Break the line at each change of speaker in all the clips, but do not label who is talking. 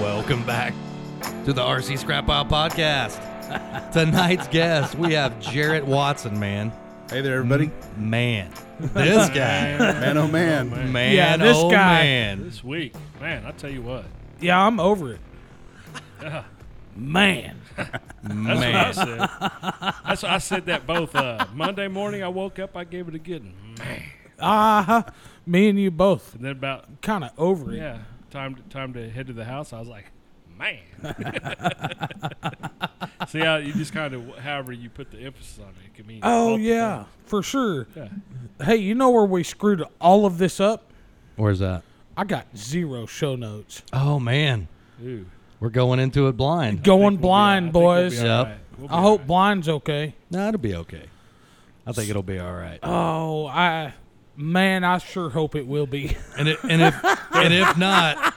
Welcome back to the RC Scrap Pile Podcast. Tonight's guest, we have Jarrett Watson, man.
Hey there, everybody.
Man. This guy.
Man, oh man.
Man,
Yeah, this
oh
guy.
man.
This week, man, I tell you what,
Yeah, I'm over it. Man.
that's
Man.
what I said. That's I said that both uh, Monday morning. I woke up, I gave it a good, one. man.
Uh-huh. Me and you both
And then about
kind of over it.
yeah, time to, time to head to the house. I was like, man. See how you just kind of however you put the emphasis on it, it can mean.
Oh,
both
yeah, for sure.
things.
Hey, you know where we screwed all of this up?
Where's that?
I got zero show notes.
Oh, man.
Yeah. Ooh.
We're going into it blind.
I think
Going
we'll be
blind,
all right. I
boys.
think we'll be all right. We'll be
I
all
hope
right.
blind's okay.
No, it'll be okay. I think it'll be all right.
Oh, I man, I sure hope it will be.
And, it, and, if, and if not,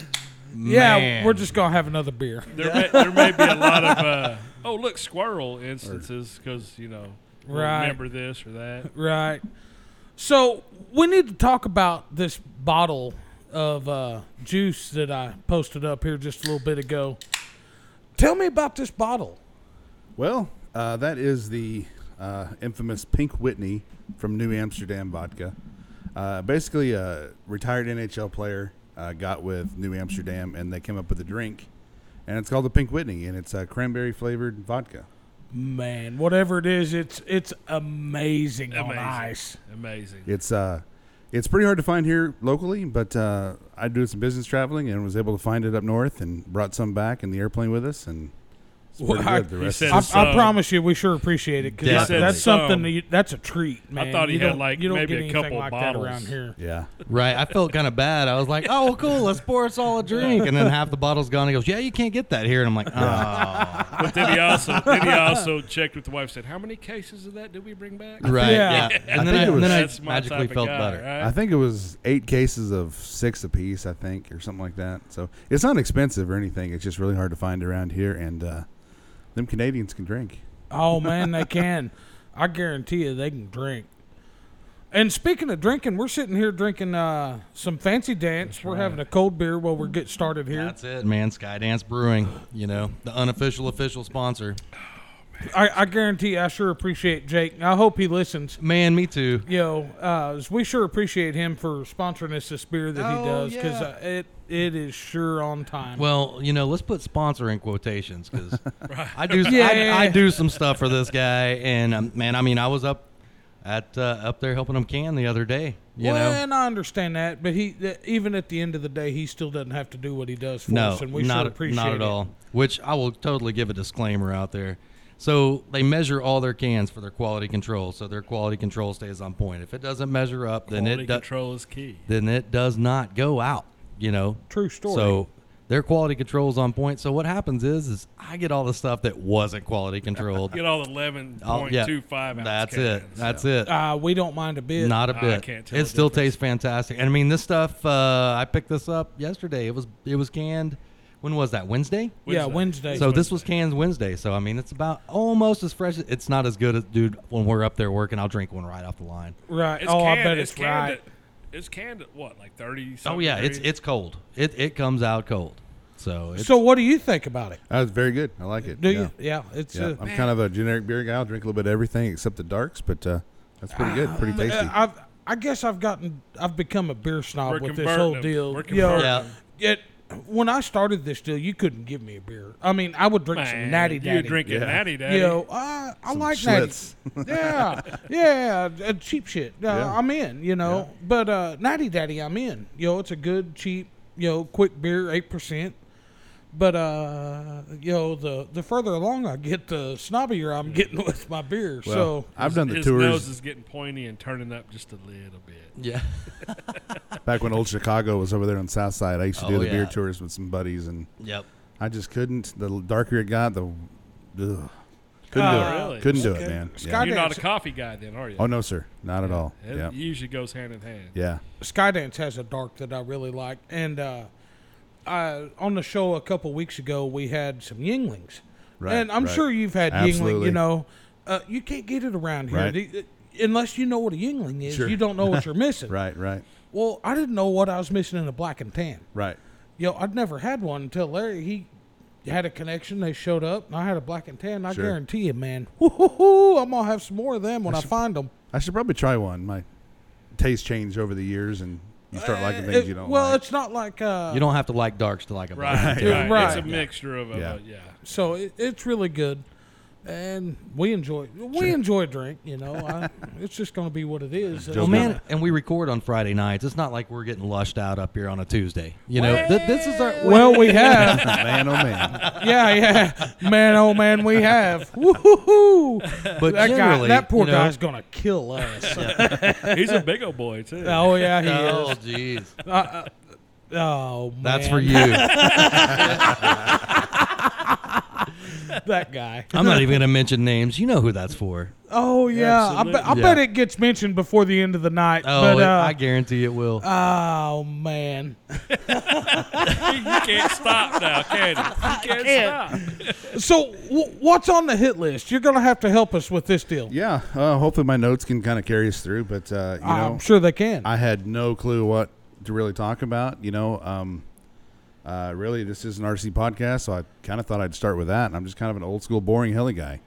yeah,
man.
we're just gonna have another beer.
there, may, there may be a lot of uh, oh look squirrel instances because you know we'll
Right.
remember this or that.
Right. So we need to talk about this bottle of uh, juice that I posted up here just a little bit ago. Tell me about this bottle.
Well, uh, that is the uh, infamous Pink Whitney from New Amsterdam Vodka. Uh, basically, a retired NHL player uh, got with New Amsterdam and they came up with a drink, and it's called the Pink Whitney, and it's uh, cranberry flavored vodka.
Man, whatever it is, it's it's amazing, on
Amazing.
ice.
Amazing.
It's uh, it's pretty hard to find here locally, but uh, I do some business traveling and was able to find it up north and brought some back in the airplane with us, and it's pretty
Well, I-
good. The
he
rest
said
is
I,
It's,
I
uh,
promise you, we sure appreciate it because
Definitely.
that's something
Um,
that you, that's a treat, man.
thought he
you
had,
don't-
like,
you don't
maybe
get
a
anything
couple
like that
bottles.
around here.
yeah.
right, I felt kind of bad. I was like, oh, well, cool, let's pour us all a drink. And then half the bottle's gone. He goes, yeah, you can't get that here. And I'm like, oh.
But then he also then he also checked with the wife. Said, "How many cases of that did we bring back?"
Right. Yeah.
Yeah.
And
I
then I,
think it
and then I
That's my
magically
type of
felt
guy,
better.
right?
I think it was eight cases of six apiece, I think, or something like that. So it's not expensive or anything. It's just really hard to find around here, and uh, them Canadians can drink.
Oh man, they can. I guarantee you, they can drink. And speaking of drinking, we're sitting here drinking uh, some fancy dance. we're having a cold beer while we get started here.
That's it, man. Skydance Brewing, you know, the unofficial official sponsor.
I, I guarantee you, I sure appreciate Jake. I hope he listens.
Man, me too.
Yo, uh, we sure appreciate him for sponsoring us this beer that
Oh,
he does because
yeah.
uh, it it is sure on time.
Well, you know, let's put sponsor in quotations because I do
Yeah,
I,
yeah,
I
yeah.
do some stuff for this guy, and um, man, I mean, I was up at uh, up there helping him can the other day. You
well,
know,
and I understand that, but he th- even at the end of the day, he still doesn't have to do what he does for
no,
us, and we
not
sure appreciate
not at
it.
all. Which I will totally give a disclaimer out there. So they measure all their cans for their quality control, so their quality control stays on point. If it doesn't measure up, then
Quality
it does.
control is key.
then it does not go out. You know,
True story.
So their quality control's on point. So what happens is, is I get all the stuff that wasn't quality controlled.
Get all the eleven
Oh,
point
yeah.
two five ounce
That's
cans.
it. That's it.
Uh, we don't mind a bit.
Not a
I
bit.
can't tell
it
the
still
difference.
tastes fantastic. And I mean, this stuff. Uh, I picked this up yesterday. It was it was canned. When was that? Wednesday.
Yeah, Wednesday.
So this was canned Wednesday. So I mean, it's about almost as fresh. It's not as good as dude when we're up there working. I'll drink one right off the line.
Right.
It's
oh,
canned,
I bet it's,
canned
right.
At, it's canned at what, like thirty?
Oh yeah, it's it's cold. It it comes out cold. So it's
so what do you think about it?
That's very good. I like it.
Do
yeah.
you? Yeah, it's.
Yeah.
Uh,
I'm kind of a generic beer guy. I'll drink a little bit of everything except the darks, but uh, that's pretty good. Pretty tasty.
uh, I've. I guess I've gotten. I've become a beer snob
We're
with this
converting
whole
them.
deal.
We're
Yo,
converting
yeah.
It, when I started this deal, you couldn't give me a beer. I mean, I would drink some natty daddy.
You drink
Yeah.
it natty daddy.
You know, uh, I like
Schlitz.
natty. yeah, yeah, uh, cheap shit. Uh,
Yeah.
I'm in. You know, but uh, natty daddy, I'm in. You know, it's a good, cheap, you know, quick beer, eight percent. But uh, you know, the the further along I get, the snobbier I'm getting with my beer.
Well,
so
I've done the
his
tours
nose is getting pointy and turning up just a little bit.
yeah.
back when old Chicago was over there on the South Side. I used to
Oh,
do the
yeah.
beer tours with some buddies, and
Yep.
I just couldn't. The darker it got, the ugh.
Ah,
couldn't do it.
really?
Couldn't do
Okay.
it, man. Yeah.
Scott- I
You're
think
not a
so.
coffee guy then, are you?
Oh no, sir, not at all.
It
Yeah,
usually goes hand in hand.
yeah.
Skydance has a dark that I really like, and uh, I, on the show a couple weeks ago we had some Yinglings,
Right,
and I'm
right.
sure you've had Yingling.
Absolutely.
You know, uh, you can't get it around here
Right.
The- uh, unless you know what a Yingling is.
Sure.
You don't know what you're missing.
Right, right,
Well, I didn't know what I was missing in a black and tan.
right.
Yo, I'd never had one until Larry. He had a connection. They showed up, and I had a black and tan. I
Sure.
guarantee you, man. Woo-hoo-hoo, I'm gonna have some more of them when I,
should-
find them.
I should probably try one. My taste changed over the years, and you start liking things you don't
Eh, well,
like.
it's not like uh,
You don't have to like darks to like them.
Right,
Yeah.
right.
Right.
It's a
Yeah.
mixture of, of
Yeah.
yeah. yeah.
so it, it's really good, and we enjoy we enjoy a drink. You know, I, it's just gonna be what it is.
Joe
Well,
It's
man,
not-
and we record on Friday nights. It's not like we're getting lushed out up here on a Tuesday. You know, Th- this is our.
well, we have.
man, oh man.
yeah, yeah, man, oh man, we have. Woo-hoo-hoo.
but
That guy,
generally,
that poor
you know-
guy's gonna kill us.
He's a big old boy too.
Oh yeah, he
Oh,
is.
jeez,
Oh, man.
that's for you.
That guy.
I'm not even gonna mention names. You know who that's for.
Oh yeah, I, bet I
Absolutely.
bet
Yeah.
it gets mentioned before the end of the night.
Oh,
but,
it-
uh,
I guarantee it will.
Oh man.
you can't stop now, can you? You can't, stop.
So w- what's on the hit list? You're gonna have to help us with this deal.
Yeah. Uh, hopefully, my notes can kind of carry us through. But uh, you know,
Ah, I'm sure they can.
I had no clue what to really talk about. You know, um, uh, really, this is an RC podcast, so I kind of thought I'd start with that. I'm just kind of an old school, boring hilly guy.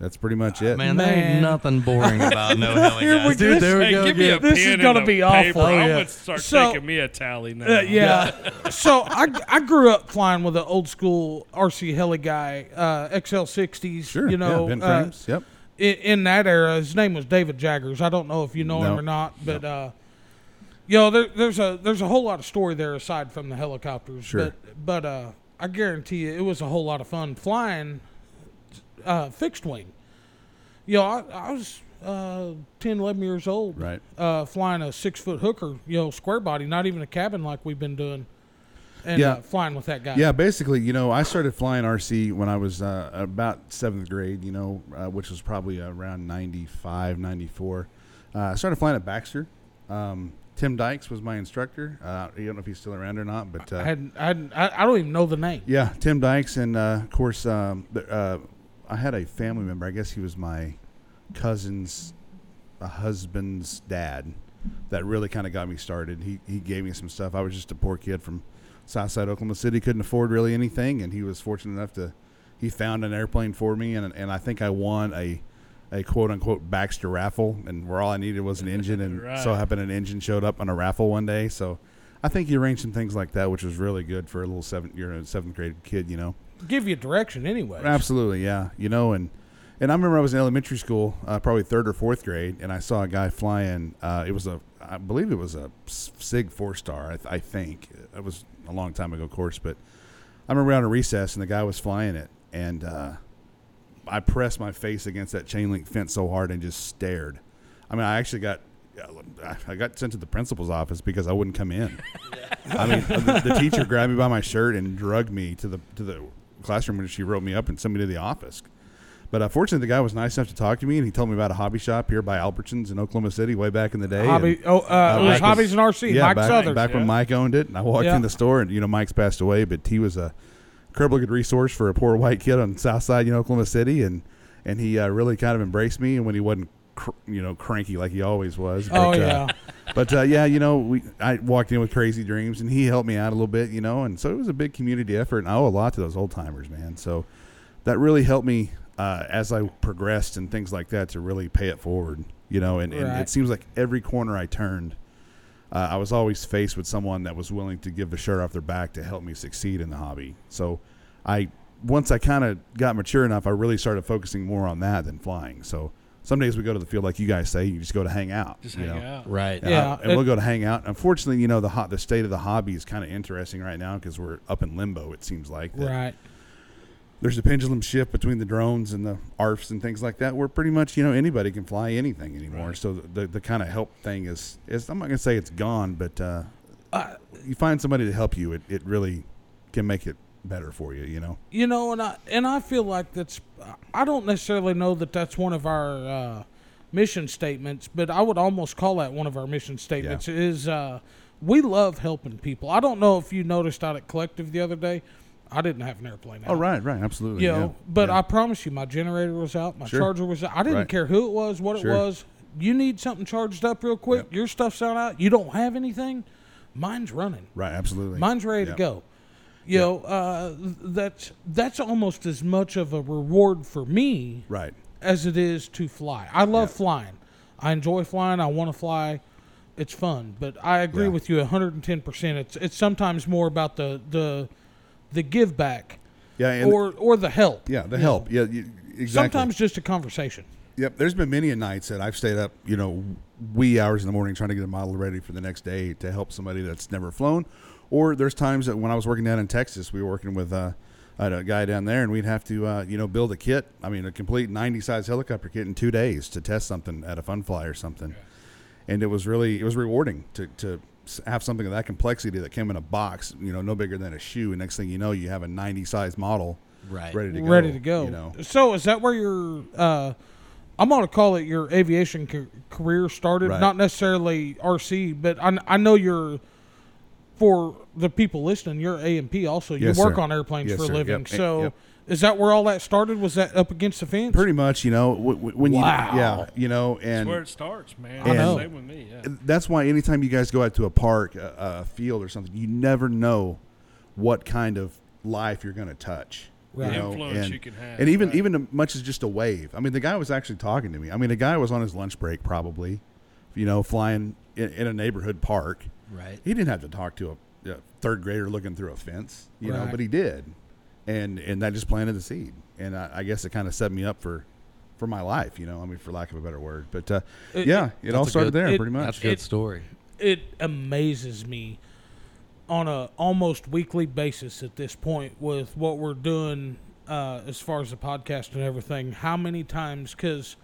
That's pretty much it.
man, there
Ah, man.
ain't nothing boring about no heli
Here we
guys.
go.
Dude, there we
Hey,
go.
give me a
again.
This is
pen and
gonna
a
be
paper.
awful.
I'm
Yeah.
gonna start
So-
taking me a tally now.
Uh, yeah. so I, I grew up flying with an old school RC heli guy, uh, XL60s.
sure.
You know,
yeah, Ben
uh,
Frames. Yep.
i- in, that era, his name was David Jaggers. I don't know if you know him
No.
or not, but uh, you know, there, there's a there's a whole lot of story there aside from the helicopters.
Sure.
But but uh, I guarantee you, it was a whole lot of fun flying uh, fixed wing. You know, I, I was uh, 10, 11 years old,
Right.
Uh, flying a six foot hooker, you know, square body, not even a cabin like we've been doing, and
Yeah.
uh, flying with that guy.
Yeah, basically, you know, I started flying RC when I was uh, about seventh grade, you know, uh, which was probably around 95, 94. Uh, I started flying at Baxter. Um, Tim Dykes was my instructor. Uh, I don't know if he's still around or not, but
I
uh,
hadn't, I, hadn't, I, I don't even know the name.
yeah, Tim Dykes. And uh, of course, um, the, uh, I had a family member. I guess he was my cousin's uh, husband's dad that really kind of got me started. He, he gave me some stuff. I was just a poor kid from Southside Oklahoma City, couldn't afford really anything. And he was fortunate enough to, he found an airplane for me. And, and I think I won a, a quote unquote Baxter raffle. And where all I needed was an engine. And
Right.
so happened an engine showed up on a raffle one day. So I think he arranged some things like that, which was really good for a little seven, you're a seventh grade kid, you know.
Give you direction, anyway.
Absolutely, yeah. You know, and and I remember I was in elementary school, uh, probably third or fourth grade, and I saw a guy flying. Uh, it was a, I believe it was a S- Sig four star. I, th- I think it was a long time ago, of course, but I remember out of recess and the guy was flying it, and uh, I pressed my face against that chain link fence so hard and just stared. I mean, I actually got. I got sent to the principal's office because I wouldn't come in. I mean, the, the teacher grabbed me by my shirt and drugged me to the to the classroom when she wrote me up and sent me to the office. But uh, fortunately, the guy was nice enough to talk to me, and he told me about a hobby shop here by Albertsons in Oklahoma City way back in the day.
Hobby,
and-
oh, uh, it was
back
Hobbies
when-
and RC,
yeah,
Mike
back,
Southern.
Back when
Yeah.
Mike owned it, and I walked
Yeah.
in the store, and you know Mike's passed away, but he was a incredible good resource for a poor white kid on South Side, you know, Oklahoma City, and and he uh, really kind of embraced me, and when he wasn't, cr- you know, cranky like he always was.
Oh,
but, uh,
yeah.
but uh, yeah, you know, we I walked in with crazy dreams, and he helped me out a little bit, you know, and so it was a big community effort, and I owe a lot to those old timers, man. So that really helped me uh, as I progressed and things like that to really pay it forward, you know. And, and
Right.
it seems like every corner I turned, uh, I was always faced with someone that was willing to give the shirt off their back to help me succeed in the hobby. So I once I kind of got mature enough, I really started focusing more on that than flying. So some days we go to the field, like you guys say, you just go to hang out.
Just
you
hang
know?
out.
Right.
Yeah.
Uh, and
it-
we'll go to hang out. Unfortunately, you know the hot, the state of the hobby is kind of interesting right now because we're up in limbo. It seems like that
Right.
there's a pendulum shift between the drones and the ARFs and things like that, where pretty much you know anybody can fly anything anymore. So the the, the kind of help thing is is I'm not gonna say it's gone, but uh, you find somebody to help you, it it really can make it better for you. You know,
You know, and I and I feel like that's. I don't necessarily know that that's one of our uh, mission statements, but I would almost call that one of our mission statements. Is uh, we love helping people. I don't know if you noticed out at Collective the other day. I didn't have an airplane. Out.
oh right, right, absolutely.
You know,
yeah,
but
yeah.
I promise you, my generator was out, my
Sure.
charger was out. I didn't
Right.
care who it was, what
Sure.
it was. You need something charged up real quick. Your stuff's out. Out. You don't have anything. mine's running.
Right, absolutely.
Mine's ready
Yep.
to go. You know, uh, that's that's almost as much of a reward for me
Right.
as it is to fly. I love
Yeah.
flying. I enjoy flying. I want to fly. It's fun. But I agree
Yeah.
with you 110%. It's it's sometimes more about the the the give back
Yeah, and
or or the help.
yeah, the
you
help.
know.
Yeah, you, exactly.
Sometimes just a conversation.
Yep, there's been many a nights that I've stayed up, you know, wee hours in the morning trying to get a model ready for the next day to help somebody that's never flown. Or there's times that when I was working down in Texas, we were working with uh, I had a guy down there, and we'd have to, uh, you know, build a kit. I mean, a complete 90 size helicopter kit in two days to test something at a fun fly or something. And it was really it was rewarding to to s- have something of that complexity that came in a box, you know, no bigger than a shoe. And next thing you know, you have a 90 size model
Right.
ready to go.
ready to go.
You know,
So is that where your uh, I'm gonna call it your aviation ca- career started?
Right.
Not necessarily RC, but I, I know you're for the people listening. You're A and P also. You
Yes,
work
sir.
on airplanes
Yes,
for
sir.
a living.
Yep. Eh,
So
yep.
is that where all that started? Was that up against the fence?
pretty much, you know, w- w- when
Wow.
you yeah, you know, and
That's where it starts, man.
I
know.
Same with me. Yeah.
that's why anytime you guys go out to a park, a, a field, or something, you never know what kind of life you're going to touch.
Right.
You know,
Influence
and,
you can have,
and even
right.
even as much as just a wave. I mean, the guy was actually talking to me. I mean, the guy was on his lunch break, probably, you know, flying in, in a neighborhood park.
Right.
He didn't have to talk to a, a third grader looking through a fence, you know,
Right.
but he did, and and that just planted the seed. And I, I guess it kind of set me up for for my life, you know. I mean, for lack of a better word, but uh,
It-
yeah, it, all
a
started
good-
there,
it-
pretty much.
That's a good
It-
story.
it amazes me on a almost weekly basis at this point with what we're doing uh, as far as the podcast and everything. How many times? Because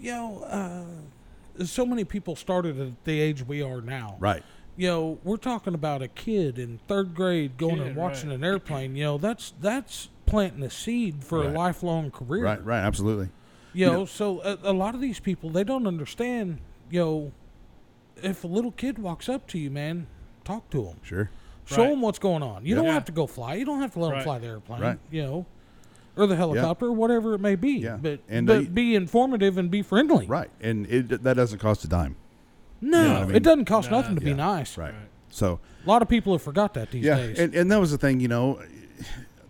you know, uh, so many people started at the age we are now.
Right.
You know, we're talking about a kid in third grade going
Kid,
and watching
right.
an airplane. You know, that's that's planting a seed for
Right.
a lifelong career.
Right, right, absolutely.
You,
You
know,
know-
so uh, a, a lot of these people they don't understand. You know, if a little kid walks up to you, man, talk to him,
Sure.
show
Right.
him what's going on. You
Yeah.
don't
Yeah.
have to go fly. You don't have to let him
Right.
fly the airplane.
Right.
You know, or the helicopter, whatever it may be.
Yeah.
But
And
but
they-
be informative and be friendly.
Right. And it, that doesn't cost a dime.
No,
know what I mean?
it doesn't cost
Nah.
nothing to be
Yeah.
nice.
Right.
Right.
So,
A lot of people have forgot that these
yeah.
days.
And, and that was the thing, you know,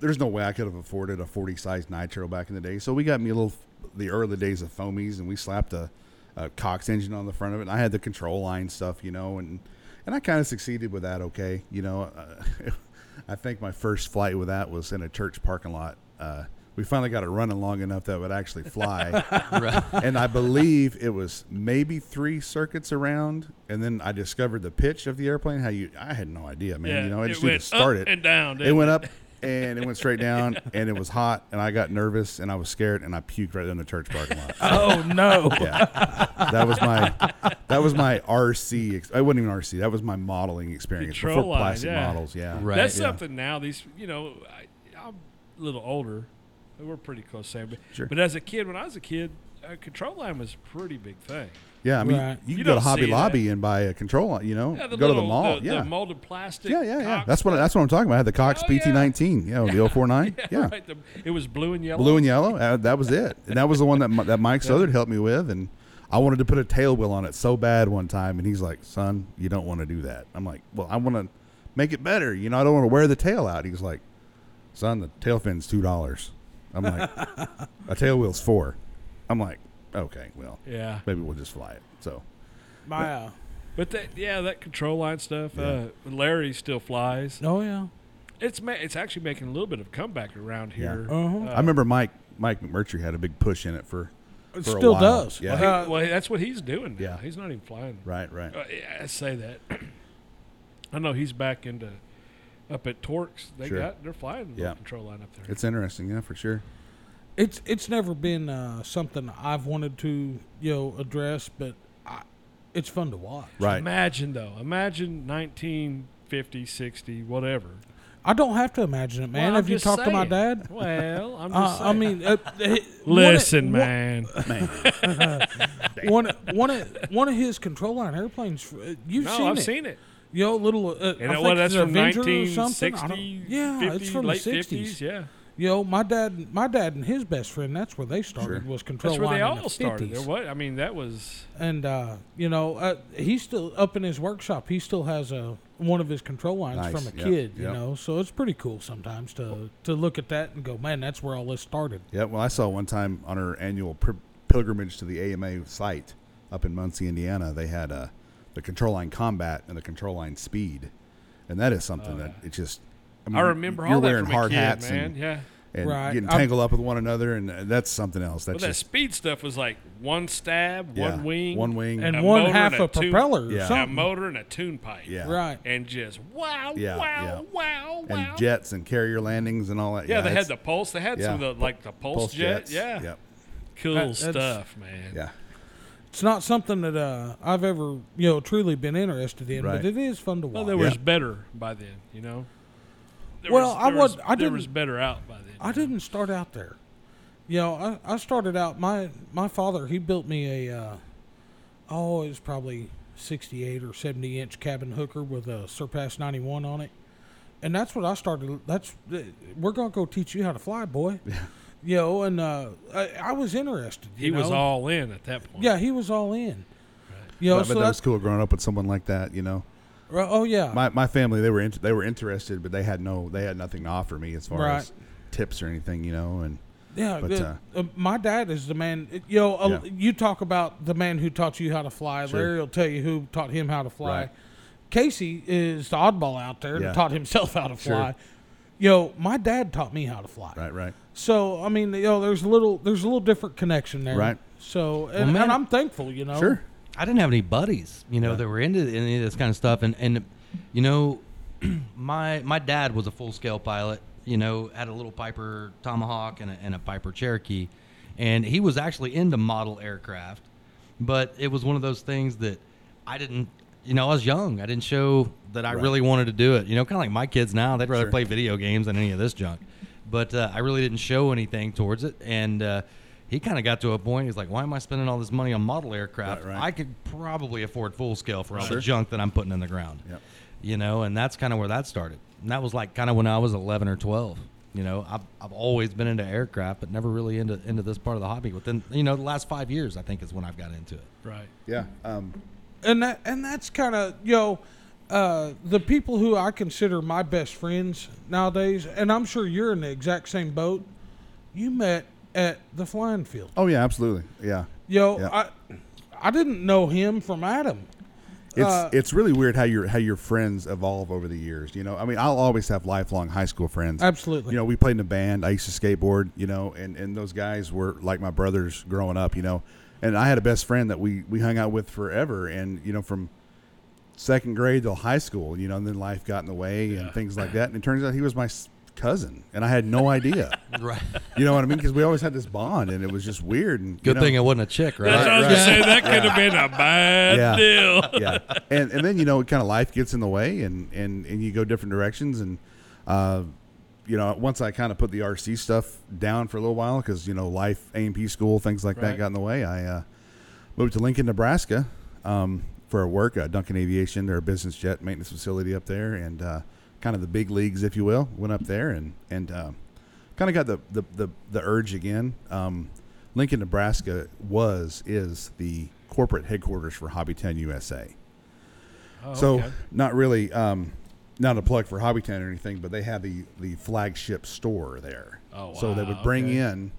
there's no way I could have afforded a 40 size nitro back in the day. So we got me a little, the early days of foamies and we slapped a, a Cox engine on the front of it. And I had the control line stuff, you know, and, and I kind of succeeded with that. Okay. You know, uh, I think my first flight with that was in a church parking lot. Uh, we finally got it running long enough that it would actually fly.
right.
and I believe it was maybe three circuits around, and then I discovered the pitch of the airplane. How you? I had no idea, man.
Yeah,
you know, I
it
just knew to
went
start
up
it.
and down,
It
didn't
went up and it went straight down, and it was hot, and I got nervous, and I was scared, and I puked right in the church parking lot.
oh no.
yeah, that was my that was my RC. Ex- I wasn't even RC. That was my modeling experience
Control
before
line,
plastic
yeah.
models. Yeah,
Right.
That's
yeah.
something now. These, you know, I, I'm a little older. We're pretty close, Sam. But,
Sure.
but as a kid, when I was a kid, a control line was a pretty big thing.
Yeah, I mean,
Right.
you,
You
can go to
don't
Hobby
see
Lobby and buy a control line. You know, go to the mall.
the,
yeah.
the molded plastic.
yeah, yeah, yeah.
cock-
That's what that's what I'm talking about. I had the Cox
Oh, yeah.
PT19, yeah, the 049. Yeah,
right, the- it was blue and yellow.
blue and yellow. Uh, that was it. And that was the one that Mi- that Mike Southard helped me with, and I wanted to put a tail wheel on it so bad one time, and he's like, "Son, you don't want to do that." I'm like, "Well, I want to make it better. You know, I don't want to wear the tail out." He's like, "Son, the tail fin's two dollars." I'm like, "A tail wheel's four. I'm like, "Okay, well,
Yeah,
maybe we'll just fly it." So
My, uh,
but that yeah, that control line stuff. Uh, Larry still flies.
oh yeah.
It's ma- it's actually making a little bit of comeback around here. Uh,
Yeah.
Uh-huh.
I remember Mike Mike McMurtry had a big push in it for.
It
for a
still
while.
does.
Yeah.
Uh,
well, that's what he's doing. Now.
Yeah.
he's not even flying.
Right, right.
Uh, yeah, I say that. I know he's back into up at Torx. They
Sure.
got they're flying the
Yeah.
control line up there.
It's interesting, yeah, for sure.
it's it's never been uh, something I've wanted to you know address, but I, it's fun to watch.
Right.
Imagine though. Imagine 1950, 60, whatever.
I don't have to imagine it, man.
Well, I'm
Have you
just
talked to my
saying.
dad?
Well, I'm
Uh,
just
I
saying.
mean, uh, he-
listen,
one of-
man.
One, one, one of one of his control line airplanes. uh, You've
no,
seen
I've
it.
seen it.
You know, little. Uh, I
And
think
well,
it's
that's
an
from
Avenger or
1960,
something. I don't- yeah,
50,
it's from
late
the 60s.
Yeah,
You know, my dad, my dad and his best friend. That's where they started was control
That's where they
wine in
all
the
started.
50s.
What I mean, that was
And uh, you know, uh, he's still up in his workshop. He still has a one of his control lines
Nice.
from a
Yep.
kid. You
Yep.
know, so it's pretty cool sometimes to to look at that and go, man, that's where all this started.
Yeah, well, I saw one time on her annual pr- pilgrimage to the AMA site up in Muncie, Indiana, they had uh, the control line combat and the control line speed, and that is something that it just. mean,
Oh, I remember
you're
all that
wearing
from a
hard
kid,
hats
man.
and,
yeah.
and
Right.
getting
I'm-
tangled up with one another, and uh, that's something else. That's
Well, that
just
speed stuff was like one stab,
yeah,
one wing,
one wing,
And
A
one
motor
half
and
a,
a two-
propeller or
Yeah.
and a
something.
motor, and a tune pipe.
yeah,
Right.
And just wow,
Yeah,
wow,
yeah.
wow,
and
wow.
jets and carrier landings and all that.
Yeah, they had
it's-
the pulse. They had some
yeah,
of the like the pulse,
pulse
jet.
jets.
Yeah.
Yep.
Cool
That- that's-
stuff, man.
Yeah.
It's not something that uh, I've ever you know truly been interested in,
Right.
but it is fun to watch.
Well, there
Yeah.
was better by then, you know. There
Well,
was,
I
there
was-
was-
I
there was
didn't-
better out by then.
I didn't start out there. You know, I, I started out my my father he built me a uh, oh it was probably sixty eight or seventy inch cabin hooker with a Surpass ninety one on it, and that's what I started. That's uh, we're gonna go teach you how to fly, boy. You know, and uh, I, I was interested.
He
you
was
know.
all in at that point.
yeah, he was all in. You know,
but, but
so
that
that-
was cool growing up with someone like that. You know,
oh yeah,
my, my family they were in, they were interested, but they had no they had nothing to offer me as far
Right.
as tips or anything. You know, and
Yeah,
But,
the- uh, my dad is the man. Yo, uh,
Yeah.
you talk about the man who taught you how to fly.
Sure.
Larry will tell you who taught him how to fly.
Right.
Casey is the oddball out there
Yeah.
that taught himself how to
Sure.
fly. Yo, my dad taught me how to fly.
right, right,
So I mean, you know, there's a little, there's a little different connection there.
Right.
So and,
man-
and I'm thankful, you know.
sure,
I didn't have any buddies, you know, that were into any of this kind of stuff, and and you know, my my dad was a full scale pilot, you know, had a little Piper Tomahawk and a, and a Piper Cherokee, and he was actually into model aircraft, but it was one of those things that I didn't. You know, I was young. I didn't show that I
Right.
really wanted to do it. You know, kind of like my kids now; they'd rather
Sure.
play video games than any of this junk. But uh, I really didn't show anything towards it, and uh, he kind of got to a point. He's like, "Why am I spending all this money on model aircraft?
Right, right.
I could probably afford full scale for all
Sure.
the junk that I'm putting in the ground.
Yep.
You know, and that's kind of where that started. And that was like kind of when I was 11 or 12. You know, I've, I've always been into aircraft, but never really into into this part of the hobby. Within you know the last five years, I think is when I've got into it.
Right.
yeah, um,
and that and that's kind of you know uh, the people who I consider my best friends nowadays, and I'm sure you're in the exact same boat. You met at the flying field.
oh yeah, absolutely, yeah.
Yo,
Yeah.
I I didn't know him from Adam.
It's
Uh,
it's really weird how your how your friends evolve over the years. You know, I mean, I'll always have lifelong high school friends.
Absolutely.
You know, we played in a band. I used to skateboard. You know, and and those guys were like my brothers growing up. You know, and I had a best friend that we we hung out with forever. And you know, from second grade till high school. You know, and then life got in the way and things like that. And it turns out he was my s- cousin, and I had no idea.
Right.
you know what I mean? Because we always had this bond, and it was just weird. And you
Good
know-
thing it wasn't a chick, right?
That's what I was
right.
gonna say. That could have been a bad
Yeah.
deal.
yeah and and then you know kind of life gets in the way and and and you go different directions and uh you know once i kind of put the rc stuff down for a little while because you know life amp school things like that
Right.
got in the way i uh moved to lincoln nebraska um for work uh, duncan aviation they're a business jet maintenance facility up there and uh kind of the big leagues if you will went up there and and um kind of got the, the, the, the urge again. Um, Lincoln, Nebraska was is the corporate headquarters for Hobby 10 USA.
Oh,
so
okay.
not really um, not a plug for Hobby 10 or anything, but they have the, the flagship store there.
Oh,
So they
wow,
would bring
okay.
in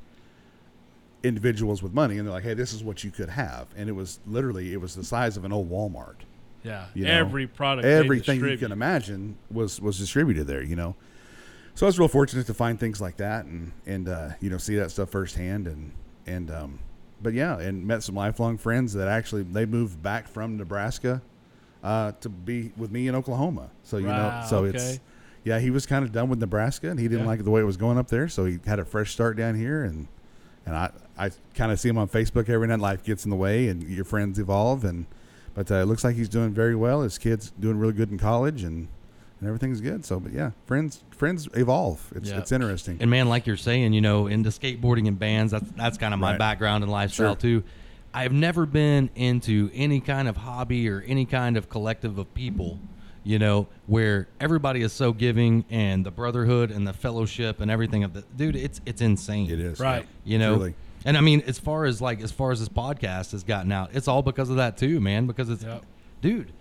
individuals with money and they're like, hey, this is what you could have. And it was literally it was the size of an old Walmart
yeah,
you know,
every product, they
everything you
distribute.
can imagine was was distributed there. You know, so I was real fortunate to find things like that and and uh, you know see that stuff firsthand and and um, but yeah, and met some lifelong friends that actually they moved back from Nebraska uh, to be with me in Oklahoma. So you
Wow,
know, so
okay.
it's yeah, he was kind of done with Nebraska and he didn't
Yeah.
like the way it was going up there, so he had a fresh start down here and. And I, I kind of see him on Facebook every night. Life gets in the way, and your friends evolve, and but uh, it looks like he's doing very well. His kids doing really good in college, and and everything's good. So, but yeah, friends friends evolve. It's
Yeah.
it's interesting.
And man, like you're saying, you know, into skateboarding and bands, that's that's kind of my
Right.
background and lifestyle
Sure.
too. I've never been into any kind of hobby or any kind of collective of people, you know, where everybody is so giving and the brotherhood and the fellowship and everything of the dude, it's it's insane.
It is
Right.
You know.
Truly.
And I mean, as far as like as far as this podcast has gotten out, it's all because of that too, man. Because it's,
Yep.
dude,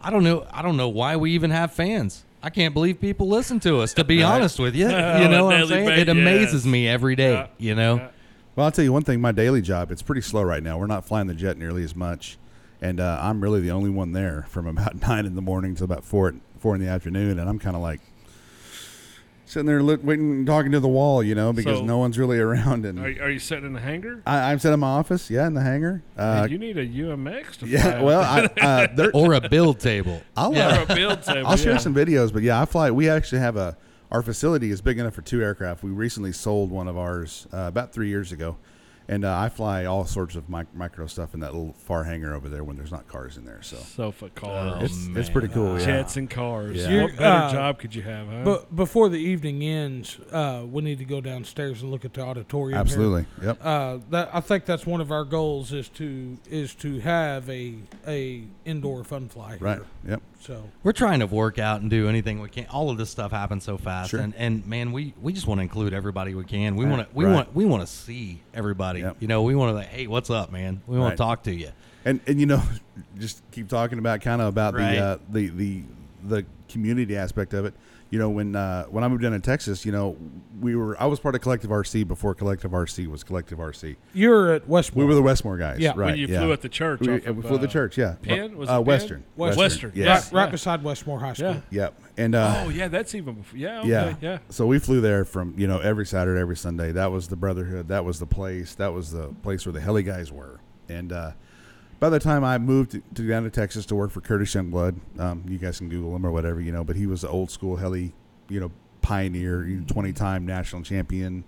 I don't know, I don't know why we even have fans. I can't believe people listen to us. To be
Right.
honest with you, you
Oh,
know what I'm
daily
saying?
ba-
it amazes
yes.
me every day.
Yeah.
You know,
Yeah.
Well, I'll tell you one thing. My daily job, it's pretty slow right now. We're not flying the jet nearly as much, and uh, I'm really the only one there from about nine in the morning to about four four in the afternoon, and I'm kind of like sitting there lit, waiting, talking to the wall, you know, because
So-
no one's really around. And
Are, are you sitting in the hangar?
I, I'm sitting in my office, yeah, in the hangar. Uh,
Man, you need a UMX to fly
yeah, well, I, uh, there,
or a build table.
I'll uh,
yeah, or a build table.
I'll share
yeah.
some videos, but yeah, I fly. We actually have a our facility is big enough for two aircraft. We recently sold one of ours uh, about three years ago, and uh, I fly all sorts of mic- micro stuff in that little far hangar over there when there's not cars in there. So
sofa cars,
it's it's pretty cool. Yeah.
Oh, jets and cars.
Yeah.
You're-
What better
uh,
job could you have? Huh?
But before the evening ends, uh, we need to go downstairs and look at the auditorium. here.
Absolutely. Yep.
Uh, that, I think that's one of our goals is to is to have a a indoor fun fly.
Right.
Here.
Yep.
So
We're trying to work out and do anything we can. All of this stuff happens so fast,
Sure.
and, and man, we, we just want to include everybody we can. We
Right,
want to we
right.
want we want to see everybody.
Yep.
You know, we want to like, hey, what's up, man? We want to
Right.
talk to you.
And and you know, just keep talking about kind of about
Right.
the uh, the the the community aspect of it. You know, when uh, when I moved down to Texas, you know, we were I was part of Collective RC before Collective RC was Collective RC.
you're at Westmore.
We were the Westmore guys,
Yeah.
right?
When
when you
yeah.
flew at the church,
We,
off
uh,
of,
we flew the
uh,
church, yeah.
Penn? Was it
uh,
Penn?
Western.
Western.
Western,
Yes.
yes.
right, right
yeah.
beside Westmore High School.
Yeah.
Yep. And uh,
Oh yeah, that's even before. Yeah, Oh, okay,
yeah.
yeah, yeah.
So we flew there from you know every Saturday, every Sunday. That was the brotherhood. That was the place. That was the place where the heli guys were. And uh, by the time I moved to, to down to Texas to work for Curtis Youngblood, um, you guys can Google him or whatever you know. But he was the old school heli, you know, pioneer, twenty time national champion.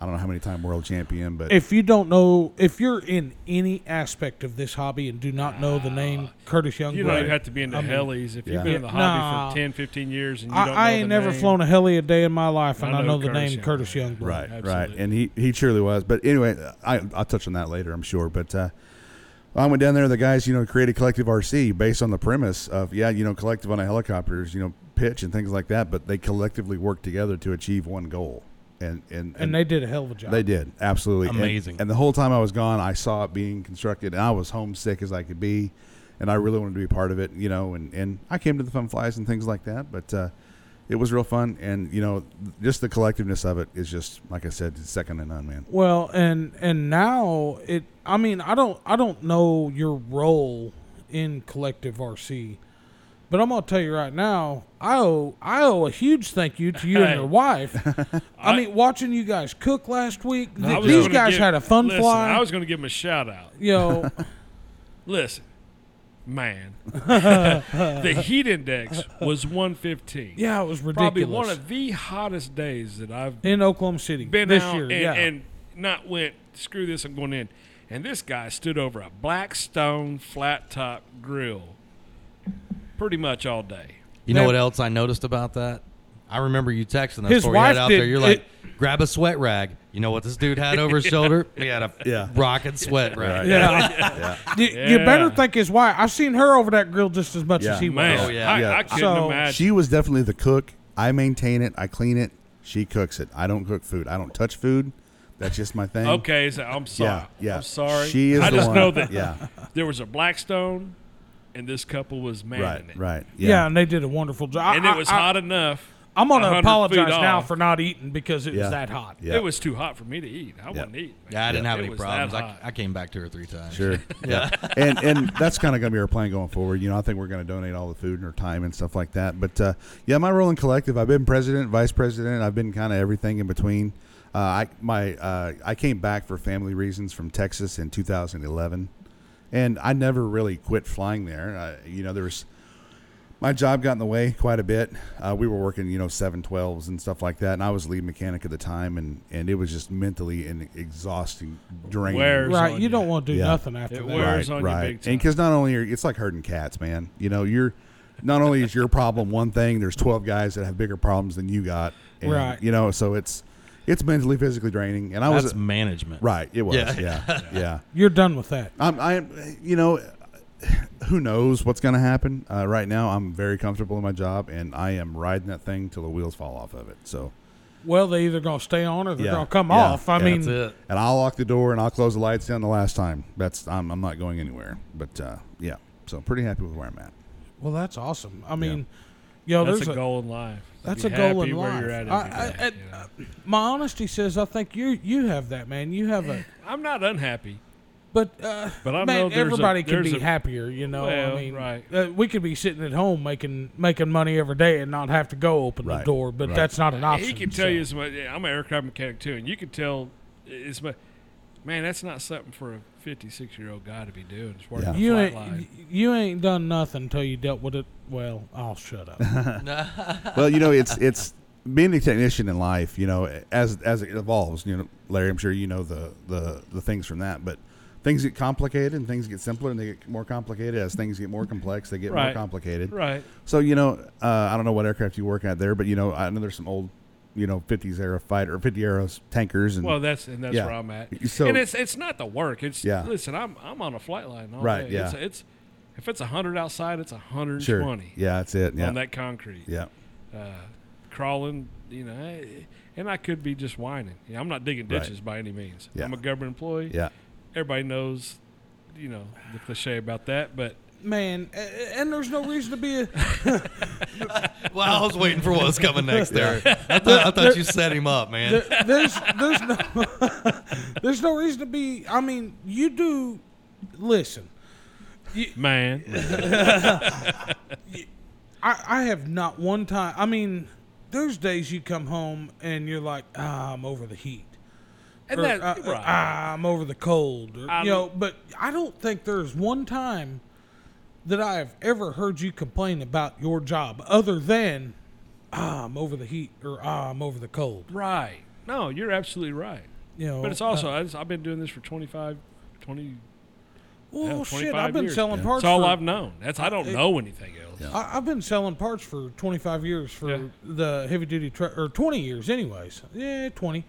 I don't know how many time world champion, but
If you don't know, if you're in any aspect of this hobby and do not know the name Curtis Youngblood,
You don't even have to be into
I mean-
helis. If
Yeah.
you've been in the
Yeah,
hobby
nah.
for 10, 15 years and you
I, I
don't know
ain't
the
never
name,
flown a heli a day in my life,
I
and I
know
know, the
Curtis
name
Youngblood.
Curtis Youngblood.
Right, right,
Absolutely.
and he he truly was. But anyway, I I'll touch on that later, I'm sure. But uh, I went down there. The guys, you know, created Collective RC based on the premise of yeah, you know, collective on a helicopters, you know, pitch and things like that. But they collectively worked together to achieve one goal, and and
And they did a hell of a job.
they did absolutely And-
Amazing.
And, the whole time I was gone, I saw it being constructed, and I was homesick as I could be, and I really wanted to be a part of it, you know. And and I came to the fun flies and things like that, but uh, it was real fun, and you know, just the collectiveness of it is just like I said, it's second to none, man.
Well, and and now it. I mean, I don't I don't know your role in Collective RC, but I'm gonna tell you right now, I owe I owe a huge thank you to you and your wife. I,
I-
mean, watching you guys cook last week,
I
th-
was
these
gonna
guys
give-
had a fun
listen,
fly.
I was going to give him a shout out.
you know,
Listen, man, the heat index was 115.
yeah, it was ridiculous.
Probably one of the hottest days that I've
in Oklahoma City
been
this
out
year.
and,
yeah,
and not went, screw this, I'm going in. And this guy stood over a Blackstone flat top grill pretty much all day.
You
Man.
know what else I noticed about that? I remember you texting us
His
before you
wife
out
did-
there. You're like,
it-
grab a sweat rag. You know what this dude had over his shoulder? He had a
Yeah.
rockin' sweat rag.
yeah. You, you
Yeah.
better think his wife. I've seen her over that grill just as much
Yeah.
as he was.
Man,
Oh, yeah.
I,
Yeah.
I couldn't
So-
imagine.
She was definitely the cook. I maintain it. I clean it. She cooks it. I don't cook food. I don't touch food. That's just my thing.
Okay, so I'm sorry.
Yeah, yeah.
I'm sorry.
She is
I
the
just
one.
know that
Yeah.
there was a Blackstone, and this couple was manning
Right.
it.
Right.
Yeah. and they did a wonderful job.
And
I-
it was
I-
hot enough.
I'm gonna
100
apologize
feet
now
off.
for not eating because it
Yeah.
was that hot.
Yeah.
It was too hot for me to eat. I wasn't eating. man.
Yeah, I didn't have
It
any
was that
problems. I,
hot.
I came back two or three times.
Sure.
Yeah.
and and that's kind of going to be our plan going forward. You know, I think we're going to donate all the food and our time and stuff like that. But uh, yeah, my role in collective, I've been president, vice president. I've been kind of everything in between. Uh, I my uh, I came back for family reasons from Texas in 2011, and I never really quit flying there. I, you know, there was my job got in the way quite a bit. Uh, we were working, you know, seven twelves and stuff like that, and I was lead mechanic at the time, and and it was just mentally and exhausting, draining.
Where- Right.
Right,
on
you
you.
don't want to do
Yeah.
nothing after that.
It worked. wears on you big time.
And because not only are it's like herding cats, man. You know, you're not only is your problem one thing. There's 12 guys that have bigger problems than you got. And,
Right.
You know, so it's it's mentally, physically draining. And I
That's
was
management.
right. It was.
Yeah.
Yeah. Yeah.
You're done with that.
I'm. I. You know, who knows what's going to happen? Uh, right now, I'm very comfortable in my job, and I am riding that thing till the wheels fall off of it. So,
Well, they either gonna stay on or they're
Yeah,
gonna come
yeah,
off. I
yeah,
mean,
That's it.
and I'll lock the door and I'll close the lights down the last time. That's I'm, I'm not going anywhere. But uh, yeah, so pretty happy with where I'm at.
well, that's awesome. I mean, yo,
That's
there's
a goal in life.
That's
Be
a goal
happy
in
where
life.
You're at
I,
every
I,
day,
and,
you know.
uh, my honesty says I think you you have that man. You have a
I'm not unhappy.
but uh,
But I
man,
know there's a-
everybody can
there's
be
a-
happier. You know, I
Well,
mean,
right.
uh, we could be sitting at home making making money every day and not have to go open the
Right,
door, but
right.
that's not an option.
he can tell
so.
you as much. yeah, I'm an aircraft mechanic too, and you can tell as much. Man, that's not something for a 56 year old guy to be doing. Just working
Yeah.
a
You
flat
ain't
line.
you ain't done nothing until you dealt with it. Well, I'll shut up.
well, you know, it's it's being a technician in life. You know, as as it evolves, you know, Larry, I'm sure you know the the the things from that, but. Things get complicated and things get simpler and they get more complicated. As things get more complex, they get more
Right.
complicated.
Right.
So you know, uh, I don't know what aircraft you work at there, but you know, I know there's some old, you know, 50s era fighter, 50 arrows tankers, and
Well, that's and that's
Yeah.
where I'm at.
So-
and it's it's not the work. It's
Yeah.
Listen, I'm I'm on a flight line. All
Right,
Day.
yeah.
It's, it's if it's 100 outside, it's 120
sure, yeah, that's it, yeah,
on that concrete.
yeah,
Uh, crawling, you know, I- and I could be just whining. You know, I'm not digging
Right.
ditches by any means.
Yeah.
I'm a government employee.
yeah,
Everybody knows, you know, the cliche about that, but.
man, a- a- and there's no reason to be a
Well, I was waiting for what was coming next there. I thought, I thought you set him up, man.
there- there's there's no there's no reason to be. I mean, you do listen.
Man, er,
I I have not one time. I mean, there's days you come home and you're like, ah, I'm over the heat.
and
Or,
that,
uh, uh,
right.
ah, I'm over the cold. Or,
I'm-
you know, but I don't think there's one time that I have ever heard you complain about your job other than ah, I'm over the heat or ah, I'm over the cold.
right. No, you're absolutely right.
You know, uh,
But it's also, I just, I've been doing this for 25, 20,
well,
hell,
shit.
25
I've been
years.
selling
Yeah.
parts.
That's all
for,
I've known. That's I don't
it-
know anything else.
Yeah.
I, I've been selling parts for 25 years for
Yeah.
the heavy duty truck, or 20 years, anyways. Yeah, 20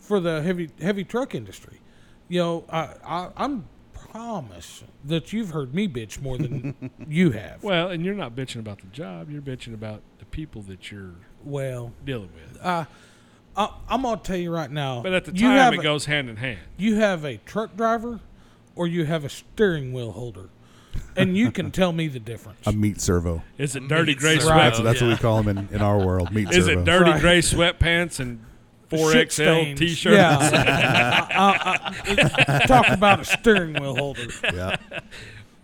for the heavy heavy truck industry. You know, I, I I'm promise that you've heard me bitch more than you have. Well,
Well, and you're not bitching about the job. You're bitching about the people that you're dealing with.
I, I'm gonna tell you right now.
But at the
Uh, you have
time, it
a-
goes hand in hand.
you have a truck driver, or you have a steering wheel holder, and you can tell me the difference.
a meat servo.
Is it dirty
Meat
gray
servo.
sweat?
That's that's what we call them in, in our world, meat
Oh, Is
servo.
it dirty
Right.
gray sweatpants and four
Shit
XL
stains.
t-shirts?
Yeah. I- I- I- talk about a steering wheel holder.
Yeah,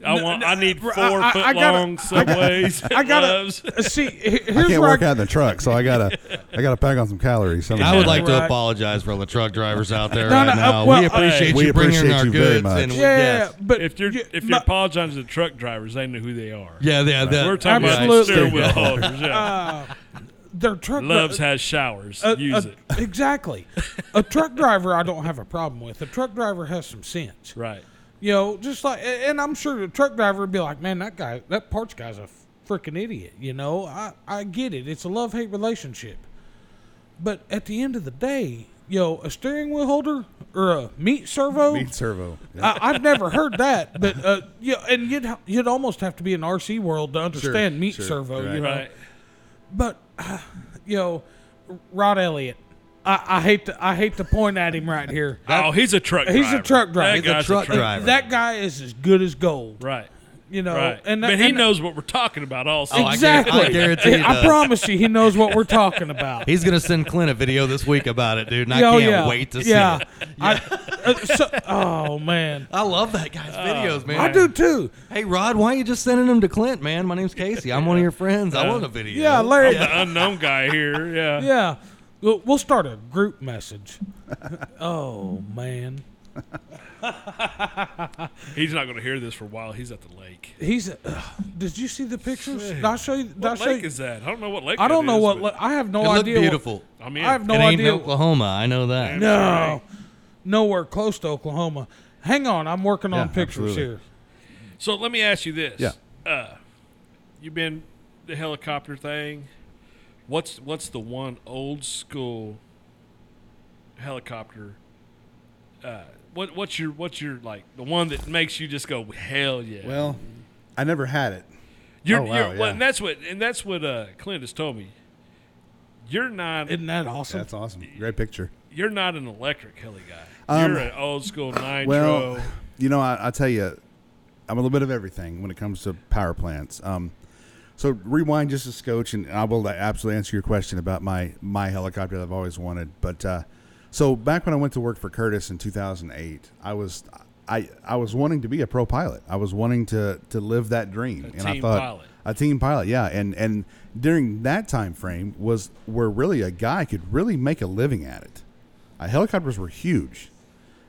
I want. I need four
I-
foot
I gotta-
long subways.
I gotta
gloves.
uh, see. he-
I
Here's
can't
where
work
I,
out in the truck, so I gotta I gotta pack on some calories. somehow.
I would like
Right.
to apologize for all the truck drivers out there
No, no,
right
uh,
now.
well,
we appreciate
uh,
you
We
bringing
appreciate
our
you very
goods.
much.
And we,
Yeah,
yes.
but
If you're if
my-
you're apologizing to the truck drivers, they know who they are.
Yeah, yeah, that,
We're talking about
Absolutely.
steering wheel holders. Yeah.
their truck dri-
Loves has showers.
a-
Use
a-
it.
exactly. a truck driver, I don't have a problem with. A truck driver has some sense,
Right.
you know. Just like, a- and I'm sure the truck driver would be like, "Man, that guy, that parts guy's a freaking idiot." You know, I I get it. It's a love hate relationship, but at the end of the day, you know, a steering wheel holder or a meat servo,
meat servo. Yeah.
I, I've never heard that, but uh, yeah, and you'd you'd almost have to be in RC world to understand meat
sure,
servo, you
right.
know.
Right.
But uh, you know, Rod Elliott, I, I hate to I hate to point at him right here.
oh, he's a truck. driver.
He's a truck driver.
That
He's a
guy's
truck driver.
That guy is as good as gold,
Right.
you know.
Right.
And
but he
and-
knows what we're talking about. Also.
Oh, I guarantee-
exactly.
I guarantee he
I
does.
promise you, he knows what we're talking about.
He's gonna send Clint a video this week about it, dude. And I
Oh,
can't
yeah.
wait to
yeah.
see it.
I, uh, so, oh man,
I love that guy's videos, man.
I do too.
Hey, Rod, why are you just sending them to Clint, man? My name's Casey. I'm one of your friends. I want a video.
Yeah, Larry.
the unknown guy here. Yeah.
Yeah. We'll, we'll start a group message. oh, man.
He's not going to hear this for a while. He's at the lake.
He's. Uh, did you see the pictures? Did I show you? Did I,
What
show
lake
you-
is that? I don't know what lake.
I don't
that
know
is,
what.
but
li- I have no
It looked
idea. what-
beautiful.
I'm in.
I have no
it ain't
idea.
Oklahoma. I know that.
no. Nowhere close to Oklahoma. Hang on. I'm working on
Yeah,
pictures
absolutely.
here.
So let me ask you this.
Yeah.
Uh, you've been the helicopter thing. What's what's the one old school helicopter? Uh, what what's your what's your like the one that makes you just go hell yeah?
Well, I never had it.
You're,
Oh, wow,
you're, well,
yeah.
and that's what and that's what uh, Clint has told me. You're not
Isn't that awesome?
That's awesome. Great picture.
you're not an electric heli guy.
Um,
you're an old school nitro.
Well, you know, I, I tell you, I'm a little bit of everything when it comes to power plants. Um, so rewind just a scotch, and I will absolutely answer your question about my my helicopter that I've always wanted. But uh, so back when I went to work for Curtis in 2008, I was I I was wanting to be a pro pilot. I was wanting to to live that dream, and I
team
thought
pilot.
a team pilot, yeah. And and during that time frame was where really a guy could really make a living at it. Uh, helicopters were huge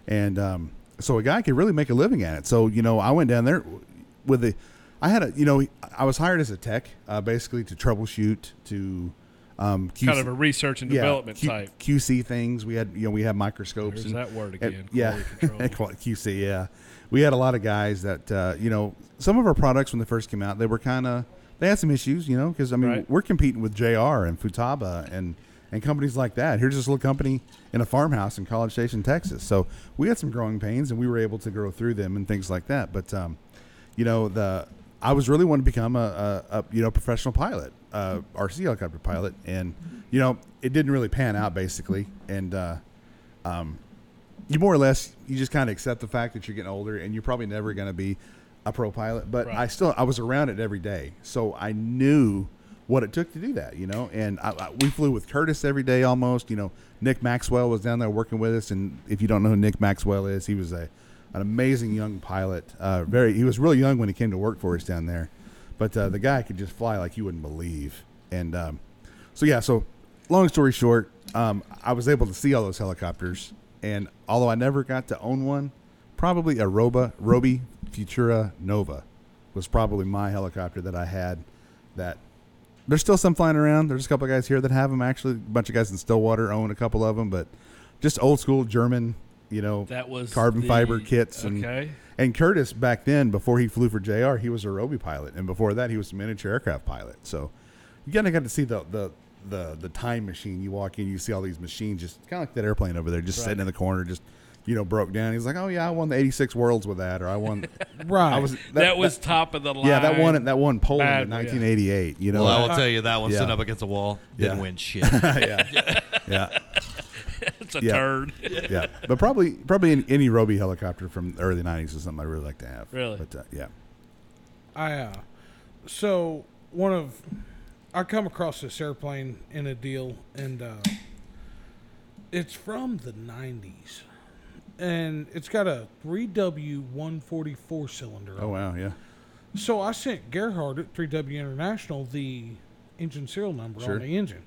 and um, so a guy could really make a living at it. So you know, I went down there with the, I had a, you know, I was hired as a tech, uh, basically to troubleshoot to, um, QC,
kind of a research and
yeah,
development
Q-
type.
QC things. We had, you know, we had microscopes.
There's
and,
that word
and-
again.
yeah,
quality control.
Qual- QC. Yeah, we had a lot of guys that, uh, you know, some of our products when they first came out, they were kind of, they had some issues, you know, because I mean,
Right.
we're competing with JR and Futaba and and companies like that. Here's this little company in a farmhouse in College Station, Texas. So we had some growing pains, and we were able to grow through them and things like that. But um, you know, the I was really wanting to become a, a, a you know professional pilot, uh, RC helicopter pilot, and you know, it didn't really pan out basically, and. Uh, you more or less you just kind of accept the fact that you're getting older and you're probably never going to be a pro pilot but
Right.
i still i was around it every day so i knew what it took to do that you know and I, I, we flew with curtis every day almost you know nick maxwell was down there working with us and if you don't know who nick maxwell is he was a an amazing young pilot uh, very he was really young when he came to work for us down there but uh, the guy could just fly like you wouldn't believe and um, so yeah, so long story short, um, I was able to see all those helicopters, and although I never got to own one, probably a Roba Roby Futura Nova was probably my helicopter that I had. That there's still some flying around. There's a couple of guys here that have them. Actually, a bunch of guys in Stillwater own a couple of them, but just old school German, you know,
that was
carbon
the-
fiber kits and
Okay.
and Curtis back then, before he flew for JR, he was a Roby pilot, and before that, he was a miniature aircraft pilot. So you kind of got to see the the the the time machine. You walk in, you see all these machines, just kind of like that airplane over there, just sitting in the corner, just you know broke down. He's like, oh yeah, I won the '86 Worlds with that, or I won.
right.
I was that,
That, was top of the line.
yeah, that one that one Poland
Bad,
in
yeah.
1988. You know,
Well, I will tell you that one
Yeah.
sitting up against the wall didn't
Yeah.
win shit.
yeah, yeah,
It's a
yeah.
turd.
yeah. But probably probably any, any Roby helicopter from the early '90s is something I really like to have.
Really?
but uh, yeah.
I uh, so one of I come across this airplane in a deal, and uh, it's from the '90s, and it's got a 3W144 cylinder. on it.
Oh wow, yeah.
So I sent Gerhard at 3W International the engine serial number
Sure.
on the engine.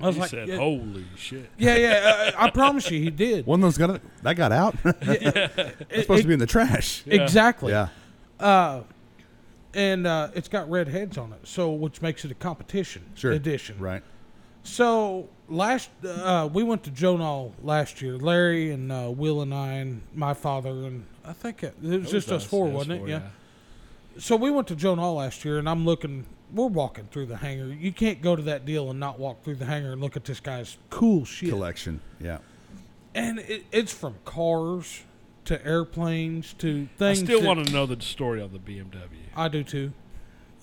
I was
He
like,
said,
yeah,
"Holy shit!"
yeah, yeah, I, I promise you, he did.
One of those got that got out.
It-
supposed
it-
to be in the trash.
exactly.
Yeah.
Uh, and uh, it's got red heads on it, so which makes it a competition
Sure.
edition.
Right.
So last uh, we went to Jonal last year. Larry and uh, Will and I and my father and I think it, it was
That
just us,
us.
four,
Yeah,
wasn't it?
four,
yeah. So we went to Jonal last year, and I'm looking. We're walking through the hangar. You can't go to that deal and not walk through the hangar and look at this guy's cool shit.
Collection. Yeah.
And it, it's from cars to airplanes to
I
things.
still
that-
want to know the story on the BMW.
I do too.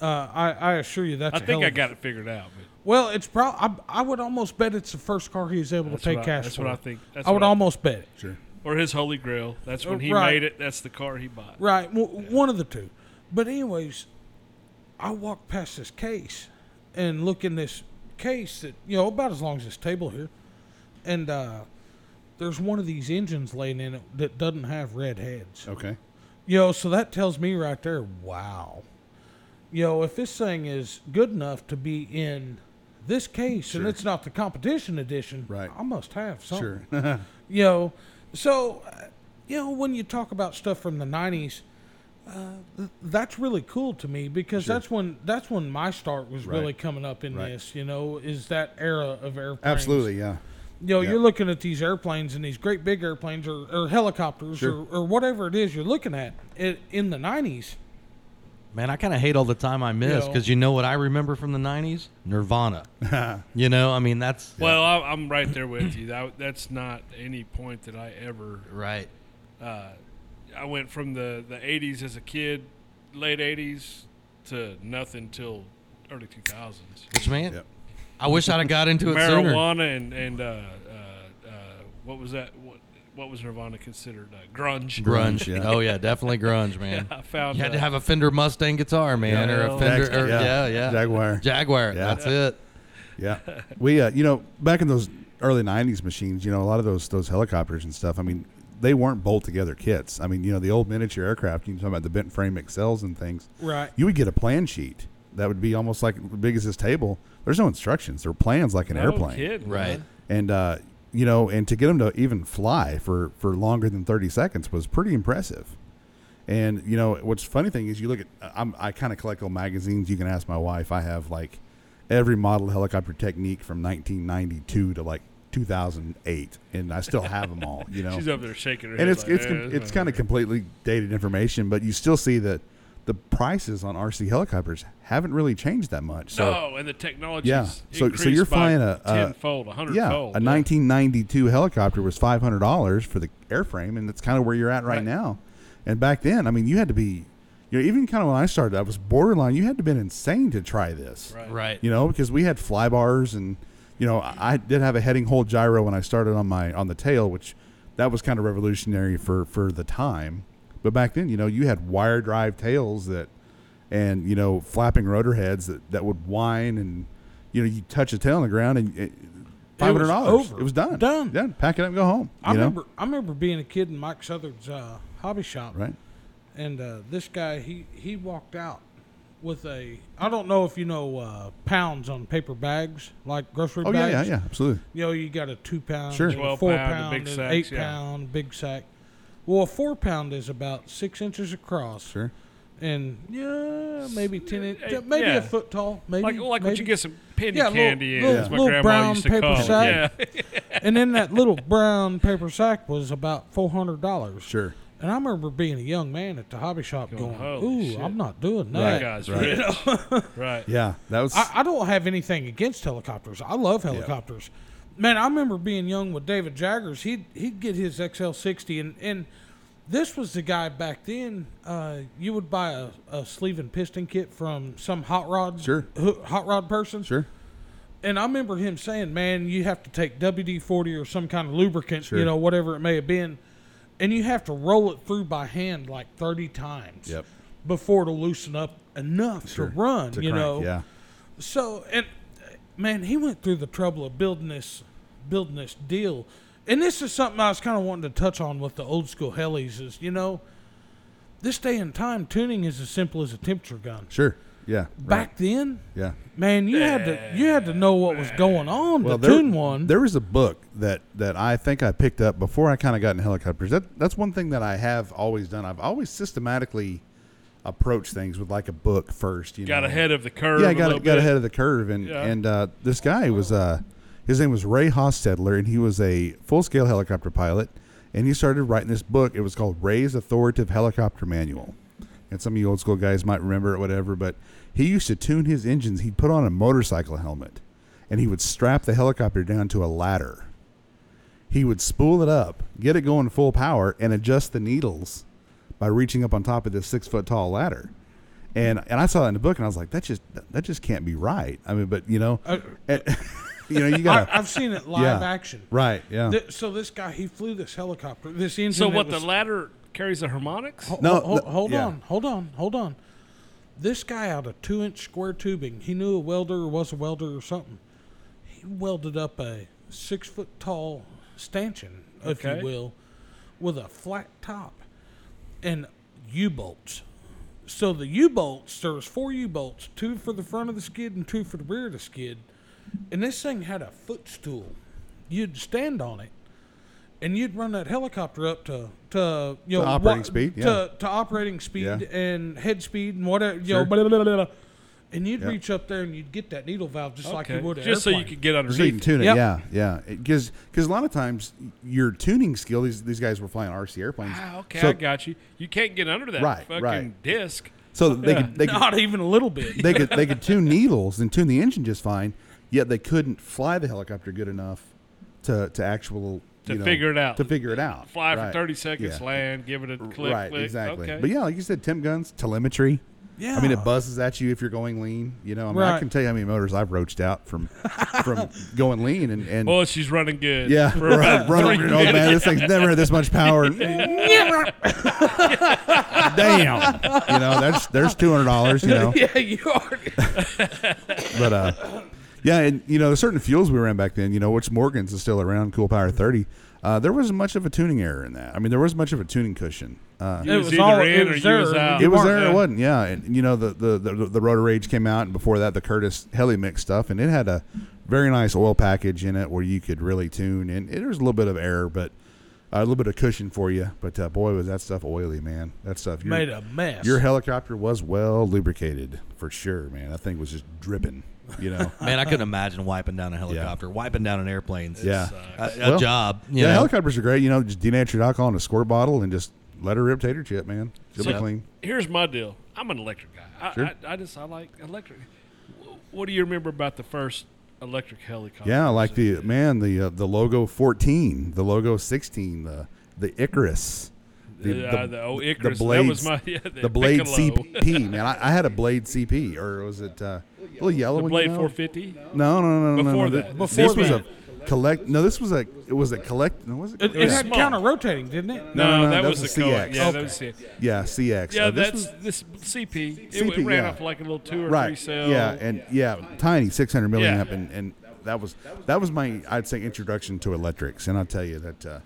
Uh, I, I assure you, that's.
I
a
think
hell
I
of a-
got it figured out. But
Well, it's probably. I, I would almost bet it's the first car he was able
That's
to pay
what I-
cash
that's
for.
what I think- that's
I
what
would
I think.
almost bet it.
Sure.
or his Holy Grail. That's when he
Uh, Right.
made it. That's the car he bought.
Right, w- one of the two. But anyways, I walked past this case and look in this case that you know about as long as this table here, and uh, there's one of these engines laying in it that doesn't have red heads.
Okay.
You know, so that tells me right there, wow. You know, if this thing is good enough to be in this case and it's not the competition edition,
Right.
I must have something.
Sure.
You know, so, uh, you know, when you talk about stuff from the 90s, uh, th- that's really cool to me because that's when that's when my start was
Right.
really coming up in
Right.
this. You know, is that era of airplanes?
Absolutely. Yeah.
You know,
Yeah.
you're looking at these airplanes and these great big airplanes or, or helicopters
Sure.
or, or whatever it is you're looking at it, in the 90s.
Man, I kind of hate all the time I miss
Yeah.
because you know what I remember from the '90s? Nirvana. you know, I mean that's
Well, I, I'm right there with you. That, that's not any point that I ever.
right.
Uh, I went from the the 80s as a kid, late '80s to nothing till early 2000s.
Which man,
Yep.
I wish I'd have got into it sooner.
marijuana and and uh, uh, uh, what was that? What, what was Nirvana considered? Uh, grunge.
Grunge.
Yeah.
Oh yeah, definitely grunge, man.
I found
You had to
uh,
have a Fender Mustang guitar, man, or
Yeah.
a Fender,
Jag-
or, yeah, yeah,
Jaguar.
Jaguar.
Yeah.
That's it.
Yeah, we uh, you know back in those early '90s machines, you know a lot of those those helicopters and stuff. I mean, they weren't bolt together kits. I mean, you know the old miniature aircraft. You talking about the bent frame excels and things.
Right.
You would get a plan sheet that would be almost like as big as this table. There's no instructions. There are plans like an
no
airplane,
kidding,
Right.
man.
and uh, you know, and to get them to even fly for for longer than 30 seconds was pretty impressive. And you know what's funny thing is you look at I'm, I kind of collect old magazines. You can ask my wife. I have like every model helicopter technique from 1992 to like 2008, and I still have them all. You know,
She's up there shaking her head.
and it's
like,
it's
"Eh,
com-
that's
it's
not
kind of
right."
completely dated information, but you still see that the prices on RC helicopters haven't really changed that much. So
no, and the technology.
Yeah. So- so you're flying a- a-
tenfold, a hundredfold.
yeah, a 1992 helicopter was $500 for the airframe, and that's kind of where you're at right,
Right.
now. And back then, I mean, you had to be, you know, even kind of when I started, I was borderline. You had to been insane to try this,
Right.
Right.
you know, because we had fly bars, and you know, I I did have a heading hole gyro when I started on my on the tail, which that was kind of revolutionary for for the time. But back then, you know, you had wire drive tails that, and you know, flapping rotor heads that that would whine, and you know, you touch a tail on the ground and. It,
It
Five
was
hundred dollars.
over.
It was done.
Done.
Done. Pack it up and go home.
I
you know?
remember I remember being a kid in Mike Southard's uh, hobby shop.
Right.
And uh, this guy he he walked out with a I don't know if you know uh, pounds on paper bags like grocery
Oh yeah,
bags.
yeah, yeah. Absolutely.
You know, you got a two pound,
Sure.
and a
12
four
pound, the
pound,
big
and
sacks,
eight
yeah.
pound big sack. Well, a four pound is about six inches across,
Sure.
and yeah, maybe ten, in-
Eight-
maybe
yeah.
a foot tall, maybe
Like, like
maybe.
what you get some penny
Yeah, little-
candy
little-
in, as my
little
grandma
brown
used to
paper
call it.
sack.
Yeah.
And then that little brown paper sack was about four hundred dollars.
Sure.
And I remember being a young man at the hobby shop
Going,
going,
"Holy
"Ooh,
shit."
I'm not doing
That
that."
guy's
Right.
rich. right.
Yeah. That was.
I, I don't have anything against helicopters. I love helicopters. Man, I remember being young with David Jaggers. He'd he'd get his XL60, and and this was the guy back then. Uh, you would buy a, a sleeve and piston kit from some hot rod
Sure.
ho- hot rod person.
sure.
And I remember him saying, "Man, you have to take WD forty or some kind of lubricant,
Sure.
you know, whatever it may have been, and you have to roll it through by hand like thirty times
Yep.
before to loosen up enough
Sure.
to run.
To
you
crank,
know,
Yeah.
so and uh, man, he went through the trouble of building this building this deal. And this is something I was kind of wanting to touch on with the old school helis is, you know, this day and time tuning is as simple as a temperature gun.
Sure. Yeah.
Back then,
Right. Yeah.
man, you had to you had to know what was going on
Well,
to
there,
tune one.
There was a book that that I think I picked up before I kind of got in helicopters. That that's one thing that I have always done. I've always systematically approached things with like a book first. You
Got
know?
ahead of the curve.
Yeah, I
a
got
little
got
bit.
ahead of the curve, and
Yeah.
and uh, this guy was uh, his name was Ray Hostetler, and he was a full scale helicopter pilot, and he started writing this book. It was called Ray's Authoritative Helicopter Manual, and some of you old school guys might remember it, whatever. But he used to tune his engines. He'd put on a motorcycle helmet, and he would strap the helicopter down to a ladder. He would spool it up, get it going full power, and adjust the needles by reaching up on top of this six foot tall ladder. And and I saw that in the book, and I was like, that just that just can't be right. I mean, but you know,
Uh,
and- you know, you
I,
gotta
I've seen it live
yeah,
action.
right? Yeah.
Th- so this guy, he flew this helicopter, this engine.
So
that
what
was-
the ladder carries the harmonics?
Ho-
No,
ho- ho-
no,
hold
yeah.
on, hold on, hold on. This guy out of two inch square tubing, he knew a welder or was a welder or something. He welded up a six foot tall stanchion, if
Okay.
you will, with a flat top and U bolts. So the U bolts, there was four U bolts, two for the front of the skid and two for the rear of the skid. And this thing had a footstool. You'd stand on it and you'd run that helicopter up to to you
To
know
operating speed, yeah.
to, to operating speed
Yeah.
and head speed and whatever you know,
Sure.
blah, blah, blah, blah, blah. and you'd
Yeah.
reach up there and you'd get that needle valve just like you
Okay.
would an
Just so you
airplane.
could get underneath.
So you can tune it,
Yep.
yeah, yeah. Because because a lot of times your tuning skill these these guys were flying RC airplanes.
Ah, okay,
so,
I got you. You can't get under that
Right,
fucking
right.
disc.
so they could they could,
not even a little bit
they could they could tune needles and tune the engine just fine, yet they couldn't fly the helicopter good enough to to actual
To
you know,
figure it out.
To figure it out.
Fly for
Right.
30 seconds,
Yeah.
land, give it a click.
right,
click.
exactly.
Okay.
But yeah, like you said, Tim Guns, telemetry.
Yeah.
I mean, it buzzes at you if you're going lean. You know, I, mean, I
Right.
can tell you how many motors I've roached out from from going lean and, and
Boy, she's running good.
yeah,
For
run,
about
run
three
over, oh
minutes.
man, this thing's never had this much power. Damn, you know, there's there's two hundred dollars. You know,
yeah, you are.
but uh, yeah, and you know, certain fuels we ran back then, you know, which Morgan's is still around, Cool Power 30. Uh, there wasn't much of a tuning error in that. I mean, there wasn't much of a tuning cushion. Uh,
You was either in or you was out.
it was there,
Yeah.
it wasn't. Yeah, and you know, the the the, the Rotor Rage came out, and before that, the Curtis Heli Mix stuff, and it had a very nice oil package in it where you could really tune, and there was a little bit of error, but. uh, A little bit of cushion for you, but uh, boy, was that stuff oily, man! That stuff your-
Made a mess.
Your helicopter was well lubricated for sure, man. That thing was just dripping, you know.
Man, I couldn't imagine wiping down a helicopter, wiping down an airplane. uh,
Yeah.
uh,
a, a
Well,
job. You
yeah,
know?
helicopters are great. You know, just denatured alcohol in a squirt bottle and just let her rip tater chip, man. She'll
So,
be clean.
Here's my deal. I'm an electric guy. I,
Sure.
I, I just I like electric. Wh- What do you remember about the first electric helicopter?
Yeah, like the man, the uh, the logo fourteen, the logo sixteen, the the Icarus,
the, uh, the oh Icarus.
the blades,
that was my yeah, the,
the blade
Piccolo.
CP. Man, I, I had a blade CP, or was it uh, little yellow?
The
one, you
blade
know?
450.
No, no, no, no, no,
Before
no.
that.
Th-
Before
this was
that.
a collect. No, this was a. It was a collect. No, was it?
It, it
yeah.
was
had
small.
counter rotating, didn't it?
No, no, no,
that
that
was
was
the
a
CX.
CX.
Yeah,
Okay.
that was it.
yeah, CX.
Yeah,
Uh, this
that's
was-
this CP. it,
CP,
ran
yeah.
off like a little two or three
right.
cell.
Yeah, and yeah, tiny, six hundred milliamp,
Yeah.
and and that was that was my I'd say introduction to electrics, and I'll tell you that uh,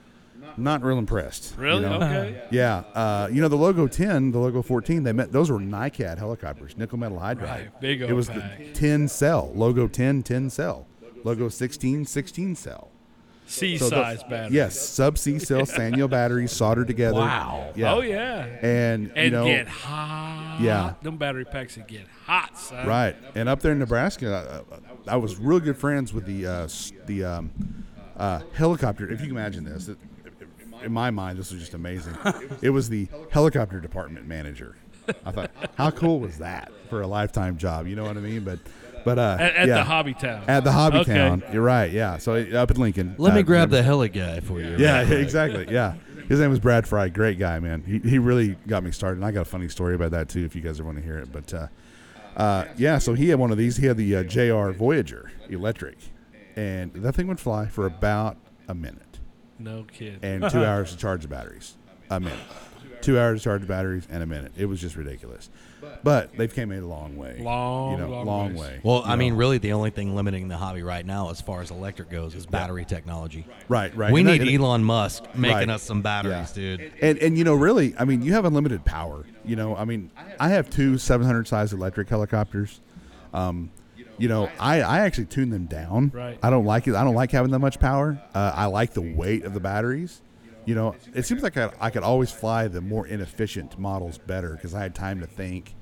not real impressed. you
really
know?
okay.
Yeah, uh, you know the logo ten, the logo fourteen. They met those were NICAD helicopters, nickel metal hydride.
Right, big
It
old
was the
pack.
ten cell logo 10, 10 cell logo 16, 16 cell.
C
So the-
size battery.
Yes, sub C cell Sanyo batteries soldered together.
Wow.
Yeah.
Oh yeah.
And, you
And
know,
get hot.
Yeah.
Them battery packs would get hot, son.
Right, and up there in Nebraska, uh, I, I was real good friends with the uh, s- the um, uh, helicopter. If you can imagine this, it- in my mind, this was just amazing. It was the helicopter department manager. I thought, how cool was that for a lifetime job? You know what I mean? But but uh,
At, at
yeah,
the hobby town.
at the hobby
Okay.
town. You're right. Yeah. So uh, up in Lincoln.
Let me
uh,
grab
Nebraska.
the heli guy for you.
Yeah, yeah, exactly. Yeah. His name was Brad Fry. Great guy, man. He, he really got me started. And I got a funny story about that, too, if you guys ever want to hear it. But uh, uh, yeah, so he had one of these. He had the uh, JR Voyager electric. And that thing would fly for about a minute
No kid.
and two hours to charge the batteries. A minute. Two hours to charge the batteries and a minute. It was just ridiculous. But they've came a long way.
Long,
you know,
long
long,
ways.
way.
Well, I mean, really, the only thing limiting the hobby right now, as far as electric goes, is battery technology.
right, right.
We
And that-
need
and-
Elon Musk making
Right.
us some batteries,
Yeah.
dude.
And and you know, really, I mean, you have unlimited power. You know, I mean, I have two 700 size electric helicopters. Um, you know, I, I actually tune them down.
Right.
I don't like it. I don't like having that much power. Uh, I like the weight of the batteries. You know, it seems like I, I could always fly the more inefficient models better because I had time to think.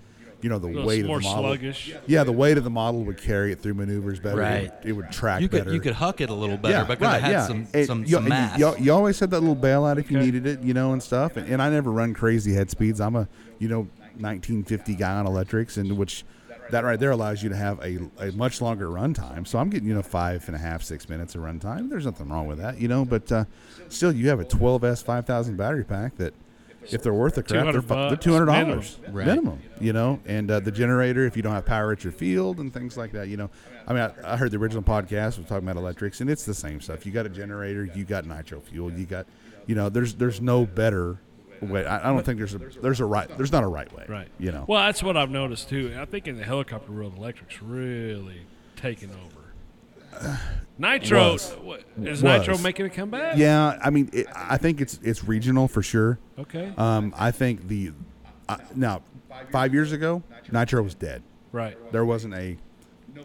You know, the
little
weight
more
of the model.
sluggish.
Yeah, the weight of the model would carry it through maneuvers better. It
Right.
would, it would track
You could
better
you could huck it a little better because it had some
And
some,
you-
some
and you-
mass.
You, you always had that little bailout if you needed it, you know, and stuff. And, and I never run crazy head speeds. I'm a, you know, 1950 guy on electrics, and which that right there allows you to have a, a much longer run time. So I'm getting, you know, five and a half, six minutes of run time. There's nothing wrong with that, you know, but uh, still, you have a 12S 5000 battery pack that. If they're worth the crap,
200
they're, fu- they're
bucks
two hundred dollars
minimum.
Right.
minimum, you know, and uh, the generator if you don't have power at your field and things like that, you know. I mean, I, I heard the original podcast was talking about electrics, and it's the same stuff. You got a generator, you got nitro fuel, you got, you know, there's there's no better way. I, I don't think there's a there's a right there's not a right way.
Right.
You know.
Well, that's what I've noticed too. I think in the helicopter world, electric's really taken over. Nitro
Was.
what- is
Was.
Nitro making a comeback?
yeah, I mean, it, I think it's it's regional for sure.
Okay.
Um, I think the uh, now five years ago, nitro was dead.
right.
There wasn't a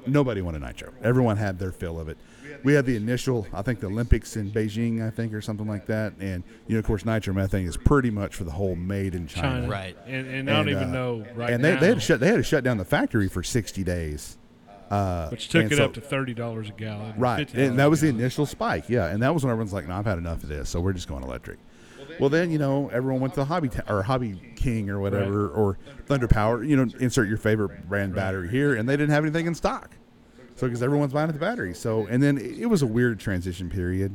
nobody wanted nitro. Everyone had their fill of it. We had the initial, I think, the Olympics in Beijing, I think, or something like that. And you know, of course, nitromethane is pretty much for the whole made in China.
China.
Right.
And, and, I don't
And,
even
uh,
know right
and they,
now,
they had to shut they had to shut down the factory for sixty days.
which took
and
it
so-
up to thirty dollars a gallon.
Right,
$50
and that was
a
the initial spike. Yeah, and that was when everyone's like, "No, I've had enough of this, so we're just going electric." Well, then you know, everyone went to Hobby Ta- or Hobby King or whatever or Thunder Power. You know, insert your favorite brand battery here, and they didn't have anything in stock. So because everyone's buying the battery, so and then it, it was a weird transition period.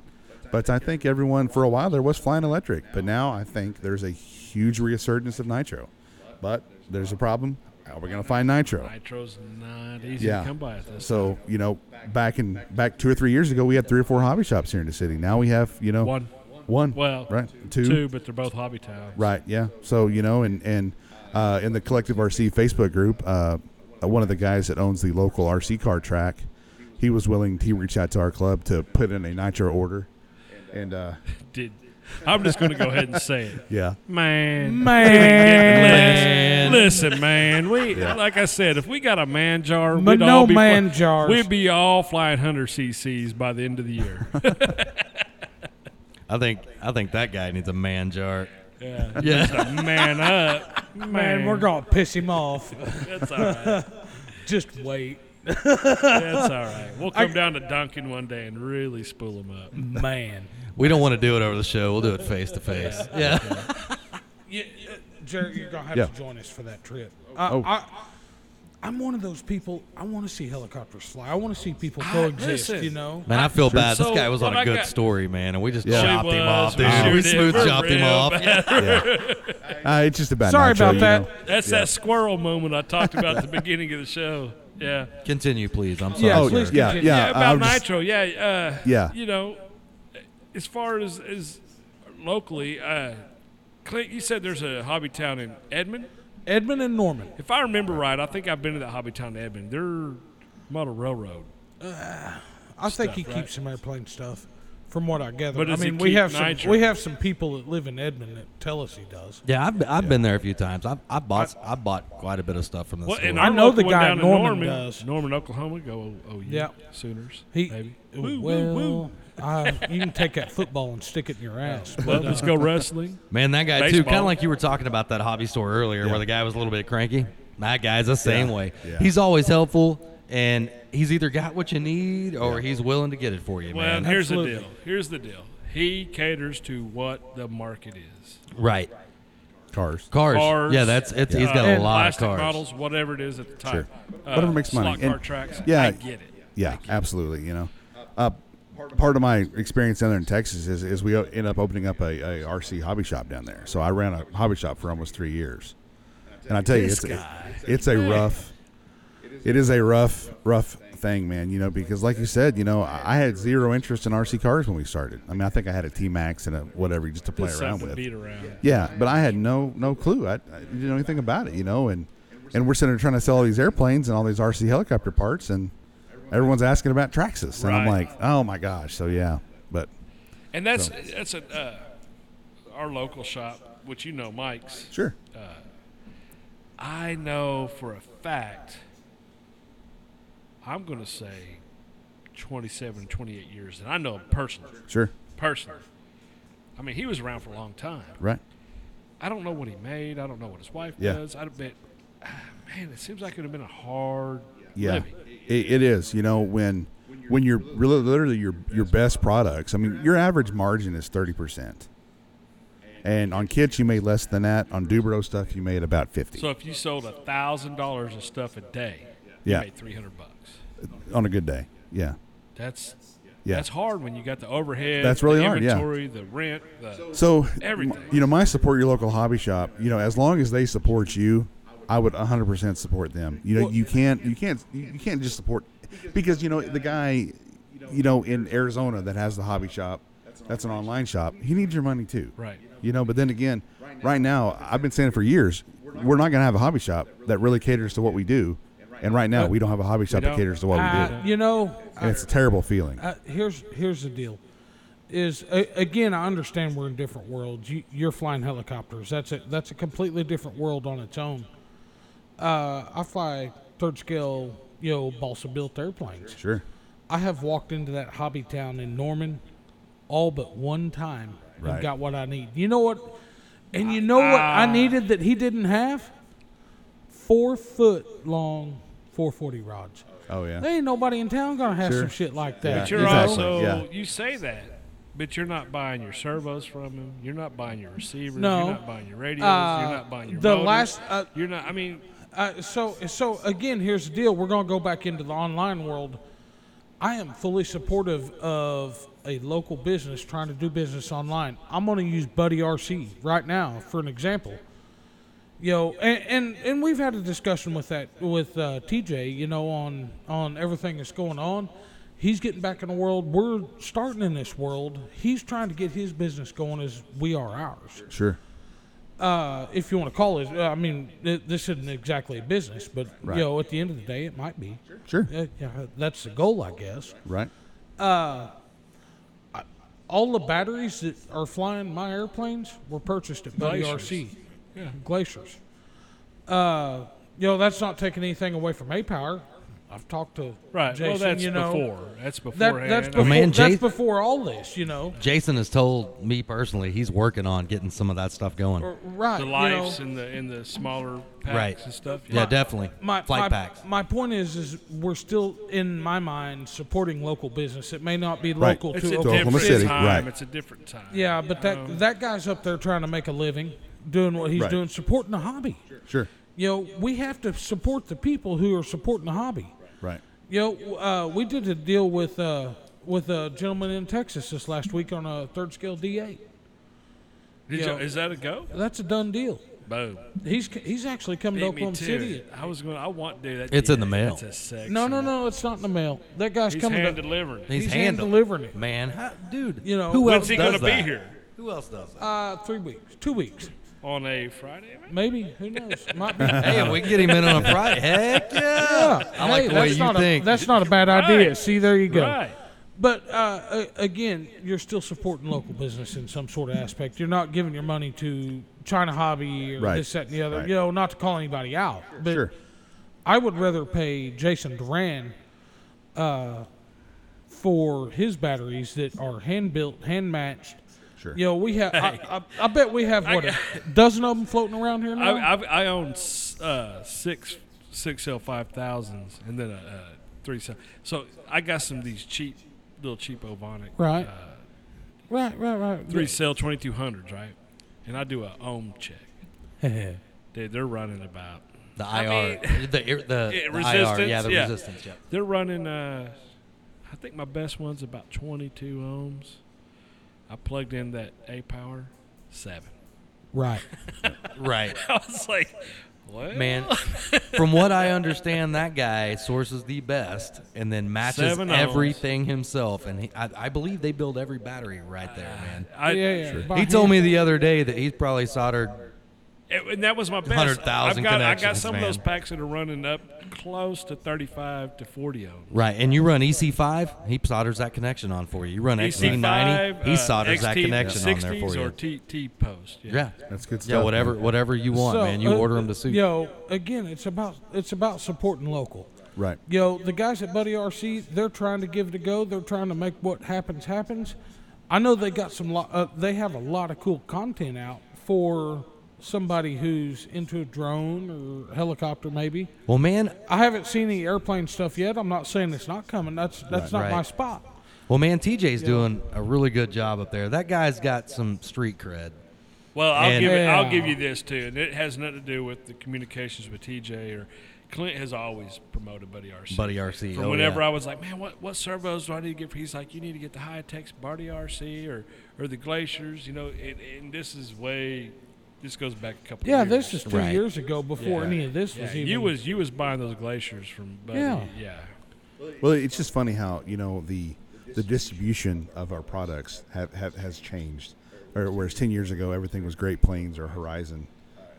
But I think everyone for a while there was flying electric, but now I think there's a huge resurgence of nitro. But there's a problem. How are we going to find nitro?
Nitro's not easy
Yeah.
to come by at this.
So you know, back in back two or three years ago, we had three or four hobby shops here in the city. Now we have you know
One.
one,
Well,
right,
two, but they're both hobby towns.
Right. Yeah. So you know, and and uh, in the collective RC Facebook group, uh, one of the guys that owns the local RC car track, he was willing to reach out to our club to put in a nitro order, and uh,
Did I'm just going to go ahead and say it,
yeah,
man.
Man.
Listen, listen, man. We
Yeah.
like I said, if we got a man jar,
But
we'd
no
all be fly-
man jars.
We'd be all flying hundred CCs by the end of the year.
I think I think that guy needs a man jar.
yeah.
Yeah.
Man up, man.
Man, we're gonna piss him off.
That's all right.
Just wait,
That's all right. We'll come down to Duncan one day and really spool them up.
man.
we don't want to do it over the show. We'll do it face to face. Yeah.
Yeah, Jerry, you're gonna have
Yeah.
to join us for that trip. I,
Oh.
I, I'm one of those people. I want to see helicopters fly. I want to see people coexist.
Ah, listen.
you know,
Man, I feel bad.
So,
this guy was on
what I
a good
got-
story, man, and we just
Yeah.
chopped
He
him
was,
off,
we
dude.
sure
we
did.
smooth
We're
chopped him
real
off.
bad.
uh, it's just a bad.
Sorry
nitro,
about
you
that.
know.
That's that squirrel moment I talked about at the beginning of the show. Yeah.
Continue, please. I'm sorry.
Yeah,
Oh
sir.
please
yeah, yeah.
continue.
yeah, about
I'm just-
nitro. Yeah, uh,
Yeah.
You know, as far as as locally, uh, Clint, you said there's a hobby town in Edmond.
Edmund and Norman.
If I remember right, I think I've been to that hobby town in Edmond. They're model railroad,
I think he
Stuff,
keeps
right?
some airplane stuff, from what I gather.
But
I
does he
mean, we
keep
have some
nitro?
we have some people that live in Edmund that tell us he does.
Yeah, I've, I've been there a few times. I've, I bought I, bought quite a bit of stuff from this.
well, and
store.
our
I know the
local one
guy
down
Norman
in Norman,
does.
Norman, Oklahoma. Go oh
Yeah.
yeah, Sooners.
He
maybe. Woo,
well,
woo, woo.
I, you can take that football and stick it in your ass.
Let-
But, uh,
Let's go wrestling.
man, that guy too.
baseball.
Kind of like you were talking about that hobby store earlier, where the guy was a little bit cranky. That guy's the same
Yeah.
way.
Yeah.
He's always helpful, and he's either got what you need or he's willing to get it for you,
Well,
man.
here's the
absolutely.
deal. Here's the deal. He caters to what the market is.
Right.
Cars.
Cars.
cars.
Yeah, that's it's, he's got a
uh,
lot of
plastic
cars.
models, whatever it is at the time.
Sure.
Uh,
Whatever makes money.
Slot car
And-
tracks.
yeah.
I get it.
Yeah, absolutely. You know, uh, part of my experience down there in Texas is, is we o- end up opening up a, a RC hobby shop down there. So I ran a hobby shop for almost three years, and I tell you, it's a, it's a rough, it is a rough, rough thing, man. You know, because like you said, you know, I I had zero interest in RC cars when we started. I mean, I think I had a T Max and a whatever just to play
Just
around
something
with.
beat around.
Yeah, but I had no no clue. I, I didn't know anything about it, you know. And and we're sitting there trying to sell all these airplanes and all these RC helicopter parts, and everyone's asking about Traxxas, and I'm
Right.
like, oh my gosh. So yeah, but
And that's that's a, uh, our local shop, which you know, Mike's.
sure,
I know for a fact. I'm going to say 27, 28 years, and I know him personally.
sure,
Personally, I mean, he was around for a long time.
right,
I don't know what he made. I don't know what his wife
Yeah.
does. I bet. ah, Man, it seems like it would have been a hard
yeah.
living.
It, it is, you know, when when you're really literally your your best products. I mean, your average margin is thirty percent. And on kits, you made less than that. On Dubro stuff, you made about fifty.
So if you sold a thousand dollars of stuff a day,
Yeah.
you made three hundred bucks.
on a good day, yeah,
That's
yeah.
that's hard when you got the overhead.
That's really
the
hard, yeah.
Inventory, the rent. The,
So
Everything.
m- You know, my support your local hobby shop. You know, as long as they support you, I would 100% support them. You know, you can't you can't you can't just support because you know the guy, you know, in Arizona that has the hobby shop, that's an online shop. He needs your money too.
Right.
You know, but then again, right now I've been saying it for years, we're not going to have a hobby shop that really caters to what we do. And right now we don't have a hobby shop that
don't. Ah,
caters to what we do.
I, you know,
And
I,
it's a terrible feeling.
I, here's here's the deal. Is a, again, I understand we're in different worlds. You, you're flying helicopters. That's a that's a completely different world on its own. Uh, I fly third scale, you know, balsa built airplanes.
Sure.
I have walked into that hobby town in Norman all but one time and
Right.
got what I need. You know what? And you know what
Ah.
I needed that he didn't have? Four foot long 440 rods.
Oh yeah.
There ain't nobody in town gonna have
Sure.
some shit like that.
But you're
Exactly,
also
yeah.
you say that, but you're not buying your servos from him. You're not buying your receivers.
No.
You're not buying your radios.
Uh,
you're not buying your
the
motors.
last, uh,
you're not. I mean,
Uh, so, so again, here's the deal. We're gonna go back into the online world. I am fully supportive of a local business trying to do business online, I'm going to use Buddy RC right now for an example. You know, and, and, and we've had a discussion with that with uh, TJ. You know, on on everything that's going on. He's getting back in the world. We're starting in this world. He's trying to get his business going as we are ours
Sure.
uh, if you want to call it. I mean, th- this isn't exactly a business, but
Right.
you know, at the end of the day, it might be.
Sure.
Yeah, yeah, that's the goal, I guess.
Right.
All the batteries that are flying my airplanes were purchased at Buddy RC
Glaciers. Yeah.
Glaciers. Uh, you know, that's not taking anything away from A Power. I've talked to
Right.
Jason.
well, that's
you know,
before. That's
That,
beforehand. Oh,
that's
I
before,
mean,
man,
that's
Jason-
before all this, you know.
Jason has told me personally he's working on getting some of that stuff going.
R- Right.
the
you know.
lives and the and the smaller packs
Right.
and stuff.
yeah, definitely.
my, my,
Flight packs.
my point is, is we're still in my mind supporting local business. It may not be
Right.
local
It's
to
a
Oklahoma
Oklahoma.
different
City,
time.
right.
It's a different time.
Yeah, but that that guy's up there trying to make a living, doing what he's
Right.
doing, supporting the hobby.
Sure.
You know, we have to support the people who are supporting the hobby.
Right.
You know, uh, we did a deal with uh, with a gentleman in Texas this last week on a third scale D8.
Did
Yeah.
you- is that a go?
That's a done deal.
Boom.
He's he's actually coming to
Beat me
Oklahoma
to
City.
it. I was going. to I want to do that.
It's
to
in
you.
the mail.
That's a sexy.
No, no, no, it's not in the mail. That guy's
He's
coming.
hand
to,
delivering. it.
he's
he's
hand
hand-delivering it.
man. How, dude,
You know,
who
When's
else
When's he
does
gonna
that?
be here?
Who else does that?
uh, three weeks, two weeks.
On a Friday, man?
Maybe. Who knows? Might be.
hey, if we can get him in on a Friday, heck yeah! I like
hey, that's
the way you
not
think.
A, that's not a bad idea.
Right.
See, there you go.
Right.
But uh, a- again, you're still supporting local business in some sort of aspect. You're not giving your money to China Hobby or
Right.
this, that, and the other.
Right.
You know, not to call anybody out. But
Sure.
I would rather pay Jason Duran uh, for his batteries that are hand built, hand matched.
Sure.
You know, we have. I, I, I bet we have what a dozen of them floating around here now.
I, I've, I own s- uh, six six L five thousands and then a, uh three seven. So I got some of these cheap little cheap Ovonic
Right.
uh,
right, right, right.
three cell twenty two hundreds, right? And I do a ohm check.
Yeah.
Dude, they're running about.
The IR,
mean-
the, ir- the,
Yeah,
the IR, yeah,
resistance,
the
yeah.
resistance. Yeah.
They're running. Uh, I think my best one's about twenty two ohms. I plugged in that A power seven.
right.
Right,
I was like, what
man. From what I understand, that guy sources the best and then matches
Seven ohms.
everything himself. And he, I, I believe they build every battery right there, man.
I,
yeah, yeah. By
He
hand.
told me the other day that he's probably soldered.
It- and that was my best.
100,000
I've got- I got
connections,
some of those
man.
packs that are running up close to 35 to 40 ohms.
Right, and you run EC5, he solders that connection on for you. You run XT90,
EC5,
he
E uh,
solders that
XT
connection on there
60s
for you.
Or T, T post. Yeah.
yeah,
That's good
yeah,
stuff.
whatever,
man.
whatever you want, man. You
uh,
order them to suit.
Yo, again, it's about it's about supporting local.
Right.
Yo, the guys at Buddy RC, they're trying to give it a go. They're trying to make what happens happens. I know they got some. Lo- uh, they have a lot of cool content out for somebody who's into a drone or helicopter, maybe.
Well, man,
I haven't seen any airplane stuff yet. I'm not saying it's not coming. That's that's not
Right.
my spot.
well, man, TJ's doing a really good job up there. That guy's got some street cred.
Well, I'll
And-
give it, I'll
Yeah.
give you this too, and it has nothing to do with the communications with TJ or Clint has always promoted Buddy RC.
Buddy RC,
From
oh,
whenever
yeah.
I was like, man, what, what servos do I need to get? For? He's like, you need to get the high tech Buddy RC or or the glaciers. You know, it, and this is way. This goes back a couple.
Yeah,
of years.
this is two
Right.
years ago before
Yeah.
any of this
Yeah,
was even.
you was you was buying those glaciers from Buddy.
Yeah.
Yeah.
Well, it's just funny how you know the the distribution of our products have, have has changed. Or whereas ten years ago everything was Great Plains or Horizon,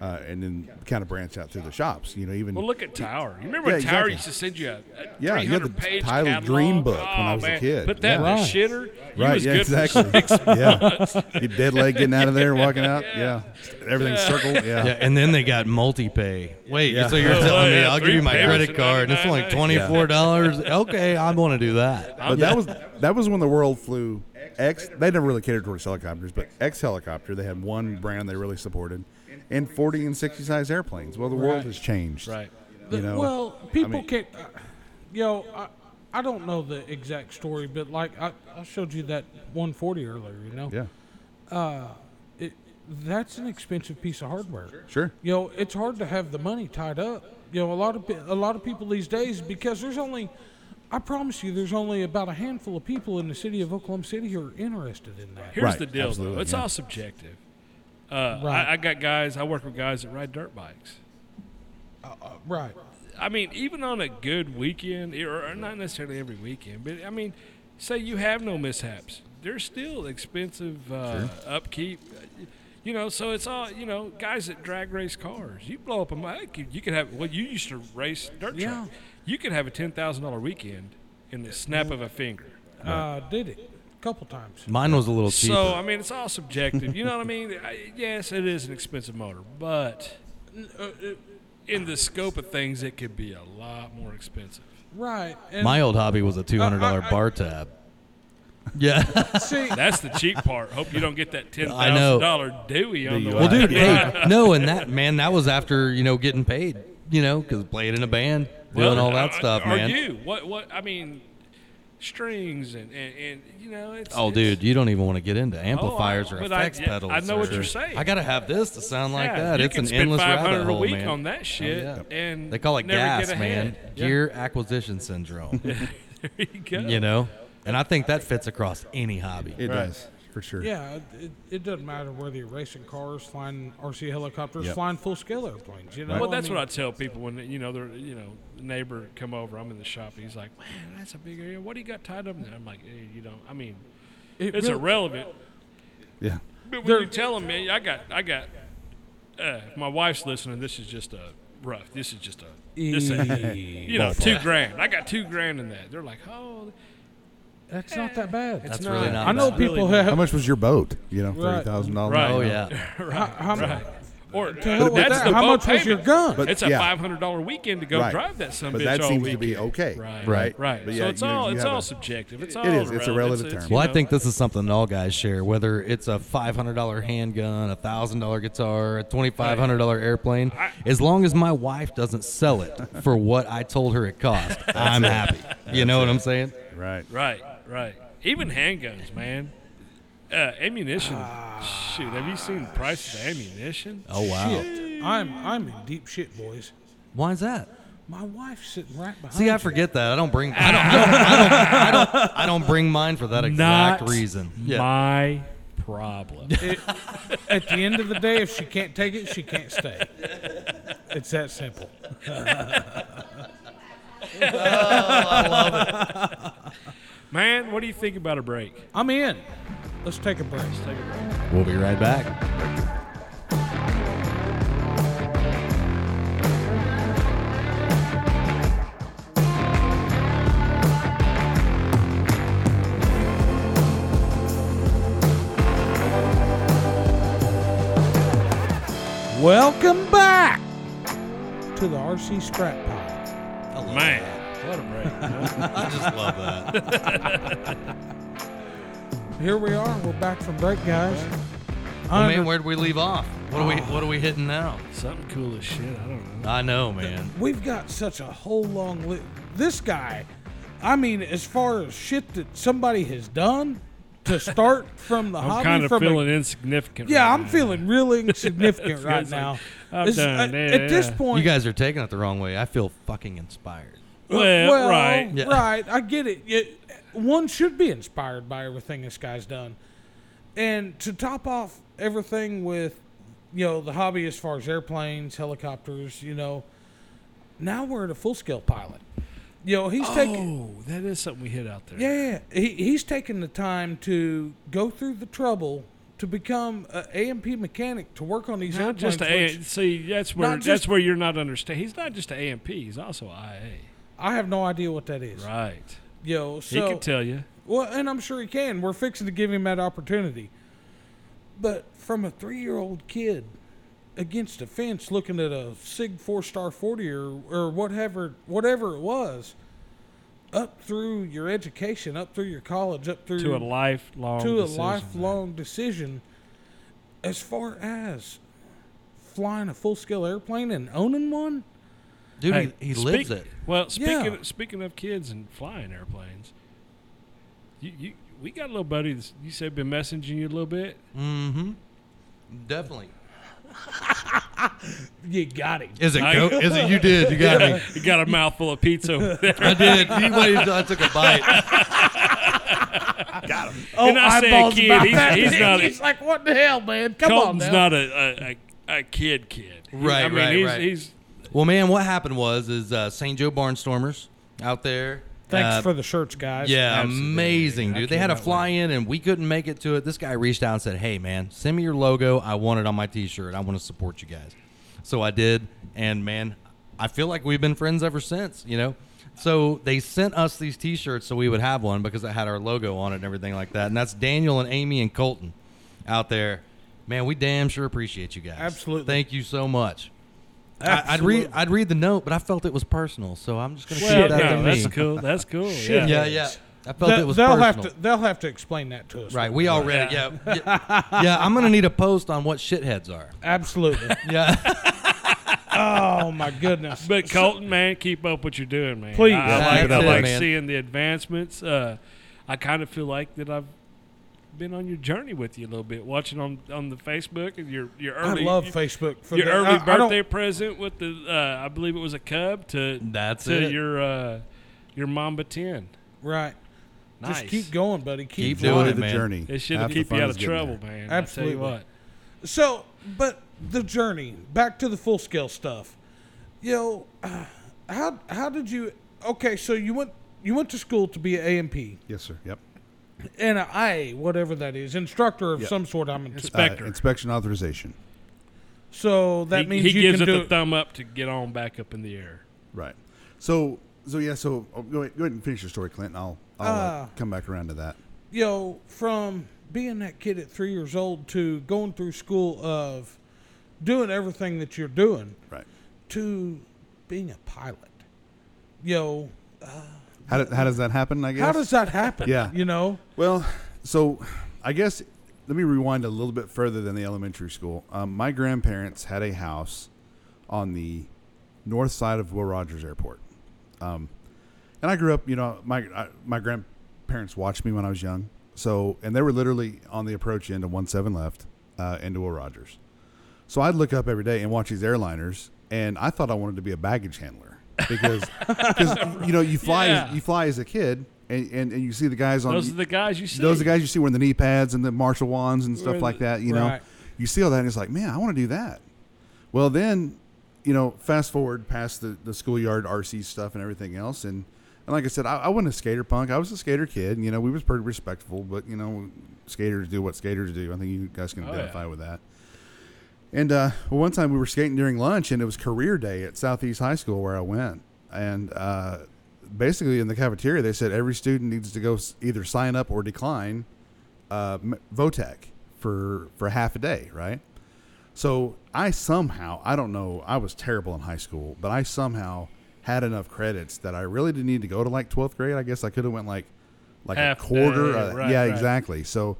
uh, and then kind of branched out through the shops. You know, even
Well, look at Tower. You remember
Yeah,
when Tower
exactly.
used to send you a, a
Yeah, you had the
300 page
Tyler
catalog?
Dream book when I
Oh,
was a
man.
kid.
Put that
Yeah.
in the shitter. You
right,
was
yeah,
good for
exactly, yeah. Your dead leg getting out of there, walking out, yeah, everything's circled, yeah.
Yeah, and then they got multi-pay. Wait, so you're
Oh,
telling me
yeah,
I'll give you my
three
credit
payments
card and it's only
at
twenty four dollars? Okay, I want to do that.
Oh,
But that was that was when the world flew X. They never really catered towards helicopters, but X helicopter. They had one brand they really supported, and forty and sixty size airplanes. Well, the world has changed,
Right.
You know,
well, people
mean-
can't. Uh, yo, I, I don't know the exact story, but like I, I showed you that 140 earlier, you know?
yeah,
It, that's an expensive piece of hardware.
sure,
You know, it's hard to have the money tied up. You know, a lot of pe- a lot of people these days because there's only I promise you, there's only about a handful of people in the city of Oklahoma City who are interested in that.
Here's
Right,
the deal, though.
absolutely,
It's
yeah.
all subjective. Uh,
Right.
I, I got guys. I work with guys that ride dirt bikes.
Right.
I mean, even on a good weekend, or, or not necessarily every weekend, but I mean, say you have no mishaps, they're still expensive uh, upkeep. You know, so it's all you know. Guys that drag race cars, you blow up a mic, you, you could have. Well, you used to race dirt
Yeah.
track. You could have a ten thousand dollar weekend in the snap of a finger.
Uh, did it a couple times.
Mine was a little cheaper.
So I mean, it's all subjective. You know what I mean? I, yes, it is an expensive motor, but in the scope of things, it could be a lot more expensive.
Right. And
My old hobby was a two hundred dollar
I- I-
bar tab. Yeah.
see,
That's the cheap part. Hope you don't get that ten
I know.
thousand dollar Dewey on the
DUI.
way.
well, dude.
Yeah.
Hey, no, and that man, that was after you know getting paid. You know, because playing in a band, doing
Well,
all that
uh,
stuff,
are
man.
you? What? What? I mean, strings and and, and you know, it's
Oh,
it's-
dude, you don't even want to get into amplifiers or
Oh, but I-
effects
yeah, I
pedals.
know
or-
what you're saying.
I gotta have this to sound like
yeah,
that.
You
it's
can
an
spend
endless rabbit
500
hole,
a week
man. Oh,
on that shit, and
they call it
never
gas,
get
man.
ahead. Yeah,
Gear acquisition syndrome.
there you go.
you know, and I think that fits across any hobby.
It
Right.
does for sure.
yeah, it- it, it doesn't matter whether you're racing cars, flying RC helicopters,
Yep.
flying full scale airplanes. You know,
Well, that's
mean,
what I tell people when you know they're you know neighbor come over. I'm in the shop. He's like, man, that's a big area. What do you got tied up in there? I'm like, eh, you don't. I mean,
it
it's
really-
irrelevant.
Yeah.
But when
They're-
you tell them, man, I got, I got. Uh, my wife's listening. This is just a rough. This is just a. This a, you know, two grand. I got two grand in that. They're like, oh,
That's not that bad.
That's really not.
I know
bad.
really
people
not.
have.
How much was your boat? You know,
Right.
thirty thousand dollars.
Right.
Oh yeah,
how, how,
or
to hell
uh,
with
that's
that.
the
How
boat
much was your
payment.
gun?
But-
It's a
yeah.
five hundred dollar weekend to go
Right.
drive that some
But
bitch
that
all
seems
weekend.
to be okay.
Right,
Right.
right.
But
so
yeah,
it's
you-
all
you
it's
have
all
a-
subjective. It's
It
all
is. It's a relative term.
you
Well, I
know.
think this is something all guys share. Whether it's a five hundred dollar handgun, a thousand dollar guitar, a twenty five hundred dollar airplane, as long as my wife doesn't sell it for what I told her it cost, I'm happy. You know what I'm saying?
Right.
Right, right. Even handguns, man. Uh, ammunition.
Ah.
Shoot, have you seen the price of ammunition?
Oh wow,
Shit. I'm I'm in deep shit, boys.
why is that?
My wife's sitting right behind.
See, I forget that. I don't bring. I don't. I don't. I don't, I don't, I don't bring mine for that exact reason. Yeah.
my problem.
It, at the end of the day, if she can't take it, she can't stay. It's that simple.
man, what do you think about a break?
I'm in. Let's take a break.
Take a break.
We'll be right back.
Welcome back to the RC Scrap Pile.
I love
Man, what a break.
that. I just love that.
Here we are. We're back from break, guys.
Oh,
Under-
man, where'd we leave off? What are we? What are we hitting now?
Something cool as shit. I don't know.
I know, man.
We've got such a whole long list. This guy, I mean, as far as shit that somebody has done to start from the
I'm
hobby,
kind of
from a-
feeling insignificant.
yeah,
right
I'm
now.
feeling really insignificant
Feels
right
like
now.
I'm
This-
done,
uh,
yeah,
at this
yeah.
point,
You guys are taking it the wrong way. I feel fucking inspired.
Well,
well,
right.
Yeah.
right. I get it. You- One should be inspired by everything this guy's done, and to top off everything with, you know, the hobby as far as airplanes, helicopters. You know, now we're at a full scale pilot. You know, he's taking.
Oh, that is something we hit out there.
Yeah, yeah. He, he's taking the time to go through the trouble to become an AMP mechanic to work on these
Not
airplanes.
just a,
which
see that's where
Not just-
that's where you're not understanding. He's not just an AMP. He's also IA.
I have no idea what that is.
Right.
Yo,
he
so
can tell you.
well, and I'm sure he can. We're fixing to give him that opportunity. But from a three-year-old kid against a fence, looking at a Sig four-star forty or or whatever whatever it was, up through your education, up through your college, up through
to a lifelong
to a
decision.
lifelong decision as far as flying a full scale airplane and owning one.
Dude,
Hey,
he, he
speak-
lives it.
Well, speaking
Yeah.
speaking of kids and flying airplanes, you, you we got a little buddy. That's, you said been messaging you a little bit.
Mm-hmm. Definitely.
You got it.
Is it
I-
goat? Is it you did? You got me.
Mm.
you got a mouthful of pizza over there.
I did. He waved. I took a bite.
Oh,
And I say
eyeballs
kid,
about
he's-
that.
he's not a-
He's like, what the hell, man? Come
Colton's
on now.
not a, a, a, a kid kid. He-
Right,
I mean,
right,
he's,
right.
He's
Well, man, what happened was is uh, St. Joe Barnstormers out there.
Thanks
uh,
for the shirts, guys.
Yeah,
Absolutely.
amazing,
I
dude. They had a
cannot
fly in and we couldn't make it to it. This guy reached out and said, Hey, man, send me your logo. I want it on my t shirt. I want to support you guys. So I did. And, man, I feel like we've been friends ever since, you know? So they sent us these t shirts so we would have one because it had our logo on it and everything like that. And that's Daniel and Amy and Colton out there. Man, we damn sure appreciate you guys.
Absolutely.
Thank you so much. I, I'd read I'd read the note, but I felt it was personal, so I'm just gonna
well,
shoot that to
no,
me.
that's cool. That's cool.
Shit.
Yeah,
Yeah.
yeah. I felt
They,
it was
will
personal.
have to. They'll have to explain that to us.
Right, we all read it. Yeah, yeah, yeah. I'm gonna need a post on what shitheads are.
Absolutely.
Yeah,
oh my goodness.
But Colton, man, keep up what you're doing, man.
Please.
I, I
Yeah,
like,
keep it up,
I like
man.
seeing the advancements. Uh, I kind of feel like that I've been on your journey with you a little bit, watching on on the Facebook and your your
I
early
love Facebook for
your
the,
early
I, I don't-
birthday present with the uh, I believe it was a cub to
That's
to
it.
your uh, your Mamba Ten.
right.
Nice.
Just keep going, buddy. Keep,
Keep doing
flying.
it,
the
man.
journey.
It should
Half the
keep
fun
you out
is
of
getting
trouble,
there.
man.
Absolutely.
I tell you what.
So, but the journey back to the full scale stuff. You know, uh, how how did you? Okay, so you went you went to school to be an AMP
Yes, sir. Yep.
and an IA, whatever that is, instructor of
Yeah.
some sort. I'm into.
Uh,
Spectre.
inspection authorization.
So that
he,
means
he
you
gives
can
it
do
the thumb up to get on back up in the air.
Right. So, so yeah. So oh, go ahead, go ahead and finish your story, Clint. And I'll, I'll uh,
Ah.
Uh,
come back around to that.
you know, from being that kid at three years old to going through school of doing everything that you're doing
Right.
to being a pilot. You know,
How, do, how does that happen? I guess.
how does that happen?
Yeah.
You know,
Well, so I guess let me rewind a little bit further than the elementary school. Um, my grandparents had a house on the north side of Will Rogers Airport, um, and I grew up. You know, my I, my grandparents watched me when I was young. So, and they were literally on the approach into one seven left uh, into Will Rogers. So I'd look up every day and watch these airliners, and I thought I wanted to be a baggage handler because, because you know, you fly
Yeah.
you fly as a kid, and, and, and you see the guys on
Those are the guys you see.
those are the guys you see wearing the knee pads and the martial wands and
Right.
stuff like that. You know,
Right.
you see all that, and it's like, man, I want to do that. Well, then, you know, fast forward past the, the schoolyard RC stuff and everything else, and and like I said, I, I wasn't a skater punk. I was a skater kid. And, you know, we was pretty respectful, but you know, skaters do what skaters do. I think you guys can
Oh,
identify
yeah.
with that. And uh, well, one time we were skating during lunch, and it was career day at Southeast High School where I went. And uh, basically, in the cafeteria, they said every student needs to go s- either sign up or decline uh, m- VOTEC for for half a day, right? So I somehow, I don't know, I was terrible in high school, but I somehow had enough credits that I really didn't need to go to like 12th grade. I guess I could have went like like
Half
a quarter.
day,
uh,
right,
yeah,
right.
exactly. So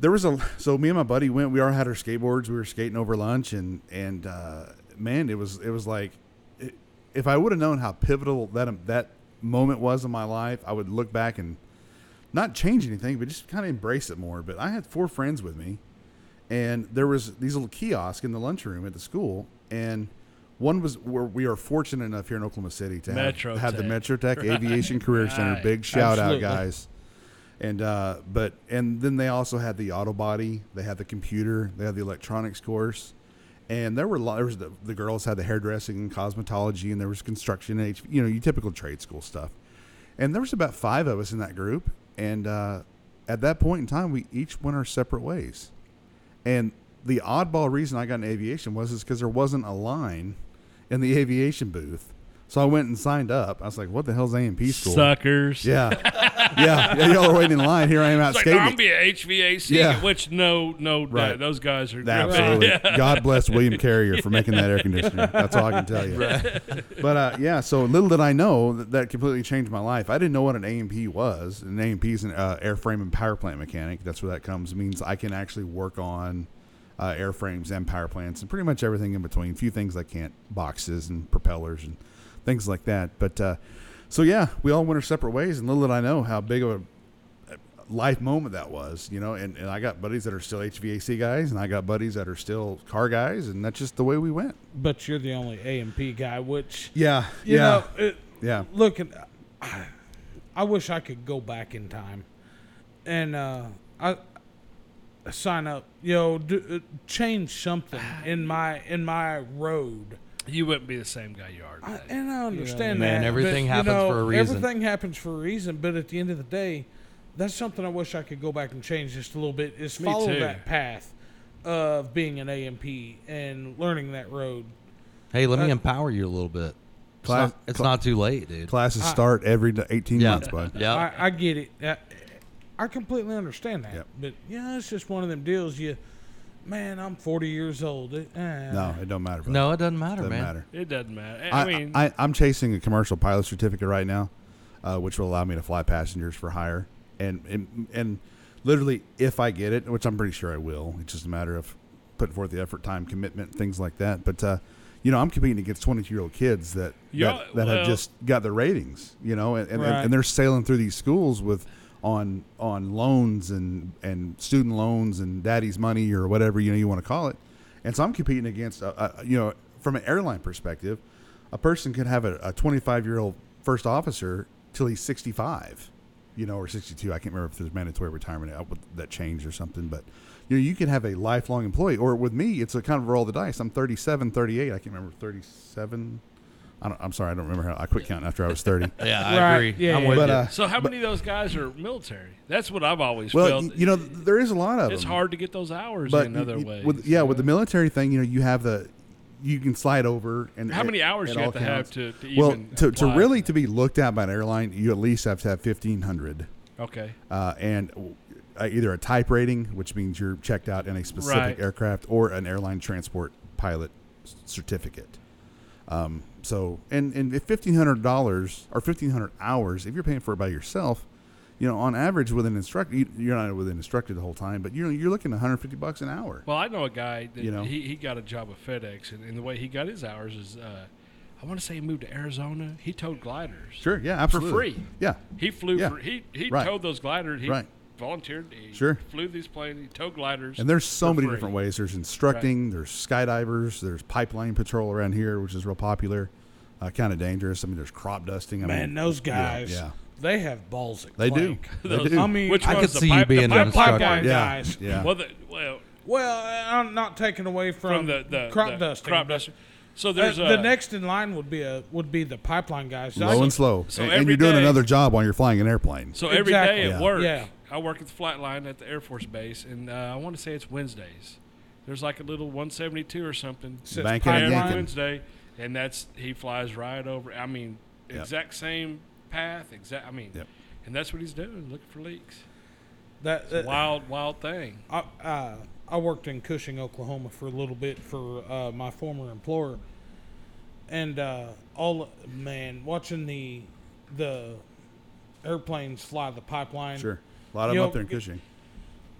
there was a so me and my buddy went. We all had our skateboards. We were skating over lunch, and and uh, man, it was it was like it, if I would have known how pivotal that that moment was in my life, I would look back and not change anything, but just kind of embrace it more. But I had four friends with me, and there was these little kiosks in the lunchroom at the school, and one was where we are fortunate enough here in Oklahoma City to have,
Metrotech.
have the MetroTech Aviation Career Center.
Right.
Big shout
Absolutely.
out, guys. And uh, but and then they also had the auto body, they had the computer, they had the electronics course, and there were lo- there was the, the girls had the hairdressing and cosmetology, and there was construction, and HV, you know, your typical trade school stuff. And there was about five of us in that group, and uh, at that point in time, we each went our separate ways. And the oddball reason I got in aviation was is because there wasn't a line in the aviation booth, so I went and signed up. I was like, "What the hell's AMP school?"
Suckers.
Yeah. yeah. Yeah. Y'all are waiting in line. Here I am out
It's like,
skating.
I'm be a HVAC,
Yeah.
which no, no,
Right.
no, those guys are
Absolutely. God bless William Carrier for making that air conditioner. That's all I can tell you. But uh, yeah, so little did I know that, that completely changed my life. I didn't know what an AMP was. An AMP is an uh, airframe and power plant mechanic. That's where that comes. It means I can actually work on uh, airframes and power plants and pretty much everything in between. A few things I can't, boxes and propellers and things like that. But uh, so yeah, we all went our separate ways, and little did I know how big of a life moment that was, you know. And, and I got buddies that are still HVAC guys, and I got buddies that are still car guys, and that's just the way we went.
But you're the only A and P guy, which
Yeah,
you
yeah,
know, it,
yeah.
look, and I, I wish I could go back in time and uh, I sign up, you know, do, uh, change something
Ah.
in my in my road.
You wouldn't be the same guy you are
I,
today.
and I understand that.
Man,
but,
everything
you
happens
know,
for a reason.
Everything happens for a reason, but at the end of the day, that's something I wish I could go back and change just a little bit. Is
Me
follow
too.
that path of being an AMP and learning that road.
Hey, let me
Uh,
empower you a little bit. It's,
Class-
not, it's
cla-
not too late, dude.
Classes start every d- eighteen
yeah,
months, bud.
yeah.
I, I get it. I, I completely understand that.
Yep.
But yeah, it's just one of them deals. You, man, I'm 40 years old. It- eh.
No, it don't matter. Bud.
no, it doesn't matter,
doesn't
man.
matter.
It doesn't matter. I,
I,
I mean,
I, am chasing a commercial pilot certificate right now, uh, which will allow me to fly passengers for hire. And, and and literally, if I get it, which I'm pretty sure I will, it's just a matter of putting forth the effort, time, commitment, things like that. But uh, you know, I'm competing against 22 year old kids that
Yeah,
that, that
well-
have just got their ratings, you know, and, and,
Right.
and they're sailing through these schools with on on loans and and student loans and daddy's money or whatever you know you want to call it. And so I'm competing against, uh, uh, you know, from an airline perspective, a person could have a, a 25 year old first officer till he's 65, you know, or 62. I can't remember if there's mandatory retirement out with that change or something, but you know, you can have a lifelong employee. Or with me, it's a kind of roll of the dice. I'm 37, 38. I can't remember 37. I don't, I'm sorry, I don't remember how I quit counting after I was 30.
Yeah, I
Right,
agree.
yeah,
I'm
yeah,
with
but
you.
uh,
so how many of those guys are military? That's what I've always
well,
felt.
y- you know, th- there is a lot of
it's
them.
hard to get those hours
but
in
you-
other
you-
ways.
with- yeah, with the military thing, you know, you have the you can slide over and
How many
it-
hours
it
you have
all
to have
counts.
to- to
well
even
to, to
apply
really
for
to be looked at by an airline, you at least have to have fifteen hundred,
okay.
uh, and w- uh, either a type rating, which means you're checked out in a specific
Right.
aircraft, or an airline transport pilot s- certificate. Um, so and and if fifteen hundred dollars or fifteen hundred hours, if you're paying for it by yourself. You know, on average, with an instructor, you- you're not with an instructor the whole time, but you're you're looking at 150 bucks an hour.
Well, I know a guy that
You know?
he, he got a job at FedEx, and, and the way he got his hours is, uh, I want to say he moved to Arizona. He towed gliders.
Sure. Yeah. Absolutely.
free.
Yeah.
He flew
Yeah.
for he he
Right.
towed those gliders. He
Right.
volunteered. He
Sure.
flew these planes. He towed gliders.
And there's so
for
many
free.
different ways. There's instructing. There's skydivers. There's pipeline patrol around here, which is real popular, uh, kind of dangerous. I mean, there's crop dusting. I
Man,
mean,
those
yeah,
guys,
Yeah.
they have balls. At
They do.
clank.
They
Those-
do.
I mean,
Which
I
could
one's the
see you
pipe- the
being an
pipe-
instructor.
pipeline
Yeah.
guys.
Yeah.
Well, the, well,
Well, I'm not taking away from,
from the, the
crop
the
dusting.
Crop
but,
dusting. So
uh,
there's a,
the next in line would be a would be the pipeline guys. I
Low and slow.
so
and, and
every
you're doing
day-
another job while you're flying an airplane.
So every day
Exactly.
at
Yeah.
work,
Yeah.
I work at the flight line at the Air Force Base, and uh, I want to say it's Wednesdays. There's like a little 172 or something
says
Bank and
every
pipeline.
yanking.
Wednesday, and that's he flies right over. I mean,
Yep.
exact same path, exact. I mean,
Yep.
and that's what he's doing, looking for leaks.
That, that-
Wild, wild thing.
I, uh, I worked in Cushing, Oklahoma for a little bit for uh, my former employer, and uh, all man watching the the airplanes fly the pipeline.
Sure. A lot of
You
them
know,
up there in Cushing.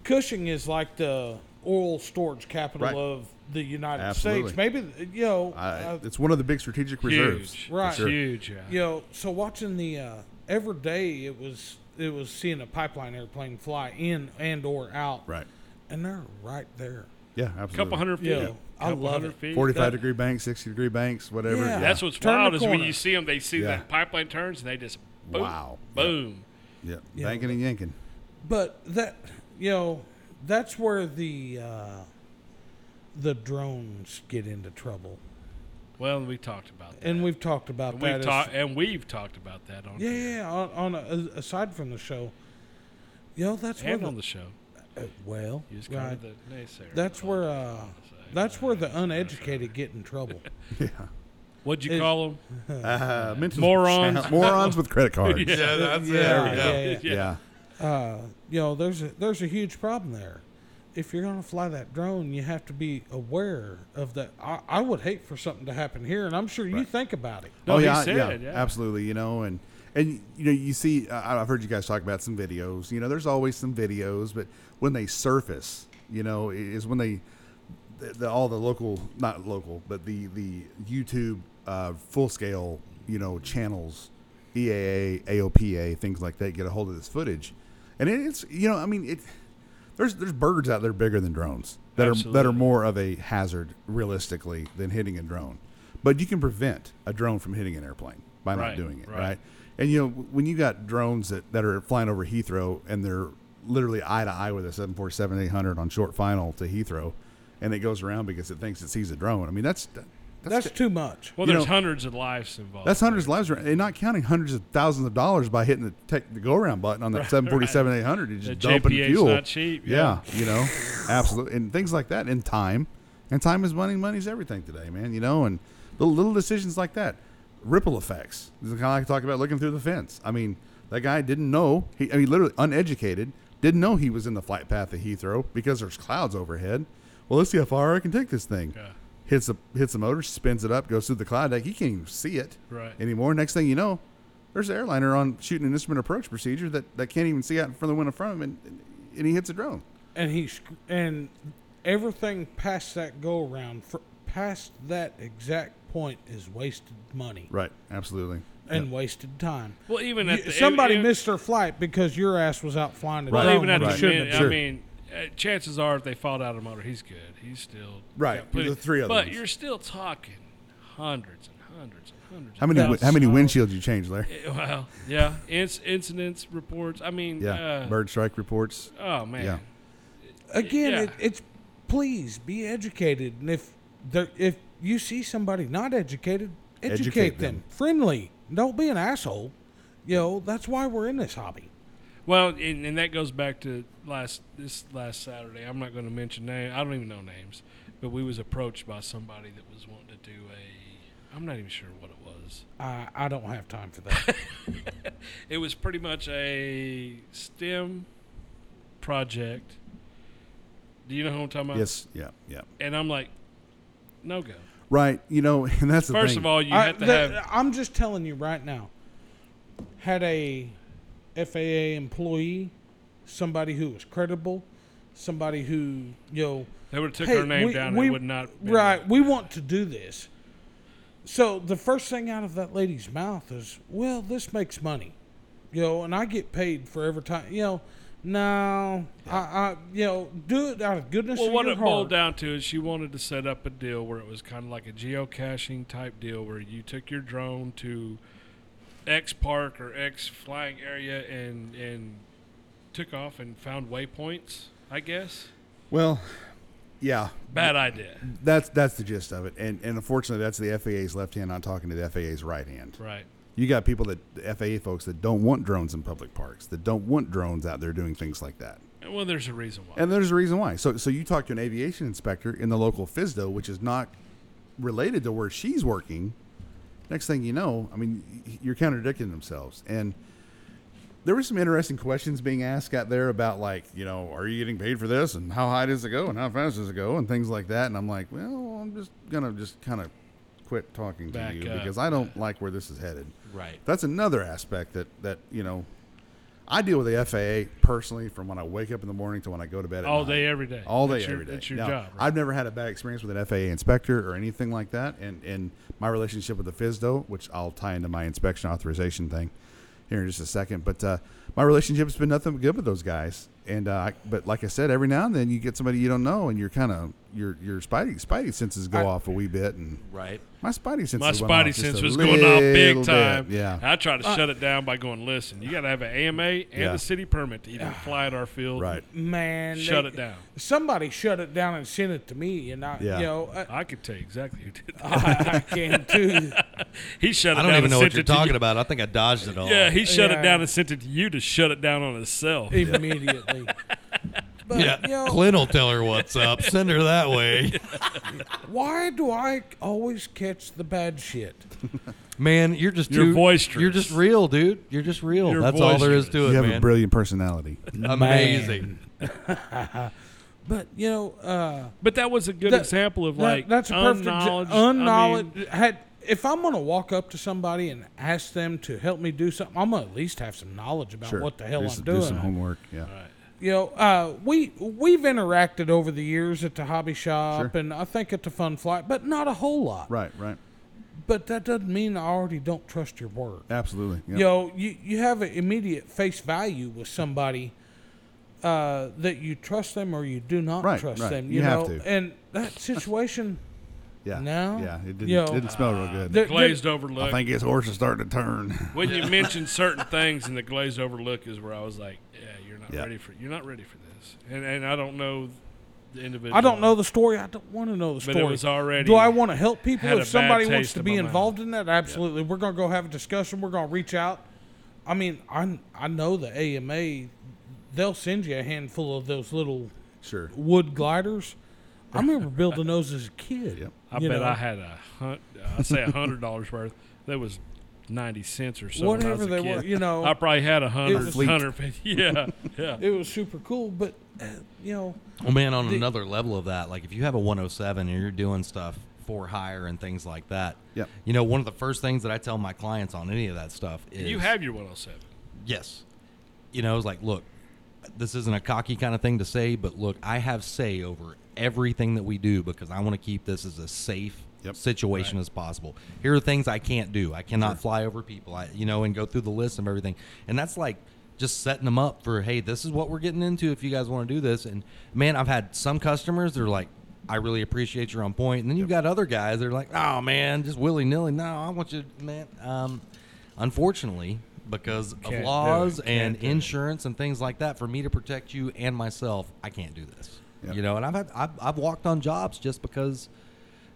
Cushing is like the oil storage capital
Right.
of the United
Absolutely.
States. Maybe you know,
I,
uh,
it's one of the big strategic reserves.
Huge,
for
Right.
sure.
Huge. Yeah.
you know. So watching the uh, every day, it was it was seeing a pipeline airplane fly in and or out,
Right.
and they're right there.
Yeah. Absolutely.
A couple hundred feet.
Yeah. I
couple
love
hundred
it.
feet.
45
that-
degree banks, 60 degree banks, whatever.
Yeah.
Yeah.
That's what's
Turn the
wild is when
corner.
you see them, they see
Yeah.
that pipeline turns and they just boom,
Wow.
boom.
yeah.
Yeah.
Banking and yanking.
But that you know, that's where the uh, the drones get into trouble,
Well, we talked about that.
and we've talked about
And
that.
we've
as-
talked and we've talked about that on
yeah,
here
yeah. On, on a, aside from the show, you know, that's
and
where
on the show.
the, uh, well,
You just
right,
covered the naysayer.
that's where uh, that's where the uneducated get in trouble.
Yeah.
What'd you
it-
call them?
Uh, mental-
Morons.
Morons with credit cards.
Yeah,
that's
it. There we go.
Yeah, yeah.
yeah.
Uh, you know, there's a, there's a huge problem there. If you're gonna fly that drone, you have to be aware of that. I, I would hate for something to happen here, and I'm sure you think about it.
No,
oh
he
yeah,
said,
yeah,
yeah.
absolutely. You know, and and you know, you see, I I've heard you guys talk about some videos. You know, there's always some videos, but when they surface, you know, i- is when they the, the, all the local, not local, but the the YouTube uh, full scale, E you know, channels, EAA, AOPA, things like that, get a hold of this footage. and it, it's you know I mean it. There's there's birds out there bigger than drones that are that are
Absolutely.
more of a hazard realistically than hitting a drone, but you can prevent a drone from hitting an airplane by not
Right,
doing it
right.
right. And you know when you got drones that, that are flying over Heathrow and they're literally eye to eye with a 747 800 on short final to Heathrow, and it goes around because it thinks it sees a drone. I mean that's
That's too much.
Well,
You
there's
know,
hundreds of lives involved.
that's hundreds of lives, around- and not counting hundreds of thousands of dollars by hitting the, tech, the go around button on that 747 800. You
The
just dump in
JPA's
fuel.
not cheap.
yeah. you know, absolutely. And things like that, and time. And time is money. Money's everything today, man, you know, and little, little decisions like that. Ripple effects. This is kind of like I talk about looking through the fence. I mean, that guy didn't know. He, I mean, literally uneducated, didn't know he was in the flight path of Heathrow because there's clouds overhead. Well, let's see how far I can take this thing.
Yeah.
Hits the hits the motor, spins it up, goes through the cloud deck. He can't even see it
Right.
anymore. Next thing you know, there's an airliner on shooting an instrument approach procedure that, that can't even see out in front of the window in front of him, and, and he hits a drone.
And he sc- and everything past that go around, fr- past that exact point, is wasted money
Right. Absolutely.
and wasted time.
Well, even
You-
at the,
somebody
even,
missed their flight because your ass was out flying. A
Well,
drone
Well, even
when
at the
you
Right.
shouldn't
minute,
have
I
Sure.
mean, uh, chances are if they fall out of the motor, he's good. He's still
Right,
got plenty-
the three other
But
ones.
you're still talking hundreds and hundreds and hundreds.
How many
and
wi- how many windshields you changed, Larry?
thousands. Well, yeah, inc- incidents reports. I mean,
Yeah.
uh,
Bird strike reports.
Oh man,
Yeah.
again,
Yeah.
it, it's please be educated, and if there, if you see somebody not educated, educate,
Educate
them.
them.
Friendly, don't be an asshole. You know that's why we're in this hobby.
Well, and, and that goes back to last this last Saturday. I'm not going to mention name. I don't even know names, but we was approached by somebody that was wanting to do a. I'm not even sure what it was.
I, I don't have time for that.
It was pretty much a STEM project. Do you know who I'm talking about?
Yes. Yeah. Yeah.
And I'm like, no go.
Right. You know, and that's the
First
thing.
of all, you
I,
have to
the- uh,
have.
I'm just telling you right now. Had a FAA employee, somebody who was credible, somebody who you know
They would have took
Hey,
our name
we-
down.
we-
it would not. have been
Right.
that.
We want to do this. So the first thing out of that lady's mouth is, well, this makes money. You know, and I get paid for every time. You know, no, I, I, you know, do it out of goodness
Well,
of
what
your
it boiled
heart.
down to is she wanted to set up a deal where it was kind of like a geocaching type deal where you took your drone to X park or X flying area and and took off and found waypoints. I guess
well, yeah,
bad idea.
that's that's the gist of it. And and unfortunately, that's the FAA's left hand not talking to the FAA's right hand.
Right.
You got people that the FAA folks that don't want drones in public parks, that don't want drones out there doing things like that.
And, Well, there's a reason why.
And there's a reason why. So, so you talk to an aviation inspector in the local FISDO, which is not related to where she's working. Next thing you know, I mean, y- you're contradicting themselves. And there were some interesting questions being asked out there about, like, you know, are you getting paid for this, and how high does it go, and how fast does it go, and things like that. And I'm like, well, I'm just gonna just kind of quit talking to
Back
you
up.
because I don't like where this is headed.
Right.
That's another aspect that that you know. I deal with the FAA personally from when I wake up in the morning to when I go to bed. At
all
night.
day, every day.
All day,
That's your-
every day.
That's your
Now,
job. Right?
I've never had a bad experience with an FAA inspector or anything like that. And, and my relationship with the FISDO, which I'll tie into my inspection authorization thing here in just a second, but uh, my relationship's been nothing but good with those guys. And uh, I- but like I said, every now and then you get somebody you don't know, and you're kind of your your spidey spidey senses go
I-
off a wee bit, and
Right.
my spidey senses
my
went off
spotty
just
sense
a
was going off big
little bit.
time.
Yeah,
I try to shut it down by going, listen, you got to have an AMA and
Yeah.
a city permit to even fly at our field.
right.
Man,
Shut
they-
it down.
Somebody shut it down and sent it to me, and I,
Yeah.
you know, I,
I could tell you exactly who did that.
I, I can too.
He shut it
I
down.
don't even know what
and sent
you're
it to you.
talking about. I think I dodged it all.
Yeah, he shut
Yeah.
it down and sent it to you to shut it down on itself.
immediately. But, you
Yeah.
know,
Clint will tell her what's up. Send her that way.
why do I always catch the bad shit?
Man, you're just
You're
too,
boisterous.
You're just real, dude. You're just real.
You're
That's all there is to
boisterous.
it,
You have
man.
a brilliant personality.
Amazing.
But you know, uh,
But that was a good
That-
example of
that-
like
that's a perfect
unknowledge. I mean,
unknowledge. had if I'm gonna walk up to somebody and ask them to help me do something, I'm gonna at least have some knowledge about
Sure.
what the hell
do
I'm
some,
doing.
Do some homework. Yeah.
You know, uh, we we've interacted over the years at the hobby shop,
Sure.
and I think at the fun flight, but not a whole lot.
Right. Right.
But that doesn't mean I already don't trust your word.
Absolutely. Yeah.
You know, you, you have an immediate face value with somebody uh, that you trust them or you do not
Right,
trust
right.
them.
You have to.
And that situation,
Yeah.
No.
Yeah. It didn't,
Yo.
didn't smell real good.
there- there-
Glazed overlook.
I think his horse is starting to turn.
when you mention certain things and the glazed overlook is where I was like, yeah, you're not
Yeah.
ready for you're not ready for this, and and I don't know the individual.
I don't know the story. I don't want to know the
But it
story.
was already-
Do I want to help people?
had a
If somebody
bad
wants
taste
to
in
be
my mouth.
involved in that, absolutely. We're gonna go have a discussion. We're gonna reach out. I mean, I I know the AMA. They'll send you a handful of those little
Sure.
wood gliders. I remember building those as a kid.
Yep.
I
you
bet
know.
I had a hun- I say a hundred dollars worth. That was ninety cents or so. when I was
Whatever
a
they
kid.
were, you know.
I probably had a hundred,
was-
hundred fifty. Yeah, yeah.
It was super cool, but uh, you know,
Oh man, on another level of that, like if you have a 107 and you're doing stuff for hire and things like that,
Yep.
you know, one of the first things that I tell my clients on any of that stuff is
You have your 107.
yes, you know, it's like look, this isn't a cocky kind of thing to say, but look, I have say over everything that we do because I want to keep this as a safe
Yep.
situation as possible. Here are things I can't do. I cannot fly over people. I you know, and go through the list of everything, and that's like just setting them up for hey, this is what we're getting into if you guys want to do this. And man, I've had some customers that are like. I really appreciate you're on point. And then you've got other guys that are like, oh, man, just willy nilly. No, I want you, man. Um, unfortunately, because
Can't do
of
it.
laws and
Can't do it.
insurance and things like that for me to protect you and myself i can't do this
Yep.
you know and i've had I've, I've walked on jobs just because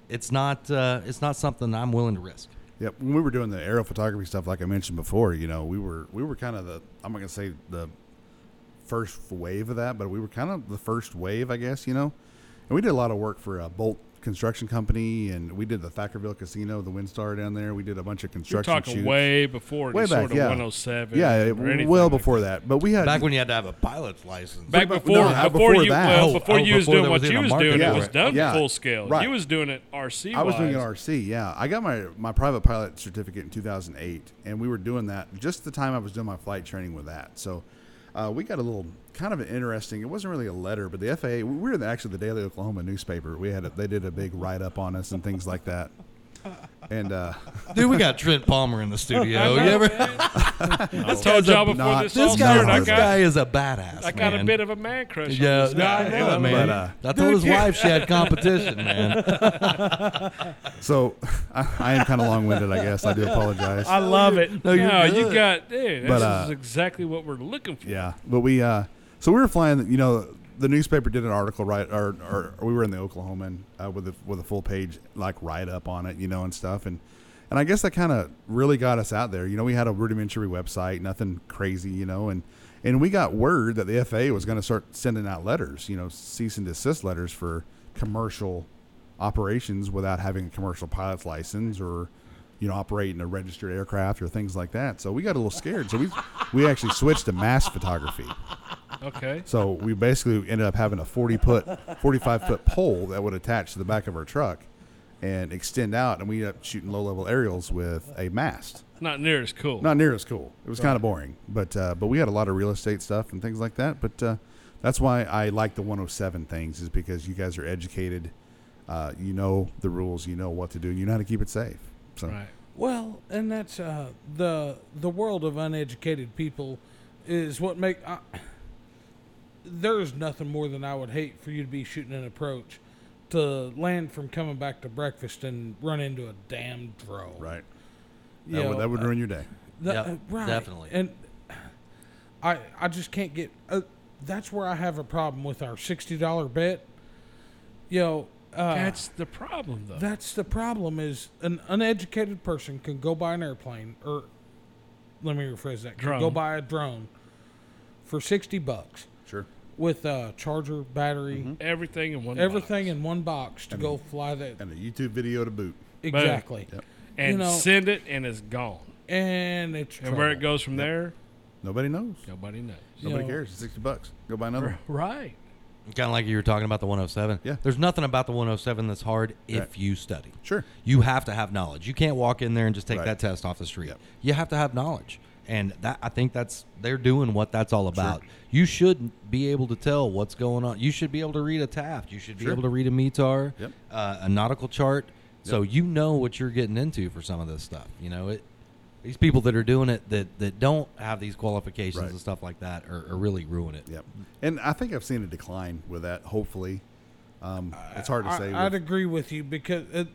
it's not uh, it's not something i'm willing to risk
Yep. When we were doing the aerial photography stuff, like I mentioned before, you know, we were we were kind of the I'm not gonna say the first wave of that, but we were kind of the first wave, I guess. You know, and we did a lot of work for a Bolt Construction Company, and we did the Thackerville Casino, the Windstar down there. We did a bunch of
You're
construction.
talking
shoots.
way before
Way
any
back,
sort of
yeah.
107.
Yeah,
or
it-
anything
well
like that.
before that. but we had
back when you had to have a pilot's license
Back
But- but-
before,
no,
before,
before
you,
that.
well,
Oh,
before
oh,
you was
before
doing
there
what
was
you
even a
was doing,
market
it was
for it.
done
Yeah.
full scale.
Right.
You was doing it RC.
I was doing an
wise.
RC, yeah. I got my, my private pilot certificate in 2008, and we were doing that just the time I was doing my flight training with that. So uh, we got a little kind of an interesting. It wasn't really a letter, but the FAA. We were in the, actually the Daily Oklahoma newspaper. We had a, they did a big write up on us and things like that. And uh,
dude we got trent palmer in the studio you ever,
I told y'all before
Not-
this
this
all
this, guy,
started, I
this guy
got,
is a badass
I got a
man.
bit of a man crush. on
yeah,
this
no,
guy.
I know, man.
But, uh,
I told his wife she had competition, man.
so I, I am kind of long winded, I guess. I do apologize.
I love it. No,
you're
you
good.
got dude.
But,
this
uh,
is exactly what we're looking for.
Yeah, but we uh, so we were flying. You know, the newspaper did an article right, or, or we were in the Oklahoman uh, with a, with a full page like write up on it, you know, and stuff, and and I guess that kind of really got us out there. You know, we had a rudimentary website, nothing crazy, you know, and and we got word that the FAA was going to start sending out letters, you know, cease and desist letters for commercial operations without having a commercial pilot's license or you know operating a registered aircraft or things like that. So we got a little scared. So we we actually switched to mass photography.
Okay.
So we basically ended up having a 40 foot, 45 foot pole that would attach to the back of our truck and extend out, and we ended up shooting low level aerials with a mast.
Not near as cool.
Not near as cool. It was kind of boring, but uh, but we had a lot of real estate stuff and things like that. But uh, that's why I like the 107 things is because you guys are educated, uh, you know the rules, you know what to do, you know how to keep it safe. So
right.
Well, and that's uh, the the world of uneducated people is what make. I, there is nothing more than I would hate for you to be shooting an approach to land from coming back to breakfast and run into a damn drone.
right,
You
that, would,
know, uh,
that would ruin your day.
the-
Yep,
uh, right.
definitely.
And I I just can't get. Uh, that's where I have a problem with our sixty dollar bet. You know, uh,
That's the problem, though.
that's the problem is an uneducated person can go buy an airplane or let me rephrase that. can Go
Drone.
buy a drone for 60 bucks
Sure.
with a charger, battery,
Mm-hmm. everything in one.
everything
box.
in one box to go fly that
And a YouTube video to boot.
exactly.
Yep.
and
you know-
send it, and it's gone.
And it's
And where it
trouble.
goes from there,
Nobody knows.
nobody knows.
Nobody
know.
cares. Sixty bucks. Go buy another.
Right.
Kind of like you were talking about the 107.
Yeah.
There's nothing about the 107 that's hard
Right.
if you study.
Sure.
You have to have knowledge. You can't walk in there and just take
Right.
that test off the street.
Yep.
You have to have knowledge. And that I think that's they're doing what that's all about. You should be able to tell what's going on. You should be able to read a Taft. You should be
Sure.
able to read a METAR,
Yep.
uh, a nautical chart, so you know what you're getting into for some of this stuff. You know it. these people that are doing it that, that don't have these qualifications
Right.
and stuff like that are, are really ruining it.
Yep. And I think I've seen a decline with that. Hopefully, um, it's hard to say.
I, I'd
with-
agree with you because uh, it,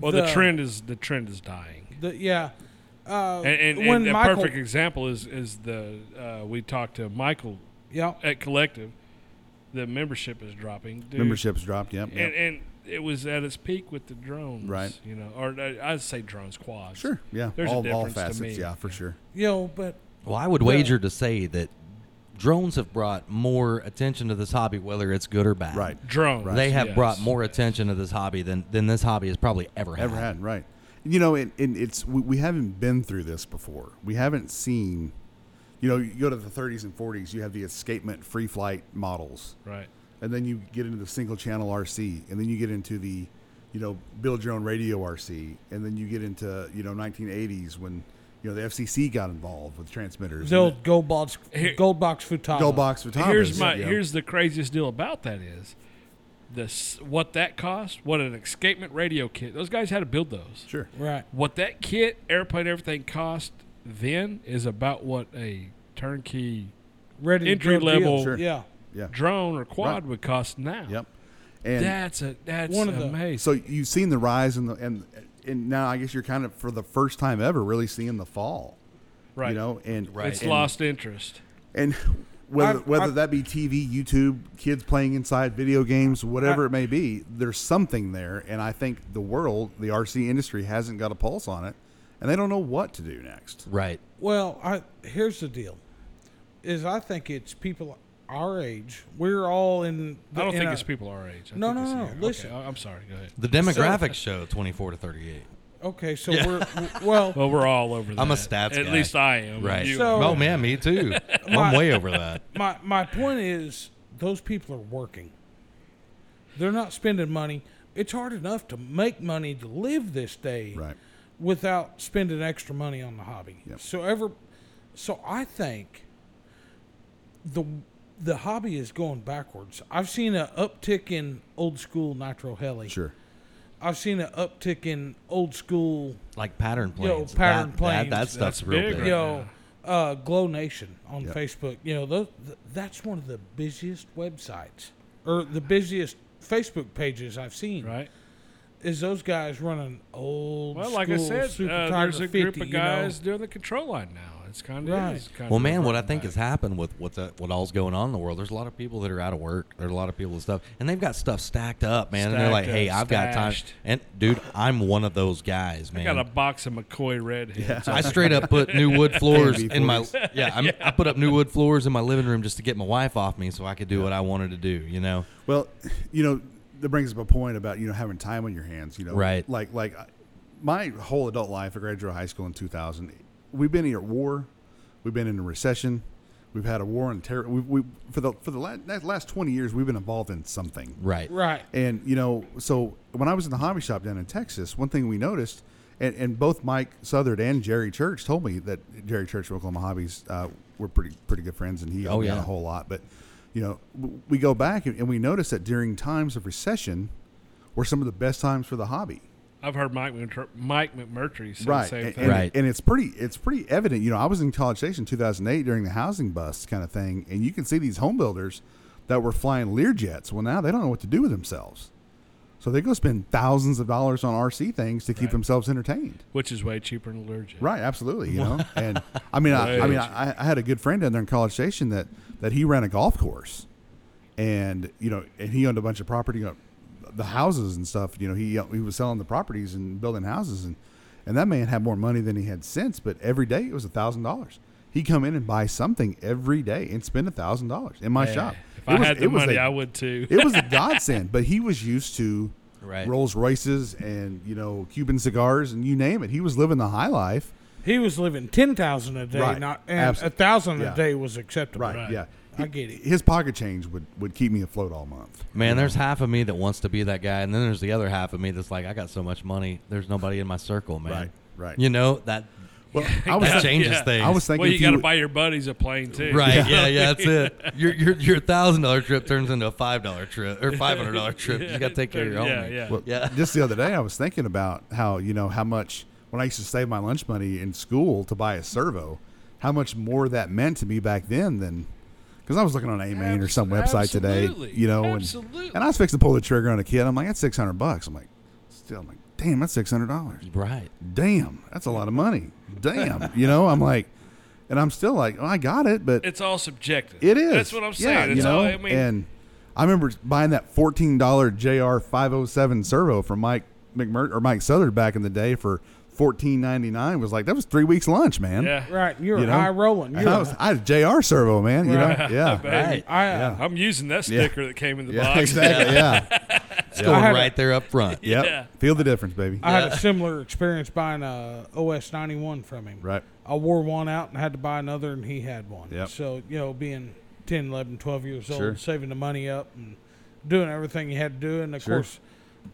Well, the, trend is the trend is dying.
the- yeah. Uh,
And, and,
when
and a
Michael,
perfect example is is the uh, we talked to Michael
yeah,
at Collective. The membership is dropping. Dude,
memberships dropped. Yep. yep.
and, and it was at its peak with the drones,
Right.
You know, or uh, I'd say drones quads.
sure. Yeah.
There's a
all all
difference to
facets.
me.
Yeah, for sure.
you know, but
Well, I would wager to say that drones have brought more attention to this hobby, whether it's good or bad.
Right.
Drones.
They have
yes.
brought more attention to this hobby than, than this hobby has probably ever had.
Ever had right? You know, and, and it's we, we haven't been through this before. We haven't seen. You know, you go to the 30s and 40s, you have the escapement free flight models.
Right.
and then you get into the single channel RC, and then you get into the, you know, build your own radio RC, and then you get into you know 1980s when you know the FCC got involved with transmitters.
the old gold box,
Here-
gold box futaba.
go box for
Here's my here's the craziest deal about that is the s- what that cost, what an escapement radio kit. Those guys had to build those.
sure
right?
What that kit, airplane, everything cost then is about what a turnkey
Ready to
Entry
go
level-
deal.
Sure.
Yeah,
yeah
drone or quad
Right.
would cost now.
yep, and
That's a that's
One of the-
amazing.
so you've seen the rise in the and and now I guess you're kind of for the first time ever really seeing the fall,
right.
You know, and
Right.
It's
and-
lost interest.
and. Whether,
I've-
whether
I've-
that be TV, YouTube, kids playing inside video games, whatever it may be, there's something there, and I think the world, the RC industry, hasn't got a pulse on it, and they don't know what to do next.
Right.
Well, I here's the deal: is I think it's people our age. We're all in. The,
I don't
in
think
a-
it's people our age. I
No,
think
no,
it's
no,
here.
listen.
Okay, I- I'm sorry. Go ahead.
The demographics show 24 to 38.
Okay, so we're w- well.
Well, we're all over that.
I'm a stats
At
guy.
least I am.
Right.
You-
So-
oh, man, me too. I'm way over that.
my my point is those people are working. They're not spending money. It's hard enough to make money to live this day
Right.
without spending extra money on the hobby.
Yep.
So ever so I think the the hobby is going backwards. I've seen an uptick in old school nitro heli.
Sure.
I've seen an uptick in old school
Like pattern planes.
Yo, pattern
that,
planes.
That, that stuff's
That's
real
big
big.
right
you know, uh, Glow Nation on
Yep.
Facebook. You know, those, th- that's one of the busiest websites or the busiest Facebook pages I've seen.
Right.
Is those guys running old?
Well, like I
school
said,
Super
uh,
Tiger
there's a
50,
group of
you know?
guys doing the control line now. It's kind of
Right.
kind
Well, man, what I think has happened with what's uh what all's going on in the world, there's a lot of people that are out of work. There's a lot of people and stuff, and they've got stuff stacked up, man. and they're like,
Stacked up,
"Hey, I've got time."
stashed.
And dude, I'm one of those guys,
I
man.
got a box of McCoy redheads.
I straight up put new wood floors
Candy
in my
floors.
yeah, I'm, I put up new wood floors in my living room just to get my wife off me so I could do what I wanted to do, you know.
Well, you know, that brings up a point about you know having time on your hands. You know,
Right.
Like like I- my whole adult life, I graduated high school in 2000. We've been here at war. We've been in a recession. We've had a war on terror. We, we for the for the la- last 20 years, we've been involved in something.
Right.
Right.
And you know, so when I was in the hobby shop down in Texas, one thing we noticed, and, and both Mike Southard and Jerry Church told me that Jerry Church from Oklahoma Hobbies uh, were pretty pretty good friends, and he helped
Oh,
me out
yeah.
a whole lot. But you know, w- we go back and, and we notice that during times of recession, were some of the best times for the hobby.
I've heard Mike Mc- Mike McMurtry say the
Right.
same
And,
thing.
and-
Right.
and it's pretty it's pretty evident. You know, I was in College Station in 2008 during the housing bust kind of thing, and you can see these home builders that were flying Learjets. Well, now they don't know what to do with themselves. So they go spend thousands of dollars on RC things to keep
Right.
themselves entertained.
Which is way cheaper than allergic.
Right, absolutely. You know, and I mean, I, I
Right.
mean, I, I had a good friend down there in College Station that that he ran a golf course, and you know, and he owned a bunch of property, you know, the houses and stuff. You know, he uh, he was selling the properties and building houses, and and that man had more money than he had since. But every day it was a thousand dollars. He come in and buy something every day and spend a thousand dollars in my
Yeah.
shop.
If
It
I
was-
had the
it was
money,
a-
I would too.
it was a godsend, but he was used to
Right.
Rolls Royces and you know Cuban cigars and you name it. He was living the high life.
He was living ten thousand a day,
Right.
not and
Abs-
a thousand
yeah.
a day was acceptable.
Right.
Right.
Yeah.
I get it.
His pocket change would, would keep me afloat all month.
Man, there's half of me that wants to be that guy, and then there's the other half of me that's like, I got so much money, there's nobody in my circle, man.
Right, right.
You know that
Well, I
that
was
changes
yeah.
things.
I was thinking
well, you
if
got to
would-
buy your buddies a plane too.
Right, yeah, yeah, that's it. Your your your thousand dollar trip turns into a five dollar trip or five hundred dollar trip. You got to take care of your own.
Yeah, yeah.
well,
yeah.
Just the other day, I was thinking about how you know how much when I used to save my lunch money in school to buy a servo, how much more that meant to me back then than because I was looking on A Main or some
Abs-
website today,
absolutely.
you know,
Absolutely.
and and I was fixing to pull the trigger on a kid. I'm like, that's six hundred bucks. I'm like, still, I'm like, damn, that's six hundred dollars.
Right.
Damn, that's a lot of money. Damn, you know, I'm like, and I'm still like, oh, I got it, but
It's all subjective.
it is.
That's what I'm saying.
Yeah,
it's
you know,
all, I mean,
and I remember buying that fourteen dollar JR five oh seven servo from Mike McMur or Mike Southard back in the day for fourteen ninety nine. Was like that was three weeks lunch, man.
yeah.
Right. You're
You know?
high rolling.
And
You're
I was I had a JR servo, man. You know,
Right.
yeah,
Right.
I,
I'm using that
Yeah.
sticker that came in the
yeah,
box.
exactly, yeah,
It's going
I had a-
right there up front.
yep.
Yeah.
Feel the difference, baby.
I had a similar experience buying a OS ninety one from him.
right.
I wore one out and had to buy another, and he had one.
Yep.
So, you know, being 10, 11, 12 years old,
Sure.
saving the money up and doing everything you had to do. And, of
Sure.
course,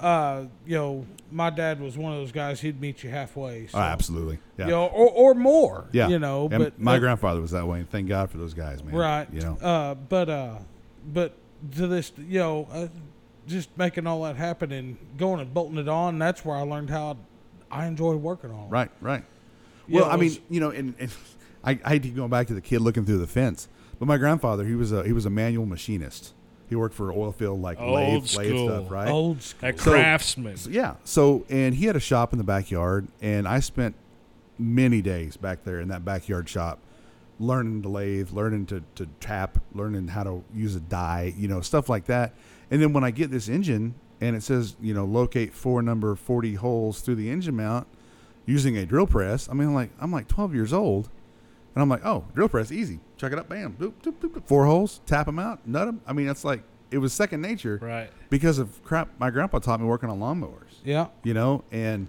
uh, you know, my dad was one of those guys, he'd meet you halfway. So,
Oh, absolutely. Yeah.
You know, or, or more.
yeah.
You know,
And
but.
my
but-
grandfather was that way, and thank God for those guys, man.
Right.
You know.
Uh, but, uh, but to this, you know, uh, just making all that happen and going and bolting it on, that's where I learned how I enjoy working on it.
Right, right.
Yeah,
Well,
it
I mean,
was-
you know, and, and I, I keep going back to the kid looking through the fence. But my grandfather, he was a he was a manual machinist. He worked for oil field like
Old
lathe, lathe
school.
stuff, right?
Old school.
A
So-
craftsman.
So, yeah. So and he had a shop in the backyard, and I spent many days back there in that backyard shop, learning to lathe, learning to to tap, learning how to use a die, you know, stuff like that. And then when I get this engine and it says, you know, locate four number forty holes through the engine mount using a drill press. I mean, I'm like I'm like twelve years old. And I'm like, oh, drill press, easy. Check it up, bam, boop, boop, boop, boop. four holes, tap them out, nut them. I mean, that's like it was second nature
Right.
because of crap my grandpa taught me working on lawnmowers
Yeah.
you know and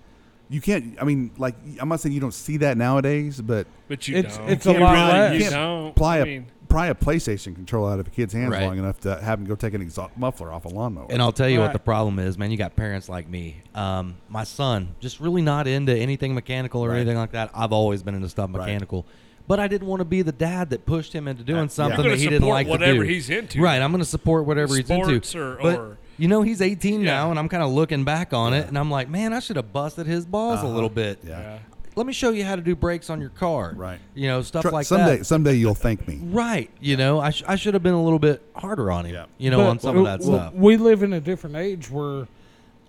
you can't i mean like i'm not saying you don't see that nowadays but
But you
It's-
don't.
it's a
You
lot
really-
less.
You
Can't
don't.
pry
I
a
mean,
pry a playstation controller out of a kid's hands
Right.
long enough to have him go take an exhaust muffler off a lawnmower
And I'll tell you
Right.
what the problem is, man. You got parents like me. Um, my son just really not into anything mechanical or
Right.
anything like that. I've always been into stuff
Right.
mechanical, but I didn't want to be the dad that pushed him into doing
yeah.
something
You're
gonna
that he didn't
support
like to
whatever
do.
he's into.
right? I'm going to support whatever he's
Sports
into.
or-
but
or-
you know, he's 18
Yeah.
now, and I'm kind of looking back on it, and I'm like, man, I should have busted his balls a little bit.
Uh-huh. yeah,
yeah.
Let me show you how to do brakes on your car.
Right.
You know, stuff
Tr-
like
someday
that.
someday you'll thank me
Right. You know, I, sh- I should have been a little bit harder on him.
Yeah.
You know,
But
on some of
w-
that
w-
stuff.
We live in a different age where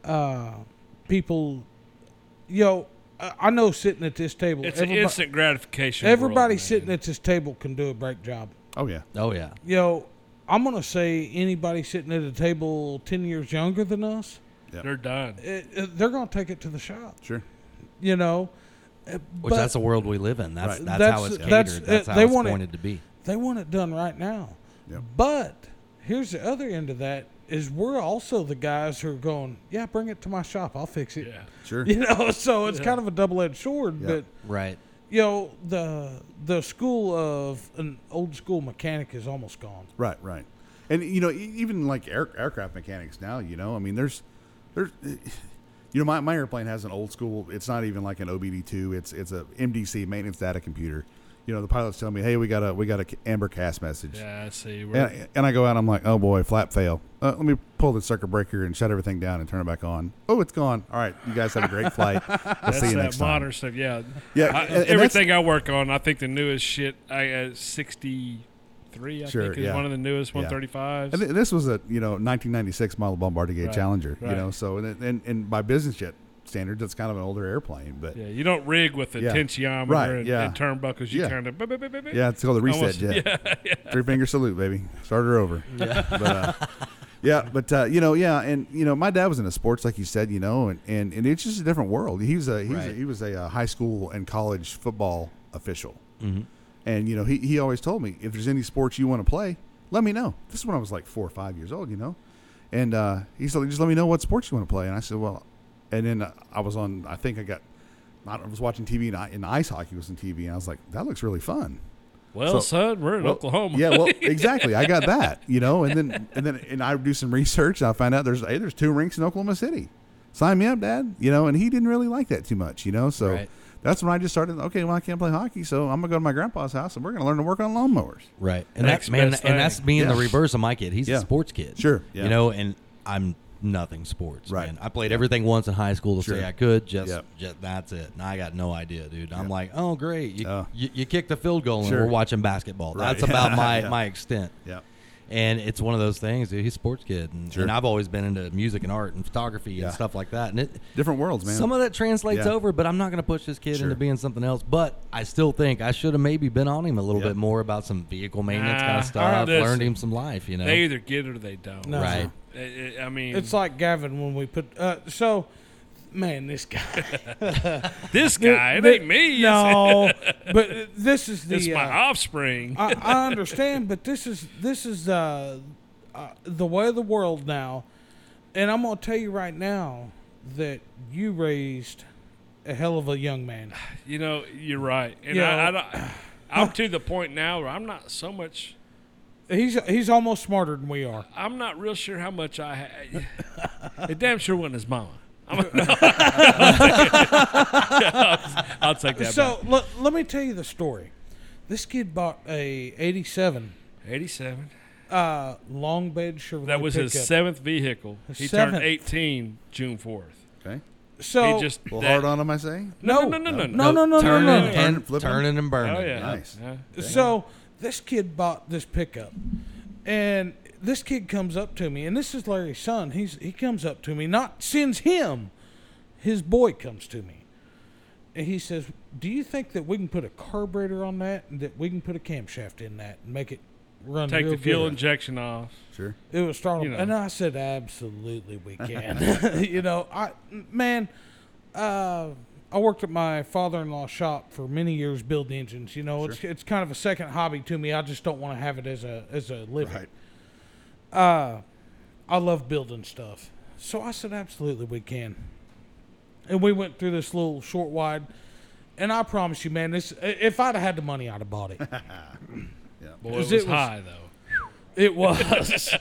uh, people, you know, I I know sitting at this table,
It's an
everybo-
instant gratification. world,
everybody
man.
sitting at this table can do a brake job.
oh yeah
Oh yeah.
You know, I'm gonna say anybody sitting at a table ten years younger than us,
They're done.
it, it- they're gonna take it to the shop.
sure
You know, Uh,
Which
but
that's the world we live in. That's
Right.
that's, how
That's-
it's catered.
that's-
That's,
uh,
how
they
it's
want it-
pointed to be.
they want it done right now.
Yep.
But here's the other end of that is we're also the guys who are going, yeah, bring it to my shop, I'll fix it.
Yeah.
sure
you know so it's
Yeah.
kind of a double-edged sword
Yeah.
but
Right.
you know the the school of an old school mechanic is almost gone
Right, right. And you know, e- even like air, aircraft mechanics now, you know, I mean, there's, there's, you know, my, my airplane has an old school. It's not even like an OBD two. It's it's a MDC maintenance data computer. You know, the pilots tell me, hey, we got a we got a amber cast message.
Yeah, I see. We're,
And, and I go out, I'm like, oh boy, flap fail. Uh, let me pull the circuit breaker and shut everything down and turn it back on. Oh, it's gone. All right, you guys have a great flight. I'll
that's
see you
that
next
modern
time.
stuff. Yeah.
Yeah,
I,
and- and that's-
everything I work on, I think the newest shit. I uh, sixty three. I
Sure,
think is
yeah.
one of the newest
Yeah.
one thirty five.
And th- this was a you know 1996 model Bombardier
Right,
Challenger, you
right.
know. So and, it- and and by business jet standards, it's kind of an older airplane, but yeah,
Yeah, you don't rig with the
Yeah.
tensiometer
Right,
and,
yeah.
and turnbuckles. You
Yeah.
kind of
it's called the reset
Almost-
jet. Three finger salute, baby. Start her over. Yeah, but, uh, yeah, but uh, you know, yeah, and you know, my dad was into sports, like you said, you know, and and, and it's just a different world. He was a he was a,
Right.
he was a uh, high school and college football official, and you know, he he always told me if there's any sports you want to play, let me know. This is when I was like four or five years old, you know, and uh, he said, just let me know what sports you want to play, and I said, well, and then uh, I was on, I think I got. I was watching TV and, I, and ice hockey was on TV, and I was like, "That looks really fun."
Well,
So-
son, we're in
Well,
Oklahoma.
Yeah, well, exactly. I got that, you know, and then and then and I would do some research and I find out there's hey, there's two rinks in Oklahoma City. Sign me up, Dad. You know, and he didn't really like that too much, you know. So
Right.
that's when I just started. Okay, well, I can't play hockey, so I'm gonna go to my grandpa's house and we're gonna learn to work on lawnmowers.
Right. And
Next
that's man
best
and that's
thing.
being the
Yeah.
reverse of my kid. He's
Yeah.
a sports kid.
Sure, yeah.
You know, and I'm nothing sports.
Right.
man. I played everything once in high school to
Sure.
say I could. Just,
Yep.
just that's it. And I got no idea, dude. I'm
Yep.
like, oh great, you,
Oh.
you, you kicked the field goal and
Sure.
we're watching basketball.
Right.
That's about my
Yeah.
my extent.
Yeah.
And it's one of those things, dude. He's a sports kid, and,
Sure.
and I've always been into music and art and photography
Yeah.
and stuff like that. And it,
Different worlds, man.
some of that translates
Yeah.
over, but I'm not going to push this kid
Sure.
into being something else. But I still think I should have maybe been on him a little
Yeah.
bit more about some vehicle maintenance
Nah,
kind
I
of stuff,
don't-
learned him some life, you know.
They either get it or they don't.
No.
Right.
I- I I mean,
It's like Gavin when we put. Uh, so, man, this guy.
this guy. It
Th-
ain't me.
No, but uh, this is the.
It's, it's
uh,
my offspring.
I, I understand, but this is this is uh, uh, the way of the world now, and I'm gonna tell you right now that you raised a hell of a young man.
You know, you're right. And
You
I, I
know-
don't, I'm to the point now where I'm not so much.
He's he's almost smarter than we are.
I'm not real sure how much I had. it damn sure wasn't his mama. I'm, I'll, take that.
So let, let me tell you the story. This kid bought a '87
back. 87.
uh, long bed Chevrolet.
That was his
pickup.
seventh vehicle. He
Seventh.
turned 18 June 4th.
Okay.
So
he just
Well,
that-
hard on him, I say.
No,
No.
no, no, no, no.
no, no, no, no,
turning
no. no.
and
Turning, flipping.
turning and burning.
Oh yeah.
Nice.
Yeah.
So this kid bought this pickup, and this kid comes up to me, and this is Larry's son. He's he comes up to me, not sends him. His boy comes to me, and he says, "Do you think that we can put a carburetor on that, and that we can put a camshaft in that, and make it run
Take
real
the fuel
good?
injection off.
Sure.
It was starting,
You know.
and I said, "Absolutely, we can." you know, I man, uh, I worked at my father-in-law's shop for many years building engines. You know, it's it's kind of a second hobby to me. I just don't want to have it as a as a living.
Right.
I love building stuff, so I said, "Absolutely, we can." And we went through this little short wide, and I promise you, man, this if I'd have had the money, I'd have bought it.
Boy, it
Is
was,
it was-
high though.
It was.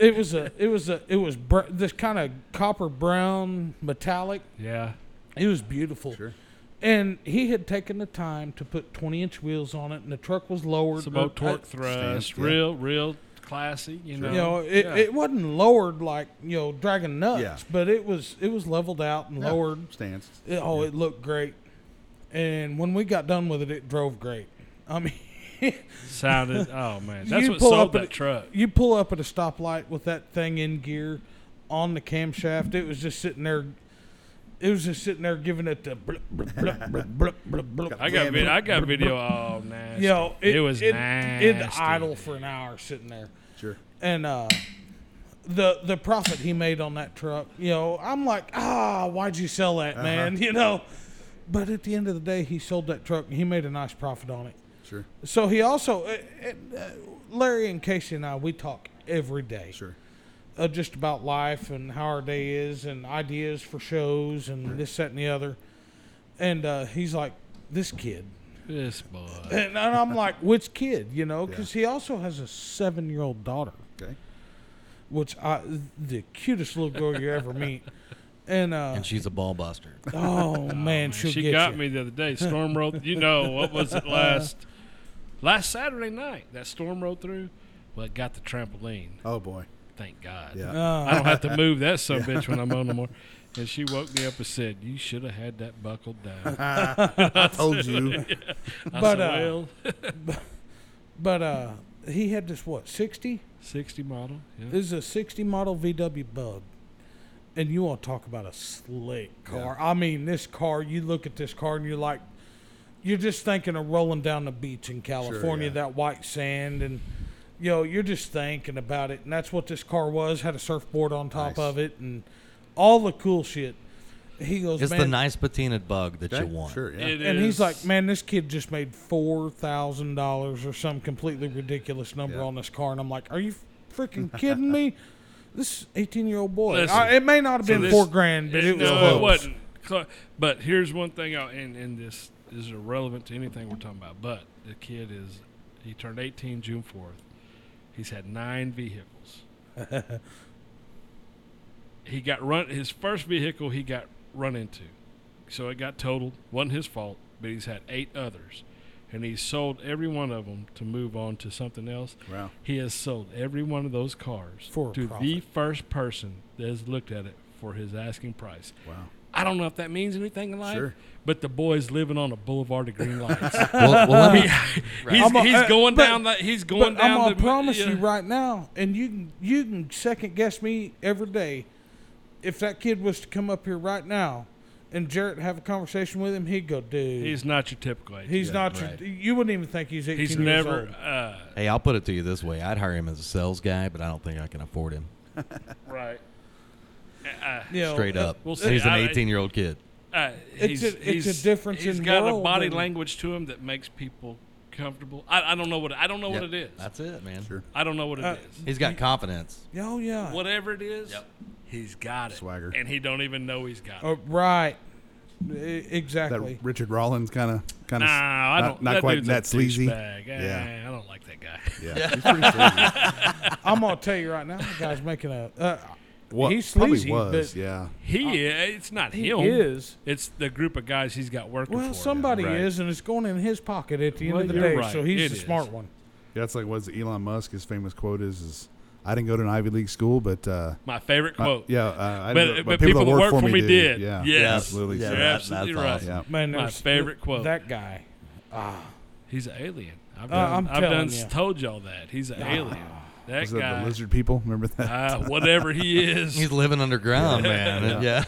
it was a. It was a. It was br- this kind of copper brown metallic.
Yeah.
It was beautiful.
Sure.
And he had taken the time to put 20 inch wheels on it, and the truck was lowered.
Some old
Uh,
torque
Stands,
thrust.
yeah.
Real, real classy. You know.
You know, it,
Yeah.
it wasn't lowered like you know dragging nuts,
Yeah.
but it was it was leveled out and
Yeah.
lowered.
Stance.
It, oh, it looked great. And when we got done with it, it drove great. I mean,
sounded. Oh man, that's
You
what
pull up
sold
at
that
a-
truck.
you pull up at a stoplight with that thing in gear on the camshaft. It was just sitting there. It was just sitting there giving it the. Blip, blip, blip, blip, blip, blip, blip.
I got
Damn
vid-
it.
I got video. Oh nasty.
Yo,
it, was
it,
nasty.
It idle for an hour sitting there,
Sure.
and uh, the the profit he made on that truck. You know, I'm like, ah, why'd you sell that, man? You know, but at the end of the day, he sold that truck and he made a nice profit on it.
Sure.
So he also, uh, uh, Larry and Casey and I, we talk every day
Sure.
uh, just about life and how our day is and ideas for shows and this, that, and the other. And uh, he's like, this kid.
This boy.
And, and I'm like, which kid? You know, because he also has a seven year old daughter,
Okay.
which I, the cutest little girl you ever meet. And, uh,
And she's a ball buster.
oh, man, she'll
she
get
got
you.
me the other day. Storm rolled. You know what was it last? Last Saturday night, that storm rolled through. Well, it got the trampoline.
Oh boy.
Thank God.
Yeah.
I
Uh,
don't have to move that some bitch when I'm on no more. And she woke me up and said, "You should have had that buckled down." I
I told you.
But,
said,
uh,
"Well,
but uh, he had this, what, 60?
60 model. Yeah.
This is a 60 model VW Bug. And you want to talk about a slick car. I mean, this car, you look at this car and you're like, you're just thinking of rolling down the beach in California,
yeah.
that white sand. And, you know, you're just thinking about it. And that's what this car was had a surfboard on top
Nice.
of it and all the cool shit. He goes,
It's
man.
the nice patinaed bug that you want.
Sure. Yeah.
It
and he's
is-
like, man, this kid just made $4,000 or some completely ridiculous number
Yeah.
on this car. And I'm like, are you freaking kidding me? This 18 year old boy.
Listen,
I, it may not have
so
been
this-
four grand, but
It-
it was
no,
close.
it wasn't. Clo- But here's one thing, I, and and this is irrelevant to anything we're talking about. But the kid is, he turned 18 June 4th. He's had nine vehicles. he got run. His first vehicle he got run into, so it got totaled. wasn't his fault, but he's had eight others. and he's sold every one of them to move on to something else.
Wow.
He has sold every one of those cars
For a
to
profit.
the first person that has looked at it for his asking price.
Wow.
I don't know if that means anything in life,
Sure.
but the boy's living on a boulevard of green lights.
Well, well, let me-
He's,
I'm a-
he's
uh,
going
but-
down. The, he's going
But
down.
I'm gonna
the,
promise
yeah.
you right now, and you can you can second guess me every day. If that kid was to come up here right now, and Jarrett have a conversation with him, he'd go, dude.
He's not your typical age.
He's
Yeah,
not.
right.
Your, you wouldn't even think he's 18
he's
years
never.
old.
Uh,
Hey, I'll put it to you this way: I'd hire him as a sales guy, but I don't think I can afford him.
right.
You know,
Straight
uh,
up,
Oh, we'll
And he's
see.
an
I-
18-year-old kid.
Uh,
It's
he's,
a- it's a
he's-
difference
He's
in
got a
world
body
and-
language to him that makes people comfortable. I, I don't know what I don't know
Yep,
what it is.
That's it, man.
Sure.
I don't know what it is.
Uh,
He's got confidence.
yeah, Oh yeah.
Whatever it is, he's got it.
Swagger.
and he don't even know he's got it.
Oh, right. E-
That
Exactly.
Richard Rollins kind of kind
Nah,
of
I don't.
not, not
that
quite
dude's a
that sleazy.
douchebag.
Yeah.
Eh, I don't like that guy.
Yeah. He's pretty sleazy.
I'm gonna tell you right now, the guy's making a. Uh,
Well,
he's
probably
sleazy,
was,
but
yeah.
He
Uh,
is. It's not
he
him.
is.
It's the group of guys he's got working for.
Well,
him.
somebody
Right.
is, and it's going in his pocket at the end
Well,
of the
you're
day.
right.
So he's
It
the
is.
smart one.
Yeah, it's like what's Elon Musk? His famous quote is, "Is I didn't go to an Ivy League school, but uh,
My favorite
my-
quote.
yeah, uh, I
But-
didn't,
but people that work for me
do.
did.
Yeah,
Yes.
absolutely.
You're
so.
Yeah. that-
absolutely
that's
right.
awesome.
yeah.
Man,
My
there's-
favorite quote.
That guy.
He's an alien. I've
Uh,
done,
I'm
I've
telling
done
you.
told y'all that. He's an alien.
Ah.
That
Was it
guy.
the lizard people? Remember that?
uh, whatever he is.
He's living underground, man. Yeah.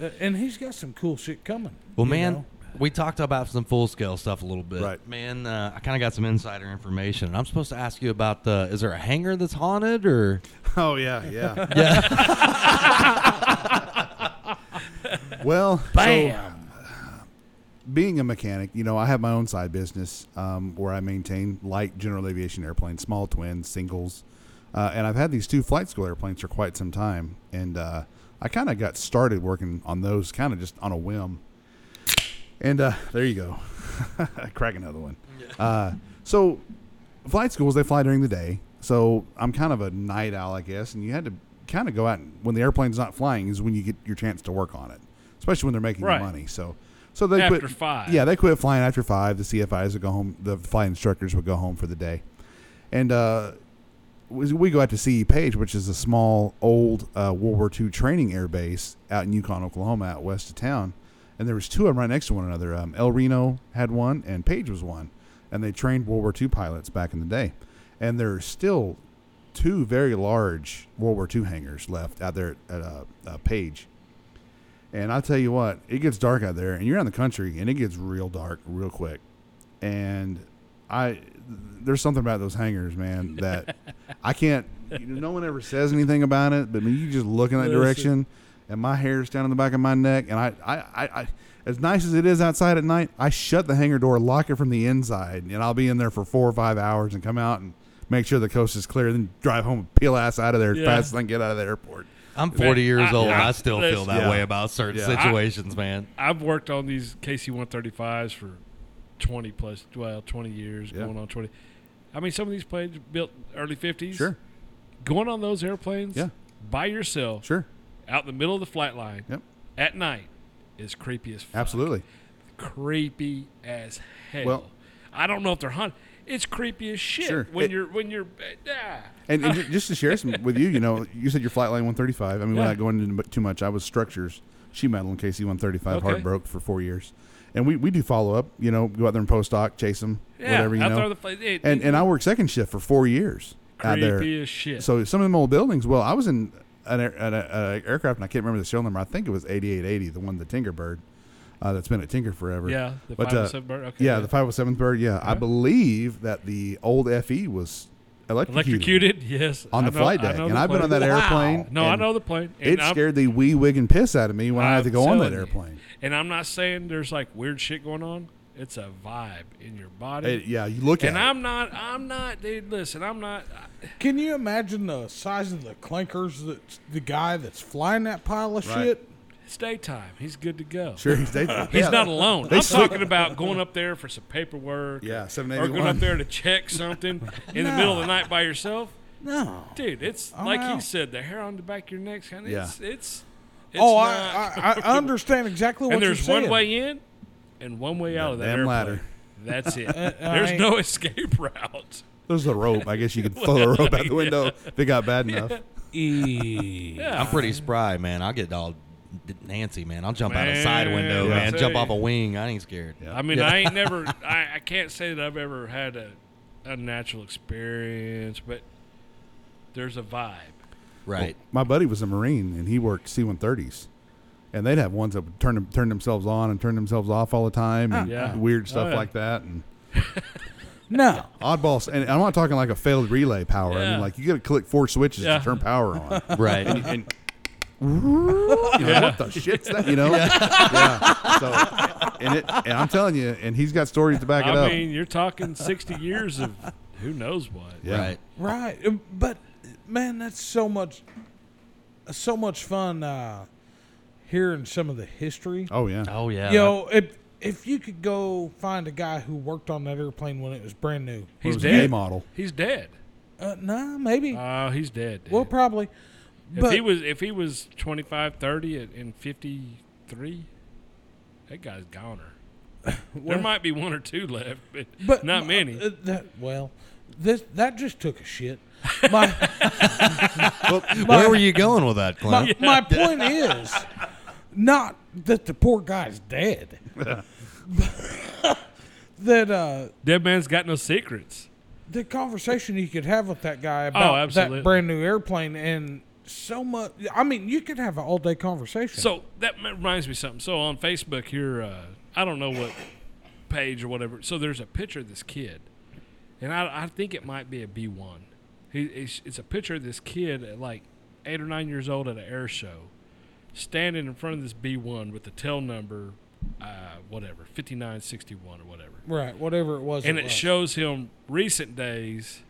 Uh, and he's got some cool shit coming.
Well,
you
man,
know?
we talked about some full scale stuff a little bit.
Right.
Man, uh, I kind of got some insider information. And I'm supposed to ask you about the is there a hangar that's haunted or
Oh yeah, yeah.
Yeah.
Well,
Bam.
being a mechanic, you know, I have my own side business um, where I maintain light general aviation airplanes, small twins, singles, uh, and I've had these two flight school airplanes for quite some time, and uh, I kind of got started working on those kind of just on a whim. And uh, there you go, crack another one. Uh, so, flight schools they fly during the day, so I'm kind of a night owl, I guess, and you had to kind of go out and, when the airplane's not flying is when you get your chance to work on it, especially when they're making
Right.
money. So. So they
After
quit,
five.
Yeah, they quit flying after five. The CFIs would go home. The flight instructors would go home for the day, and uh, we we go out to CE Page, which is a small old uh, World War II training air base out in Yukon, Oklahoma, out west of town. And there was two of them right next to one another. Um, El Reno had one, and Page was one, and they trained World War II pilots back in the day. And there are still two very large World War II hangars left out there at uh, uh, Page. And I'll tell you what, it gets dark out there, and you're in the country, and it gets real dark real quick. And I, there's something about those hangars, man, that I can't. You know, no one ever says anything about it, but when you just look in that
Listen.
direction, and my hair's down on the back of my neck, and I, I, I, I, as nice as it is outside at night, I shut the hangar door, lock it from the inside, and I'll be in there for four or five hours, and come out and make sure the coast is clear, then drive home and peel ass out of there
Yeah.
as fast as I can get out of the airport.
I'm 40 years
I-
old.
I-
I, still feel
listen.
that
Yeah.
way about certain
Yeah. I-
situations, man.
I've worked on these KC-135s for 20 plus, well, 20 years,
Yeah.
going on 20. I mean, some of these planes built early 50s.
Sure,
Going on those airplanes
Yeah.
by yourself
sure,
out in the middle of the flight line
Yep.
at night is creepy as fuck.
absolutely.
Creepy as hell.
Well-
I don't know if they're hunting. It's creepy as shit
Sure.
when
It-
you're when you're ah.
And, and ju- just to share some with you, you know, you said your flight line 135. I mean,
Yeah.
without going into too much, I was structures, sheet metal in KC 135,
Okay.
hard broke for four years. And we, we do follow up, you know, go out there and post doc, chase them,
yeah,
whatever, you
out there
know.
on the flight- it-
and,
it-
and I worked second shift for four years out there.
creepy as shit.
So some of them old buildings. Well, I was in an, air, an, uh, aircraft, and I can't remember the serial number. I think it was 8880, the one the Tinkerbird uh, that's been at Tinker forever.
yeah, the
But,
five
uh,
and seven bird. Okay,
yeah, the 507th bird. Yeah, I
Yeah.
believe that the old FE was
electrocuted. Yes,
on
I
the
know-
flight
I
deck,
know
and
the
I've been on
plane.
that airplane.
No, I
and
know the plane. And
It
I'm-
scared the wee wig and piss out of me when i had to
I'm
go on that
telling you.
airplane.
And I'm not saying there's like weird shit going on. It's a vibe in your body.
It- yeah, you look
and
at
I'm not. I'm not, dude. Listen, I'm not. uh,
Can you imagine the size of the clankers that the guy that's flying that pile of
Right.
shit?
It's daytime. He's good to go.
it. Sure, he's, they,
He's
yeah,
not alone.
they
I'm
slip-
talking about going up there for some paperwork.
Yeah,
Or going up
781.
there to check something in the middle of the night by yourself,
No.
dude. It's
I'm
like you
out.
said, the hair on the back of your neck's kind of.
Yeah.
It's, it's. it's
oh,
not-
I, I I understand exactly what
and
you're
there's
saying.
one way in, and one way out of that
Damn
airplane.
ladder.
That's it.
all
There's
right.
no escape route.
There's a rope. I guess you could throw the rope out the window if it got bad enough.
yeah.
I'm pretty spry, man. I'll get all d- Nancy, man. I'll jump out a side
Man,
window,
I
man.
tell
Jump
you.
off a wing. I ain't scared.
Yeah.
I mean,
Yeah.
I ain't never. I, I can't say that I've ever had a unnatural experience, but there's a vibe.
Right.
My buddy was a Marine and he worked C 130s. And they'd have ones that would turn, them- turn themselves on and turn themselves off all the time and
Yeah.
weird stuff
Oh, yeah.
like that. And
No.
oddball. s- And I'm not talking like a failed relay power. I
Yeah.
mean, like you got to click four switches
Yeah.
to turn power on.
Right.
You know, What the shit's that? You know? Yeah. So, and, it, and I'm telling you, and he's got stories to back it
I
up.
mean, you're talking 60 years of who knows what.
yeah.
Right.
Right. Uh, But man, that's so much so much fun uh hearing some of the history.
Oh, yeah.
Oh yeah.
Yo, if if you could go find a guy who worked on that airplane when it was brand new.
He's
was the A
dead.
model.
He's dead.
Uh nah, maybe.
Oh, he's dead. dude.
well probably.
if
But
he was if he was 25, 30, and- and 53, that guy's goner. there
Well-
might be one or two left, but,
but
not
my-
many.
uh, that, well, this that just took a shit. My
Where were you going with that,
My,
Clint?
my point is not that the poor guy's dead. that uh,
Dead man's got no secrets.
the conversation you could have with that guy about
Oh, absolutely.
that brand new airplane and so much. I mean, you could have an all day conversation.
So that m- reminds me of something. So on Facebook here, uh, I don't know what page or whatever. So there's a picture of this kid, and I, I think it might be a B one. He, it's, it's a picture of this kid at like eight or nine years old at an air show, standing in front of this B one with the tail number, uh, whatever fifty nine sixty one or whatever,
right, whatever it was,
and it
was.
shows him recent days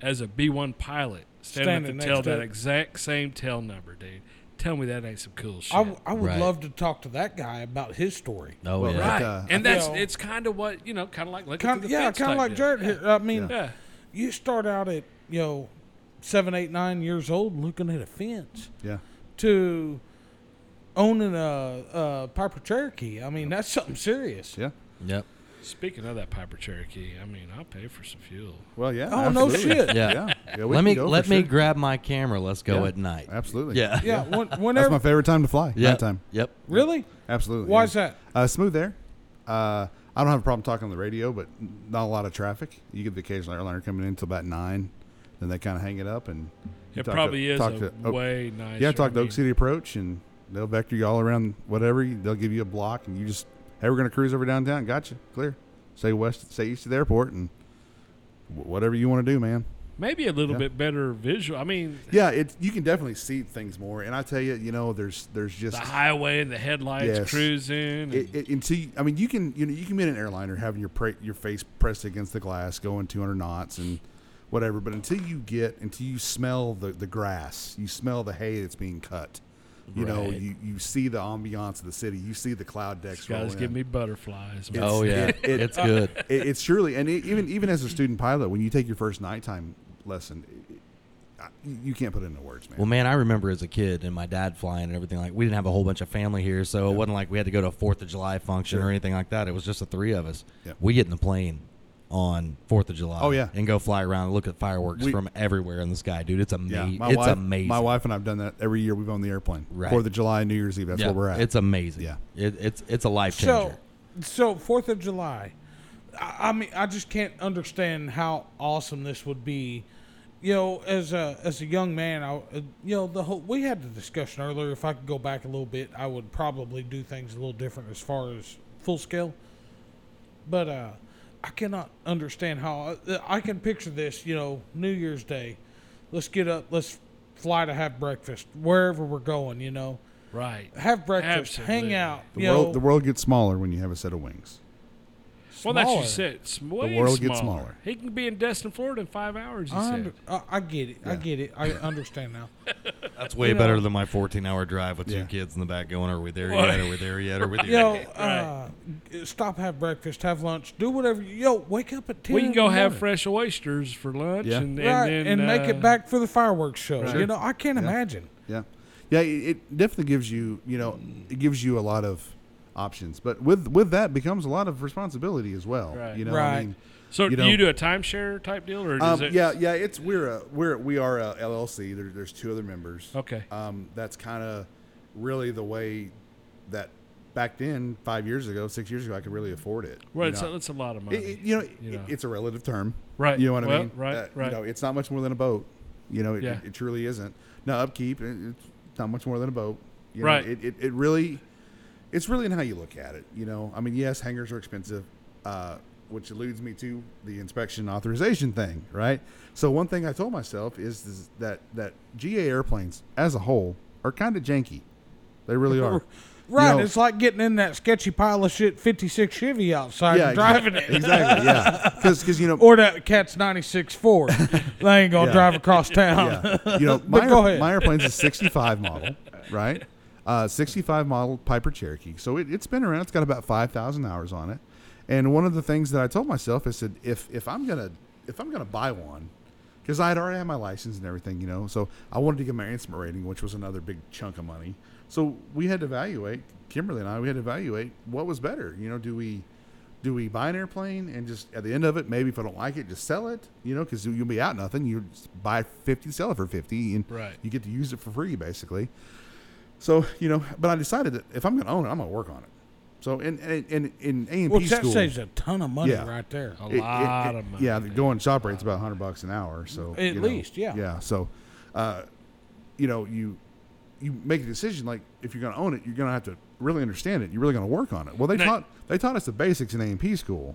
as a B one pilot standing,
Standing
at
next
the tail
to
that
it.
exact same tail number, dude. Tell me that ain't some cool shit.
I, w- I would
Right.
love to talk to that guy about his story.
oh
Well,
yeah.
right.
Right.
uh,
and that's
you know-
it's kind of what you know, kind of like looking
Kind
through the
yeah,
fence
kind of
type
like
deal.
Jared here. I mean,
Yeah,
you start out at you know seven, eight, nine years old looking at a fence.
Yeah.
to owning a, a Piper Cherokee. I mean, that's something serious.
Yeah.
Yep.
Speaking of that Piper Cherokee, I mean, I'll pay for some fuel.
Well, yeah.
Oh, no
absolutely.
shit.
Yeah.
Yeah. Yeah, we
Let
can
me
go
let
for
me
sure.
grab my camera. Let's go
Yeah.
at night.
Absolutely.
Yeah.
Yeah, when,
That's
whenever.
my favorite time to fly.
Yeah.
Nighttime.
Yep.
really?
Absolutely.
Why
yeah.
is that?
Uh, smooth air. Uh, I don't have a problem talking on the radio, but not a lot of traffic. You get the occasional airliner coming in until about nine, then they kind of hang it up and. you
It
talk to-
probably is
talk
a
to Oak-
way nicer.
yeah, talk to
I
Oak
mean,
City Approach, and they'll vector you all around whatever. You- They'll give you a block, and you just hey, we're gonna cruise over downtown. Gotcha, clear. Stay west, stay east of the airport, and wh- whatever you want to do, man.
Maybe a little
Yeah.
bit better visual. I mean,
Yeah, it you can definitely see things more, and I tell you, you know, there's there's just
the highway and the headlights
Yes.
cruising. and-
it,
Mm-hmm.
it, and see, I mean, you can you know you can be in an airliner having your pra- your face pressed against the glass, going 200 knots and whatever. But until you get until you smell the the grass, you smell the hay that's being cut. You know,
Right.
you you see the ambiance of the city. You see the cloud decks.
These guys
roll
give
in.
me butterflies. man.
Oh yeah.
it- it-
it's good.
It, it's surely, and it, even even as a student pilot, when you take your first nighttime lesson, it, it, I- you can't put it into words, man.
Well, man, I remember as a kid and my dad flying and everything. Like, we didn't have a whole bunch of family here, so it wasn't like we had to go to a Fourth of July function
Sure.
or anything like that. It was just the three of us.
Yeah.
We get in the plane on Fourth of July.
Oh, yeah.
and go fly around and look at fireworks
We-
from everywhere in the sky, dude. It's amazing.
my
it's
wife,
amazing.
My wife and I've done that every year. We've owned the airplane.
Right.
Fourth of July, New Year's Eve. That's
yeah,
where we're at.
It's amazing.
Yeah.
it, it's it's a life
So,
changer.
so Fourth of July. I, I mean, I just can't understand how awesome this would be. You know, as a as a young man, I uh, you know the whole we had the discussion earlier. If I could go back a little bit, I would probably do things a little different as far as full scale. But uh, I cannot understand how uh, I, I can picture this. You know, New Year's Day. Let's get up. Let's fly to have breakfast wherever we're going. You know,
right.
have breakfast, hang
Absolutely.
out.
The
you
world,
know,
the world gets smaller when you have a set of wings.
Well, that's what you
smaller.
said. It's way
world
smaller.
gets smaller.
He can be in Destin, Florida, in five hours. He
I,
said.
under, I, I get it. I get it. I understand now.
That's way
you know-
better than my 14 hour drive with
Yeah.
two kids in the back going, "Are we there
Well,
yet? Are we there yet? Are we there?"
Yo,
yet?
uh, stop, have breakfast, have lunch, do whatever. you- Yo, wake up at 10.
We can
in
go
the
have
morning.
fresh oysters for lunch,
Yeah.
and, and
Right,
then
and make
uh,
it back for the fireworks show.
Right.
You know, I can't imagine.
Mm.
Yeah, yeah. It, it definitely gives you, you know, it gives you a lot of options. But with with that becomes a lot of responsibility as well.
Right.
You know, I
Right.
mean,
So
You
do
know-
you do a timeshare type deal, or is
um,
it?
yeah, yeah, it's we're a we're we are a LLC. There, there's two other members.
Okay.
Um, that's kind of really the way that back then, five years ago, six years ago, I could really afford it. you
Well, it's,
know.
it's a lot of
It-
money.
it- you know, it-
you know.
it's a relative term,
Right.
You know what I
Well,
mean? Uh,
right, right.
You know, it's not much more than a boat. You know, it,
Yeah.
it truly isn't. Now upkeep, it, it's not much more than a boat. You
Right.
Know, it, it it really, it's really in how you look at it. You know, I mean, yes, hangars are expensive, uh, which alludes me to the inspection authorization thing, right? So one thing I told myself is, is that that GA airplanes as a whole are kind of janky. They really are.
Right,
know-
it's like getting in that sketchy pile of shit 56 Chevy outside and
exac-
driving it.
exactly. Yeah, because you know,
Or that cat's 96 Ford. they ain't going to
Yeah.
drive across town.
yeah. You know,
But
my,
go ahead.
my airplane's a 65 model, right? Uh, 65 model Piper Cherokee. So it, it's been around. It's got about 5,000 hours on it. And one of the things that I told myself is that if, if I'm gonna if I'm gonna buy one, because I had already had my license and everything, you know, so I wanted to get my instrument rating, which was another big chunk of money. So we had to evaluate Kimberly and I. We had to evaluate what was better. You know, do we do we buy an airplane and just at the end of it, maybe if I don't like it, just sell it? You know, because you'll be out nothing. You just buy fifty, sell it for fifty, and
Right.
you get to use it for free basically. So you know, but I decided that if I'm going to own it, I'm going to work on it. So in in in A and
Well,
P
that
school,
saves a ton of money
Yeah.
right there.
a
it- it-
lot
it-
of money.
Yeah, the going shop rate's about hundred bucks an hour. So
Uh, At
you know,
least, yeah.
yeah. So, uh, you know, you you make a decision like if you're going to own it, you're going to have to really understand it. You're really going to work on it. Well, they
Now-
taught they taught us the basics in A and P school,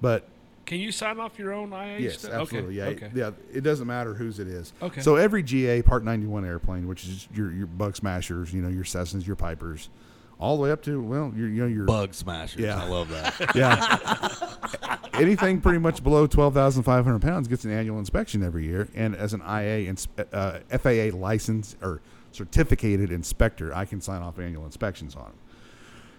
but
Can you sign off your own IA?
yes,
stuff?
absolutely, yeah,
Okay. okay.
it- yeah. It doesn't matter whose it is.
Okay.
So every GA Part 91 airplane, which is your your bug smashers, you know, your Cessnas, your Pipers, all the way up to well, your, you know, your
Bug smashers.
Yeah.
I love that.
yeah. Anything pretty much below 12,500 pounds gets an annual inspection every year. And as an IA, ins- uh, FAA licensed or certificated inspector, I can sign off annual inspections on them.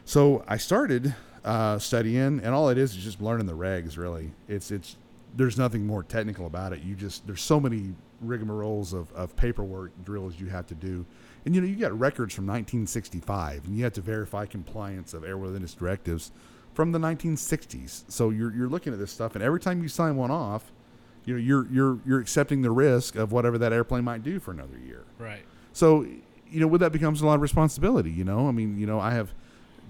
So I started uh, studying, and all it is is just learning the regs. Really, it's it's there's nothing more technical about it. You just there's so many rigmaroles of, of paperwork drills you have to do, and you know you got records from 1965, and you have to verify compliance of airworthiness directives from the 1960s. So you're you're looking at this stuff, and every time you sign one off, you know you're you're you're accepting the risk of whatever that airplane might do for another year.
Right.
So, you know, with that becomes a lot of responsibility. You know, I mean, you know, I have,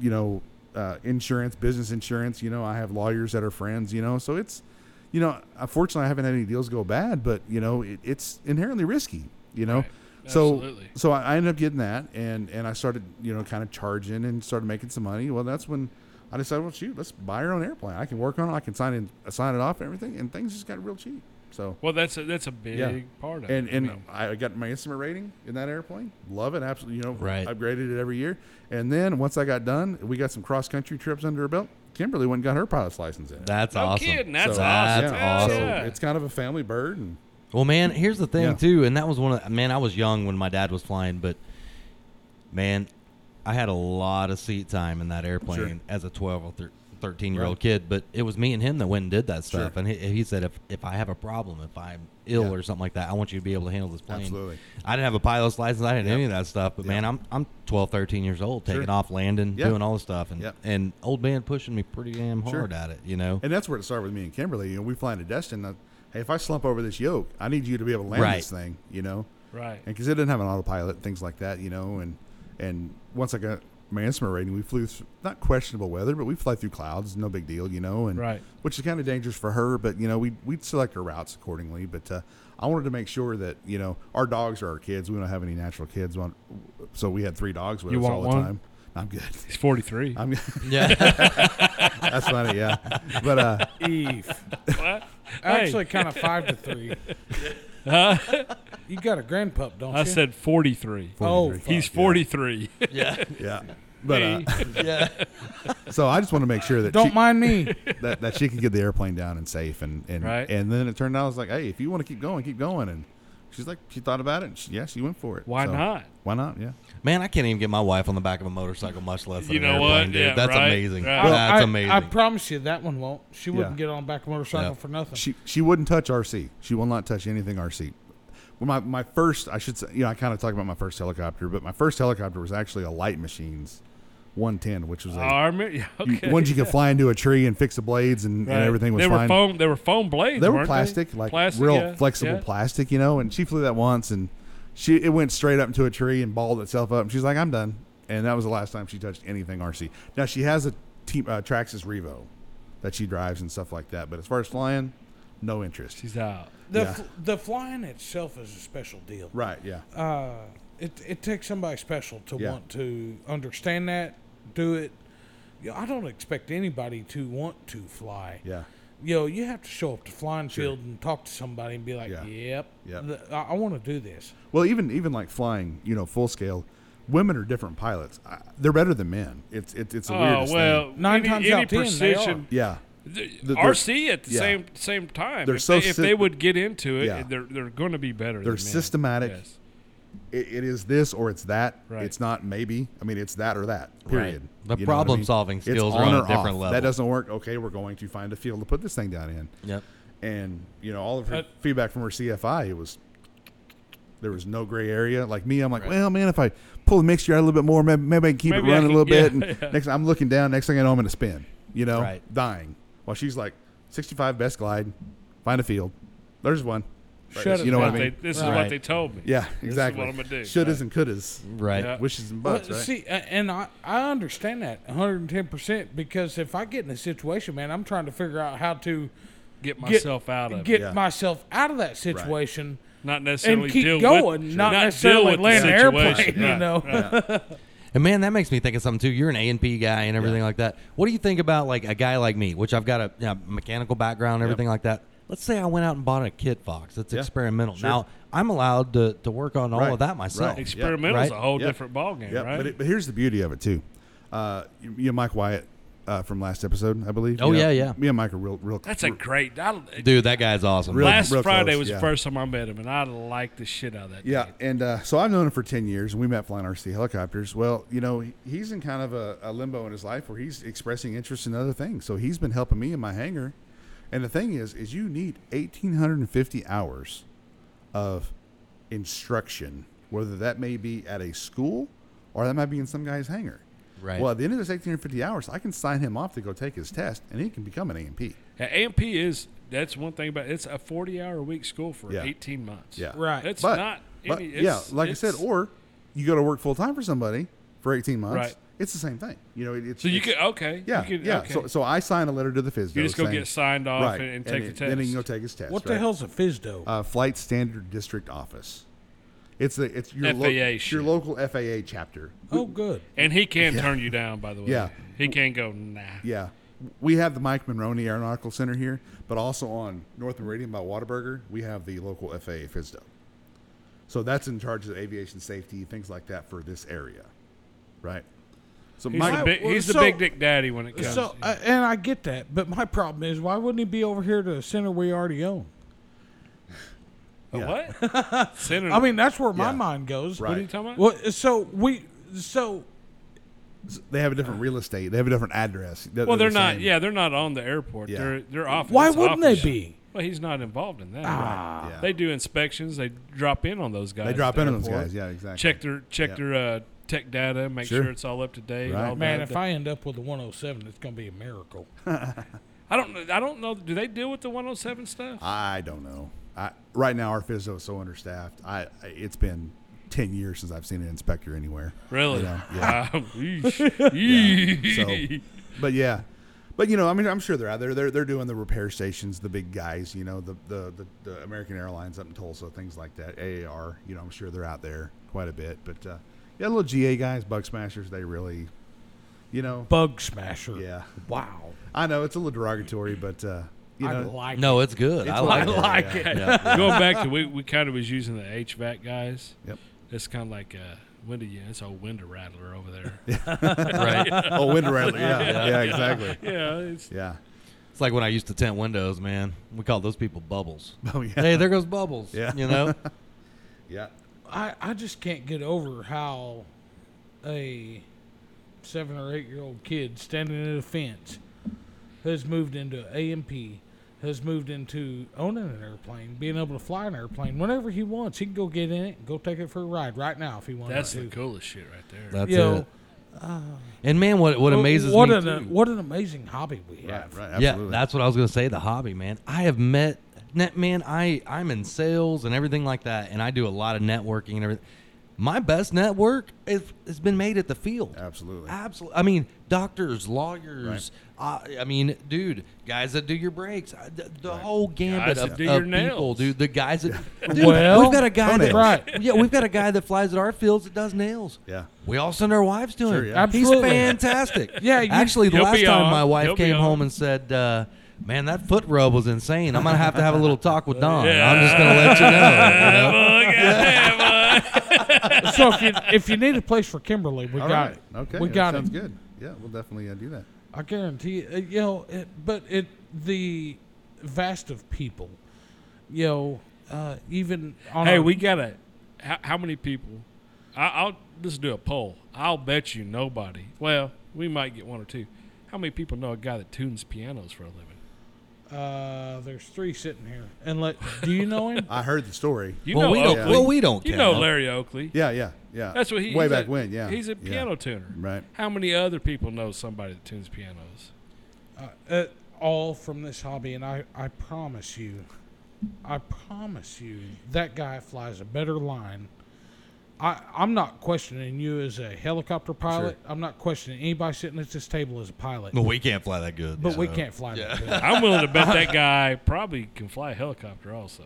you know, uh, insurance, business insurance. You know, I have lawyers that are friends. You know, so it's, you know, unfortunately, I haven't had any deals go bad, but you know, it, it's inherently risky. You know,
Right.
so
Absolutely.
so I, I ended up getting that, and and I started, you know, kind of charging and started making some money. Well, that's when. I decided, well, shoot, let's buy our own airplane. I can work on it. I can sign it, sign it off, and everything, and things just got real cheap. So
Well, that's a, that's a big part of
and
it.
and
you know.
I got my instrument rating in that airplane. Love it, absolutely. You know,
Right.
Upgraded it every year. And then once I got done, we got some cross country trips under her belt. Kimberly went and got her pilot's license in. it.
That's
no
awesome.
kidding. That's
So-
awesome.
That's
Yeah,
awesome.
yeah.
So it's kind of a family bird, and
Well, man, here's the thing
Yeah.
too, and that was one of the, man. I was young when my dad was flying, but man, I had a lot of seat time in that airplane
Sure.
as a 12 or thir- 13 year old
Right.
kid. But it was me and him that went and did that stuff.
Sure.
And he, he said, if if I have a problem, if I'm ill
Yeah.
or something like that, I want you to be able to handle this plane.
Absolutely.
I didn't have a pilot's license. I didn't
Yep.
have any of that stuff. But
Yep.
man, I'm I'm 12, 13 years old,
Sure.
taking off, landing,
Yep.
doing all this stuff, and
Yep.
and old man pushing me pretty damn
Sure.
hard at it. You know.
and that's where it started with me and Kimberly. You know, we flying to Destin. uh, Hey, if I slump over this yoke, I need you to be able to land
Right.
this thing. You know,
Right.
and because it didn't have an autopilot, things like that, you know, and and once I got my instrument rating, we flew th- not questionable weather, but we fly through clouds, no big deal, you know, and
Right.
which is kind of dangerous for her, but you know, we we'd select our routes accordingly. But uh, I wanted to make sure that you know our dogs are our kids. We don't have any natural kids, on, so we had three dogs with
You
us
want
all the
one?
time. I'm good.
He's 43.
I'm
Yeah.
that's funny, yeah. But uh,
Eve.
What?
Actually,
Hey,
kind of five to three. you got a grandpup, don't
I
you?
said 43.
oh,
He's
He's
fuck.
43.
yeah.
yeah, but uh,
Yeah.
so I just want to make sure that
Don't
she-
mind me.
that, that she could get the airplane down and safe and and
Right.
and then it turned out I was like, hey, if you want to keep going, keep going. And she's like, she thought about it. And she, yeah, she went for it.
Why
So,
not?
Why not? Yeah.
Man, I can't even get my wife on the back of a motorcycle, much less than
You
an
know
airplane,
what?
dude.
Yeah,
That's
right,
amazing.
right.
I-
That's
I,
amazing.
I promise you that one won't. She wouldn't
Yeah.
get on back a motorcycle
No.
for nothing.
She she wouldn't touch RC. She will not touch anything RC. Well, my my first, I should say, you know, I kind of talk about my first helicopter, but my first helicopter was actually a light machines 110, which was a,
Armor, yeah,
you-
Oh, okay.
ones you could fly into a tree and fix the blades and, and
Right.
everything was
they
fine.
Were foam, they were foam blades.
they were
weren't
plastic, like real
yeah,
flexible
yeah.
plastic, you know. And she flew that once, and she it went straight up into a tree and balled itself up. And she's like, "I'm done." And that was the last time she touched anything RC. Now she has a team, uh, Traxxas Revo that she drives and stuff like that. But as far as flying, no interest.
She's out.
The
Yeah.
fl- the flying itself is a special deal.
Right? Yeah.
Uh, it it takes somebody special to
Yeah.
want to understand that, do it. You know, I don't expect anybody to want to fly.
Yeah.
You know, you have to show up to flying
Sure.
field and talk to somebody and be like,
Yeah.
"Yep,
Yep.
th- I, I want to do this."
Well, even even like flying, you know, full scale. Women are different pilots. I, they're better than men. It's it's it's a
Oh
weirdest
well,
thing.
Nine
any,
times
any
out of ten, they
precision.
Yeah.
th-
Th- they're-
RC at the
yeah.
same same time.
They're
if
so
they, if
sy-
they would get into it,
Yeah.
they're they're going to be better.
They're
than men.
systematic.
Yes.
It, it is this or it's that.
Right.
It's not maybe. I mean, it's that or that. Period.
The
know what
problem solving
It's
skills
on
are on a
or
different level.
That doesn't work. Okay, we're going to find a field to put this thing down in.
Yep.
And you know, all of her
Uh,
feedback from her CFI it was there was no gray area. Like me, I'm like, well, man, if I pull the mixture out a little bit more, maybe, maybe I can keep
Maybe
it
I
running
can-
a little bit.
yeah,
And
yeah.
next, I'm looking down. Next thing I know, I'm in a spin. You know,
Right.
dying. While she's like, 65 best glide, find a field. There's one.
Shut it
you know what
But
I
down.
mean?
they, this is
Right.
what they told me.
Yeah,
is
exactly.
what I'm gonna do.
Shouldas
Right.
and couldas,
Right.
Yeah.
wishes and
Well,
butts, right?
See, a- and I, I understand that 110% because if I get in a situation, man, I'm trying to figure out how to
Get myself out of
get
it.
Yeah.
myself out of that situation
Not necessarily
and keep
deal
going,
with,
not,
deal
necessarily
with the
land an airplane,
situation.
you
Right,
know?
right.
And man, that makes me think of something too. You're an A and P guy and everything like that. What do you think about like a guy like me, which I've got a you know, mechanical background, everything like that? Let's say I went out and bought a kit fox. That's
Yeah,
experimental.
sure.
Now I'm allowed to, to work on all
Right,
of that myself.
right.
Experimental is
Right.
a whole
Yeah.
different ballgame,
Yeah,
right?
but, it, but here's the beauty of it too. Uh, you, you and Mike Wyatt uh, from last episode, I believe.
Oh,
you
yeah,
know,
yeah.
Me and Mike are real, real.
That's a great. I,
Dude, that guy's awesome.
Really?
last
real
Friday
close,
was
yeah.
the first time I met him, and I liked the shit out of that.
Yeah,
dude.
and uh, so I've known him for ten years, and we met flying RC helicopters. Well, you know, he- he's in kind of a, a limbo in his life where he's expressing interest in other things. So he's been helping me in my hangar, and the thing is, is you need eighteen hundred and fifty hours of instruction, whether that may be at a school or that might be in some guy's hangar.
Right.
Well, at the end of this eighteen hundred fifty hours, I can sign him off to go take his test, and he can become an AMP.
Yeah, AMP is that's one thing about it's a forty-hour week school for
Yeah.
eighteen months.
Yeah.
Right.
it's
but,
not.
but,
any,
yeah,
it's-
like I said,
it's-
or you go to work full time for somebody for eighteen months.
Right.
It's the same thing. You know, it, it's
so you
it's-
could okay,
yeah,
you could,
yeah.
Okay.
So, so I sign a letter to the physio.
you just go
saying-
get signed off
right,
and, and take
it-
the test.
Then he can go take his test.
What the
right?
hell's a FISDO?
Uh, Flight Standard District Office. It's the it's your lo-
FAA
your
shit.
local FAA chapter.
oh, good.
and he can turn you down, by the way.
Yeah.
he can go. Nah.
Yeah. We have the Mike Monroney Aeronautical Center here, but also on North Meridian by Whataburger, we have the local FAA FISDO. So that's in charge of aviation safety, things like that for this area, right? So
He's,
Mike,
the, big,
well,
he's
so-
the big dick daddy when it comes.
So, uh, and I get that, but my problem is, why wouldn't he be over here to a center we already own?
A
yeah.
what? Senator.
I mean, that's where my
Yeah.
mind goes.
what are
Right.
you talking about?
Well, uh, so we, so
they have a different real estate. They have a different address.
well, they're
the
not.
same.
Yeah, they're not on the airport.
Yeah.
They're they're off.
why
it's
wouldn't
office.
they be?
Well, he's not involved in that.
Ah, Yeah.
They do inspections. They drop in on those guys.
They
at
drop
the
in on those
airport.
guys. Yeah, exactly.
Check their check
Yeah.
their uh, tech data. Make
Sure.
sure, it's all up to date.
Right.
all
Man,
that.
if I end up with a 107, it's going to be a miracle.
I don't know- I don't know. Do they deal with the 107 stuff?
I don't know. I, right now, our physio is so understaffed. I I- it's been ten years since I've seen an inspector anywhere.
Really?
Yeah, yeah.
Wow. Yeesh. Yeesh.
So, but yeah, but you know, I mean, I'm sure they're out there. They're they're doing the repair stations, the big guys. You know, the the the, the American Airlines up in Tulsa, things like that. AAR. You know, I'm sure they're out there quite a bit. But uh, yeah, little GA guys, bug smashers. They really, you know,
Bug smasher.
yeah.
Wow.
I know it's a little derogatory, but uh, you
I
know,
like
No, it's good. I
It's
like, it.
like- I like
it.
Yeah.
Going back to we we kind of was using the HVAC guys.
Yep.
It's kind of like uh, window. Yeah, it's a window rattler over there.
Right.
Oh, wind rattler. Yeah, yeah, exactly.
yeah. It's,
Yeah.
It's like when I used to tint windows, man. We called those people bubbles.
Oh yeah.
Hey, there goes bubbles.
Yeah.
You know?
yeah.
I, I just can't get over how a seven or eight year old kid standing at a fence has moved into AMP, has moved into owning an airplane, being able to fly an airplane whenever he wants. He can go get in it and go take it for a ride right now if he wants
that's
to.
the coolest shit right there.
That's
you know,
it. And man, what
Oh,
what amazes
what
me
an
too.
what an amazing hobby we have.
Right, right,
Yeah,
absolutely.
that's what I was gonna say. The hobby, man. I have met net man. I I'm in sales and everything like that, and I do a lot of networking and everything. My best network is has been made at the field.
Absolutely.
Absolutely. I mean, doctors, lawyers. I, I mean, dude, guys that do your brakes, I- the, the whole gambit
Guys that
of,
do
of
your
people,
nails.
dude. The guys that dude,
Well,
we've got a guy that
toenails.
Right.
yeah, we've got a guy that flies at our fields that does nails.
Yeah.
we all send our wives to
Sure,
him.
yeah.
Absolutely.
He's fantastic.
Yeah, you-
actually, the
He'll
last
be
time
on.
my wife
He'll be
came
on.
home and said, uh, "Man, that foot rub was insane. I'm gonna have to have a little talk with Don. I'm just gonna let you know." you know?
so if you, if you need a place for Kimberly, we
All
got
right.
it.
Okay.
we
that
got
sounds
it.
good. Yeah, we'll definitely uh, do that.
I guarantee you. uh, You know, it, but it the vast of people. You know, uh, even on
Hey,
our-
we gotta. How, how many people? I, I'll let's do a poll. I'll bet you nobody. Well, we might get one or two. How many people know a guy that tunes pianos for a living?
uh, there's three sitting here. And let do you know him?
I heard the story.
You
well,
know
we don't,
Oakley.
well, we don't.
you
count.
know Larry Oakley.
Yeah, yeah, yeah.
That's what he
way
he's
back
a-
when. Yeah,
he's a
yeah.
piano tuner.
Right.
How many other people know somebody that tunes pianos?
Uh, uh, all from this hobby, and I I promise you, I promise you that guy flies a better line. I, I'm not questioning you as a helicopter pilot. I'm not questioning anybody sitting at this table as a pilot.
Well, we can't fly that good.
But we
so.
can't fly that good.
I'm willing to bet that guy probably can fly a helicopter also.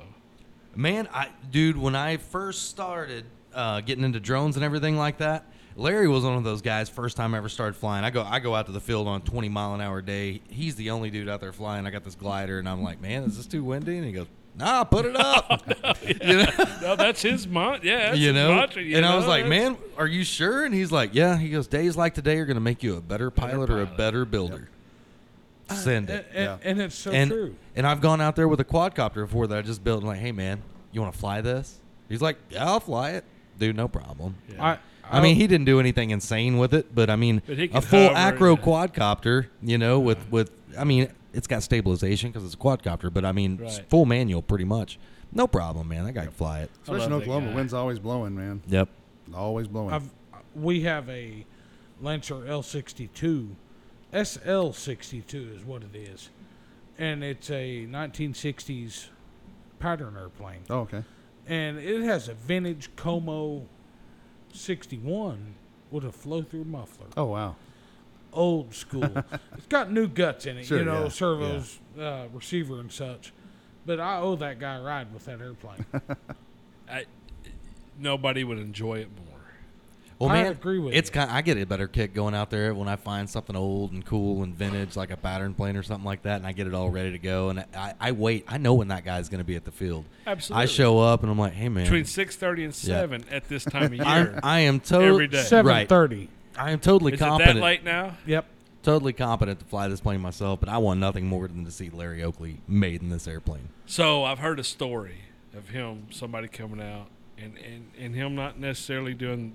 Man, I dude, when I first started uh, getting into drones and everything like that, Larry was one of those guys. First time I ever started flying, I go I go out to the field on a twenty mile an hour day. He's the only dude out there flying. I got this glider, and I'm like, man, is this too windy? And he goes, Nah, put it up. You know?
No, that's his mind. Yeah, that's
you
his
know?
mantra, you
and I
know?
was like,
That's-
man, are you sure? And he's like, yeah. He goes, days like today are going to make you a better pilot, or a
pilot.
better builder.
Uh,
Send
and,
it.
and,
Yeah.
and it's so
and
true.
and I've gone out there with a quadcopter before that I just built. And like, hey man, you want to fly this? He's like, yeah, I'll fly it, dude. No problem.
I,
I mean, he didn't do anything insane with it, but I mean,
But he
a
can
full
hover
acro
and-
quadcopter, you know, with with I mean, it's got stabilization because it's a quadcopter, but I mean, s-
Right.
full manual pretty much. No problem, man. That guy can fly it.
Especially
love
in
that
Oklahoma,
guy.
wind's always blowing, man.
Yep.
Always blowing.
I've, we have a Lancer L62, SL62 is what it is, and it's a 1960s pattern airplane,
oh, okay.
and it has a vintage Como 61 with a flow-through muffler,
Oh, wow.
old school. it's got new guts in it,
Sure,
you know,
yeah,
servos, uh, receiver, and such. But I owe that guy a ride with that airplane.
I, nobody would enjoy it more.
Well,
I
man,
agree with
it's
you.
kind. I get a better kick going out there when I find something old and cool and vintage, like a pattern plane or something like that, and I get it all ready to go. And I, I wait. I know when that guy's going to be at the field. I
Absolutely.
show up and I'm like, hey man,
Between six thirty and seven at this time of year.
I'm, I am
Every
totally
day.
Seven thirty.
I am totally
Is it that
competent.
late now?
Yep.
totally competent to fly this plane myself, but I want nothing more than to see Larry Oakley made in this airplane.
So I've heard a story of him, somebody coming out, and, and, and him not necessarily doing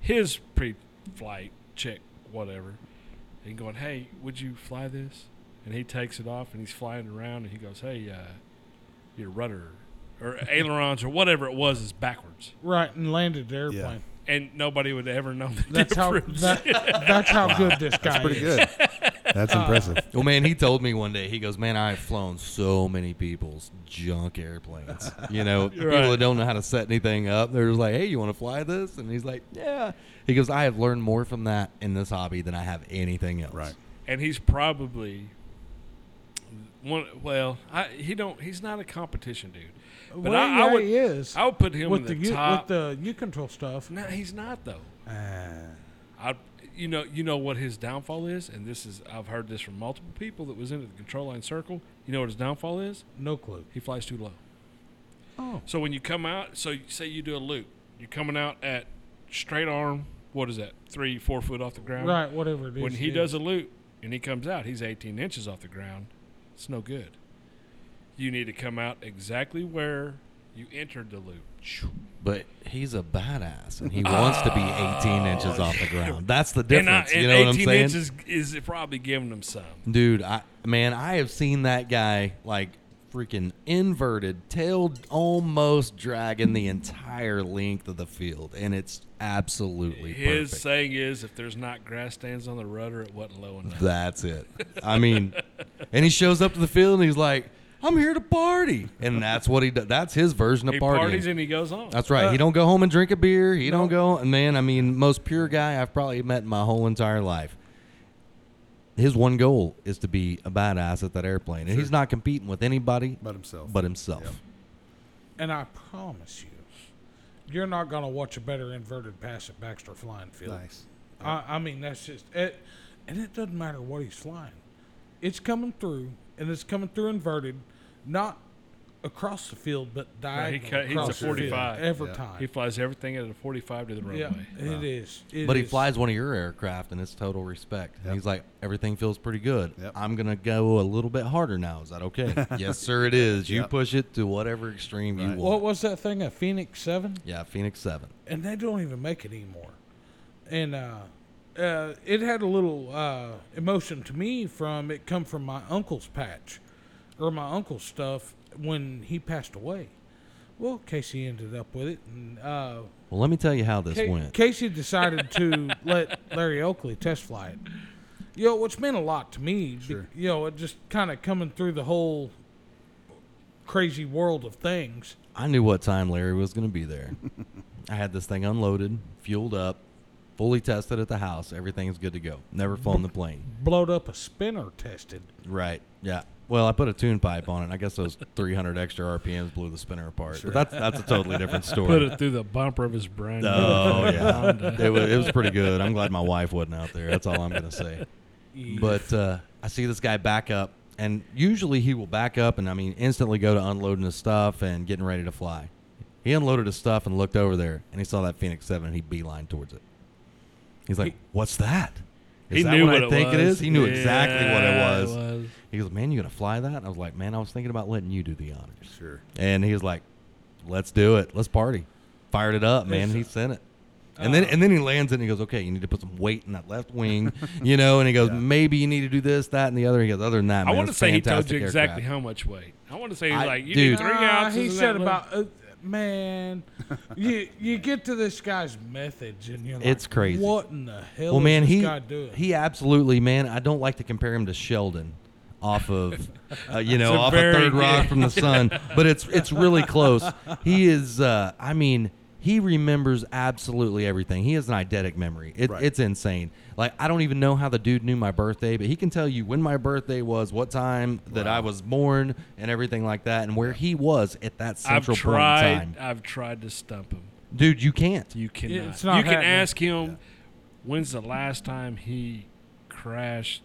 his pre-flight check, whatever, and going, "Hey, would you fly this?" And he takes it off, and he's flying around, and he goes, "Hey, uh, your rudder or ailerons or whatever it was is backwards,"
Right, and landed the airplane.
and nobody would ever know the
That's how
difference.
that, that's how good this guy
Pretty
is.
good. That's
Uh,
impressive.
Well, man, he told me one day, he goes, Man, I've flown so many people's junk airplanes. You know, people
right.
that don't know how to set anything up, they're just like, Hey, you want to fly this? And he's like, Yeah. He goes, I have learned more from that in this hobby than I have anything else.
Right.
and he's probably one. Well, I, he don't. He's not a competition dude. But
Well,
I,
yeah,
I would,
he is.
I would put him
with
in
the,
the,
U, with
top.
the U control stuff. Uh,
no, he's not though. I, you know, you know what his downfall is, and this is I've heard this from multiple people that was into the control line circle. You know what his downfall is?
No clue.
He flies too low.
Oh,
So when you come out, so you, say you do a loop, you're coming out at straight arm. What is that? Three, four foot off the ground.
right, whatever it is.
When he
it
does
is.
a loop and he comes out, he's 18 inches off the ground. It's no good. You need to come out exactly where you entered the loop.
But he's a badass and he wants to be 18 inches off the ground. That's the
Ah, And, I,
difference.
and
you know what I'm
18
saying?
inches is probably giving him some.
Dude, I man, I have seen that guy like freaking inverted, tail almost dragging the entire length of the field, and it's absolutely
His
perfect.
saying is, if there's not grass stands on the rudder, it wasn't low enough.
That's it. I mean, and he shows up to the field and he's like, "I'm here to party," and that's what he does. That's his version of
He
partying.
parties and he goes on.
That's right. he
Uh,
don't go home and drink a beer. He don't go. And man, I mean, most pure guy I've probably met in my whole entire life. His one goal is to be a badass at that airplane, and he's not competing with anybody
But himself.
But himself.
Yep.
And I promise you, you're not gonna watch a better inverted pass at Baxter Flying Field.
Nice.
I, I mean, that's just it, and it doesn't matter what he's flying. It's coming through, and it's coming through inverted, not across the field, but
he
diagonally.
cut- he's a
across the field
45.
every
Yeah.
He
time.
flies everything at a 45 to the runway.
Yeah, it is. It
But he
is.
flies one of your aircraft, and it's total respect. And
Yep.
he's like, everything feels pretty good.
Yep.
I'm gonna go a little bit harder now. Is that okay? yes, sir. It is. You
Yep.
push it to whatever extreme you
Right.
want.
What was that thing? A Phoenix Seven?
yeah, Phoenix Seven.
and they don't even make it anymore. And uh, uh, it had a little uh, emotion to me from it come from my uncle's patch or my uncle's stuff when he passed away. Well, Casey ended up with it, and uh,
Well, let me tell you how this
Ca-
went.
Casey decided to let Larry Oakley test fly it. You know, which meant a lot to me. be-
Sure.
You know, it just kind of coming through the whole crazy world of things.
I knew what time Larry was going to be there. I had this thing unloaded, fueled up, fully tested at the house. Everything's good to go. Never flown the plane.
Blowed up a spinner tested.
Right. Yeah. Well, I put a tune pipe on it. I guess those 300 extra RPMs blew the spinner apart. But that's that's a totally different
Put
story.
it through the bumper of his brand. new
Oh yeah,
Honda.
it was, it was pretty good. I'm glad my wife wasn't out there. That's all I'm gonna say. But uh, I see this guy back up, and usually he will back up, and I mean instantly go to unloading his stuff and getting ready to fly. He unloaded his stuff and looked over there, and he saw that Phoenix Seven, and he beelined towards it. He's like, "What's that? Is
He
that
knew
what,
what
I
it
think it
was.
is." He knew exactly what it
Yeah, it
was.
was.
He goes, "Man, you gonna fly that?" I was like, "Man, I was thinking about letting you do the honors."
Sure.
And he was like, "Let's do it. Let's party." Fired it up, man. He sent it. And
Ah.
then and then he lands it and he goes, "Okay, you need to put some weight in that left wing, you know." And he goes,
Yeah.
"Maybe you need to do this, that, and the other." He goes, "Other than that,
I
man,
want to
it's
say he told
fantastic
you exactly
aircraft."
how much weight. I want to say he's
I-
like, you
dude.
need three
Ah,
ounces.
He
of that
said
little-
about uh, man. you you get to this guy's methods and you're like,
It's crazy.
What in the hell?
Well,
is
man,
this
he
guy doing?
he absolutely, man. I don't like to compare him to Sheldon, off of, uh, you know,
It's a
off of
very
Third Rock
good-
from the Sun, but it's it's really close. He is, uh, I mean, he remembers absolutely everything. He has an eidetic memory. It,
Right.
It's insane. Like I don't even know how the dude knew my birthday, but he can tell you when my birthday was, what time that I was born, and everything like that, and where he was at that
I've
central point in
tried.
time.
I've tried to stump him.
Dude, you can't.
You cannot.
it's not
you can
happening.
ask him when's the last time he crashed.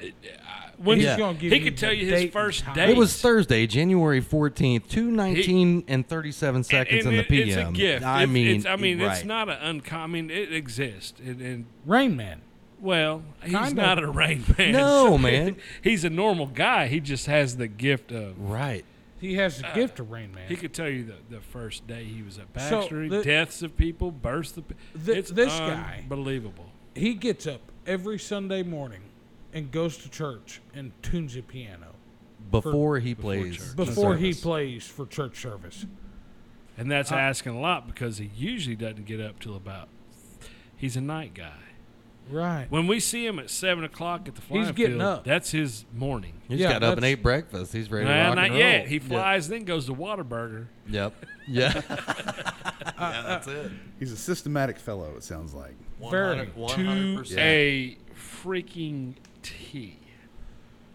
It- I- When
He's
Yeah.
gonna give
he
you
could
the
tell you
date
his
and
first
time.
date.
It was Thursday, January 14th, 219 and 37 seconds
and
in the
it- It's
PM.
a gift.
I
It's-
mean,
it's, I mean,
right.
it's not an uncommon. It exists, and, and
Rain Man.
well, he's
Kinda.
not a rain man.
No, man.
he's a normal guy. He just has the gift of.
Right.
He has the gift of Rain Man.
Uh, He could tell you the, the first day he was at
So,
Baxter,
the-
deaths of people, births of pe-
Th-
it's
this guy-
unbelievable.
he gets up every Sunday morning and goes to church and tunes a piano
Before he plays.
church.
the
before he
service.
plays for church service.
And
Uh,
that's asking a lot because he usually doesn't get up till about. He's a night guy.
Right.
When we see him at seven o'clock at the flying
getting
field,
up.
that's his morning.
He's
Yeah,
got up and
that's-
ate breakfast. He's ready to
Nah,
rock
not
and roll.
yet. He flies, then goes to Waterburger.
Yep. yep. Yeah. yeah, that's it.
He's a systematic fellow, it sounds like.
100,
to
100%.
a freaking T.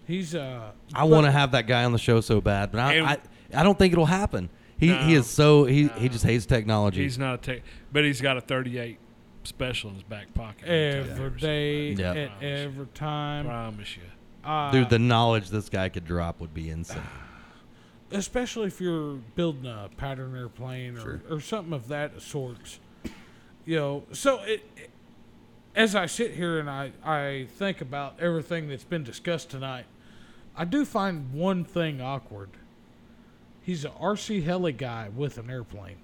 He's uh.
I want to have that guy on the show so bad, but I,
And-
I, I don't think it'll happen. He, he
No.
is so he, he just hates technology.
He's not a tech, but he's got a 38 special in his back pocket.
Every day,
Yeah.
at every time,
promise you.
uh,
Dude, the knowledge this guy could drop would be insane.
especially if you're building a pattern airplane or,
Sure.
or something of that sorts. You know, so it, it- as I sit here and I, I think about everything that's been discussed tonight, I do find one thing awkward. He's a RC heli guy with an airplane.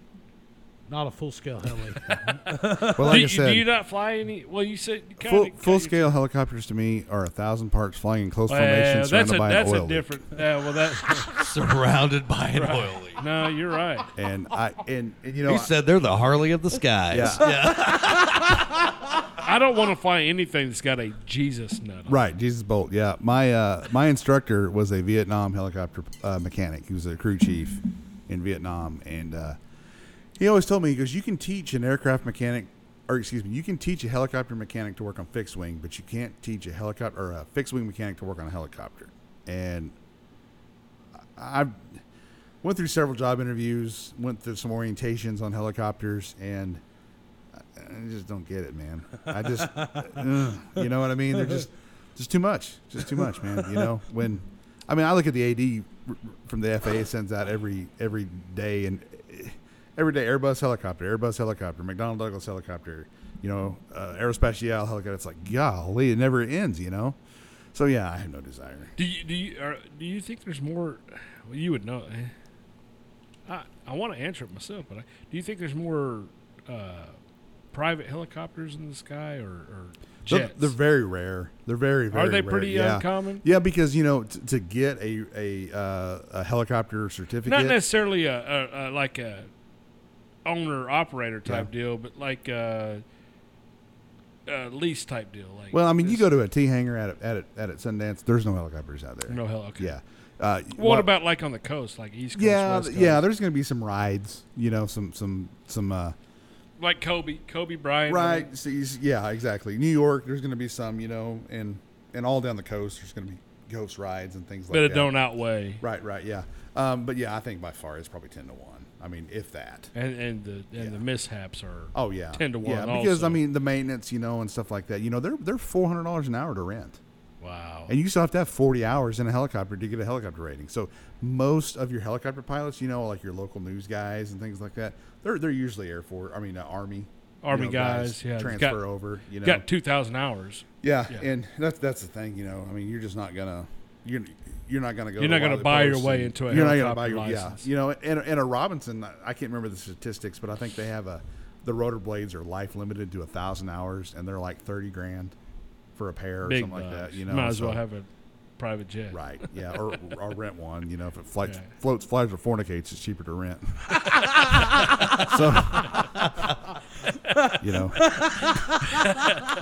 not a full scale heli.
Well,
do,
like I
you, do you
said,
not fly any? Well, you said you kinda-
full,
kinda-
full scale helicopters to me are a thousand parts flying in close
Well,
formation
that's
surrounded
a
by
that's
an
a
oil leak.
different. Yeah, well, that.
surrounded by an oil leak.
no, you're right.
And I and, and you know
He
I-
said they're the Harley of the skies.
Yeah.
I don't want to fly anything that's got a Jesus nut. On.
Right, Jesus Bolt. Yeah, my uh, my instructor was a Vietnam helicopter uh, mechanic. He was a crew chief in Vietnam, and uh, he always told me, he goes, "You can teach an aircraft mechanic, or excuse me, you can teach a helicopter mechanic to work on fixed wing, but you can't teach a helicopter or a fixed wing mechanic to work on a helicopter." And I I've went through several job interviews, went through some orientations on helicopters, and I I just don't get it, man. I just, ugh, you know what I mean? They're just, just too much, just too much, man. You know when, I mean, I look at the AD r- r- from the FAA sends out every every day and eh, every day Airbus helicopter, Airbus helicopter, McDonnell Douglas helicopter, you know, uh, Aerospatiale helicopter. It's like, golly, it never ends, you know. So yeah, I have no desire.
Do you do you are, do you think there's more? Well, you would know. eh? I I want to answer it myself, but I, do you think there's more uh, private helicopters in the sky or, or
They're-
jets?
They're, very rare. They're very, very
are they
rare,
pretty
yeah.
uncommon?
Yeah, because you know t- to get a a, uh, a helicopter certificate.
Not necessarily a, a, a like a owner operator type
Yeah.
deal, but like a, a lease type deal. Like
Well, I mean, you
this-
go to a T hangar at a, at a, at a Sundance. There's no helicopters out there.
no hell. Okay.
Yeah. Uh,
What about like on the coast, like East Coast?
Yeah,
West Coast?
yeah. There's going to be some rides. You know, some some some. Uh,
like Kobe, Kobe Bryant.
right. so you s- yeah. Exactly. New York. There's going to be some. You know, and and all down the coast. There's going to be ghost rides and things like
but
that.
it don't outweigh.
Right. Right. Yeah. Um, but yeah, I think by far it's probably ten to one. I mean, if that.
And and the and
Yeah.
the mishaps are.
Oh yeah,
10 to
Yeah,
1
because
also.
I mean the maintenance, you know, and stuff like that. You know, they're they're four hundred dollars an hour to rent,
Wow.
and you still have to have forty hours in a helicopter to get a helicopter rating. So most of your helicopter pilots, you know, like your local news guys and things like that, they're they're usually Air Force. I mean, uh, Army.
Army
you know,
guys, yeah,
transfer
got-
over. You know,
Got two thousand hours.
yeah,
yeah.
and that's that's the thing. You know, I mean, you're just not gonna you're you're not gonna go.
You're not
to
gonna
Wiley
buy your
Post
way
and-
into a
You're not gonna
helicopter
buy your
license.
yeah. You know, and and a Robinson, I I can't remember the statistics, but I think they have a the rotor blades are life limited to a thousand hours, and they're like thirty grand for a pair or
Big
something like that.
bucks.
You know,
might as well
so-
have a private jet.
right, yeah, or or rent one. You know, if it flights,
Right.
floats, flies, or fornicates, it's cheaper to rent. so, you know,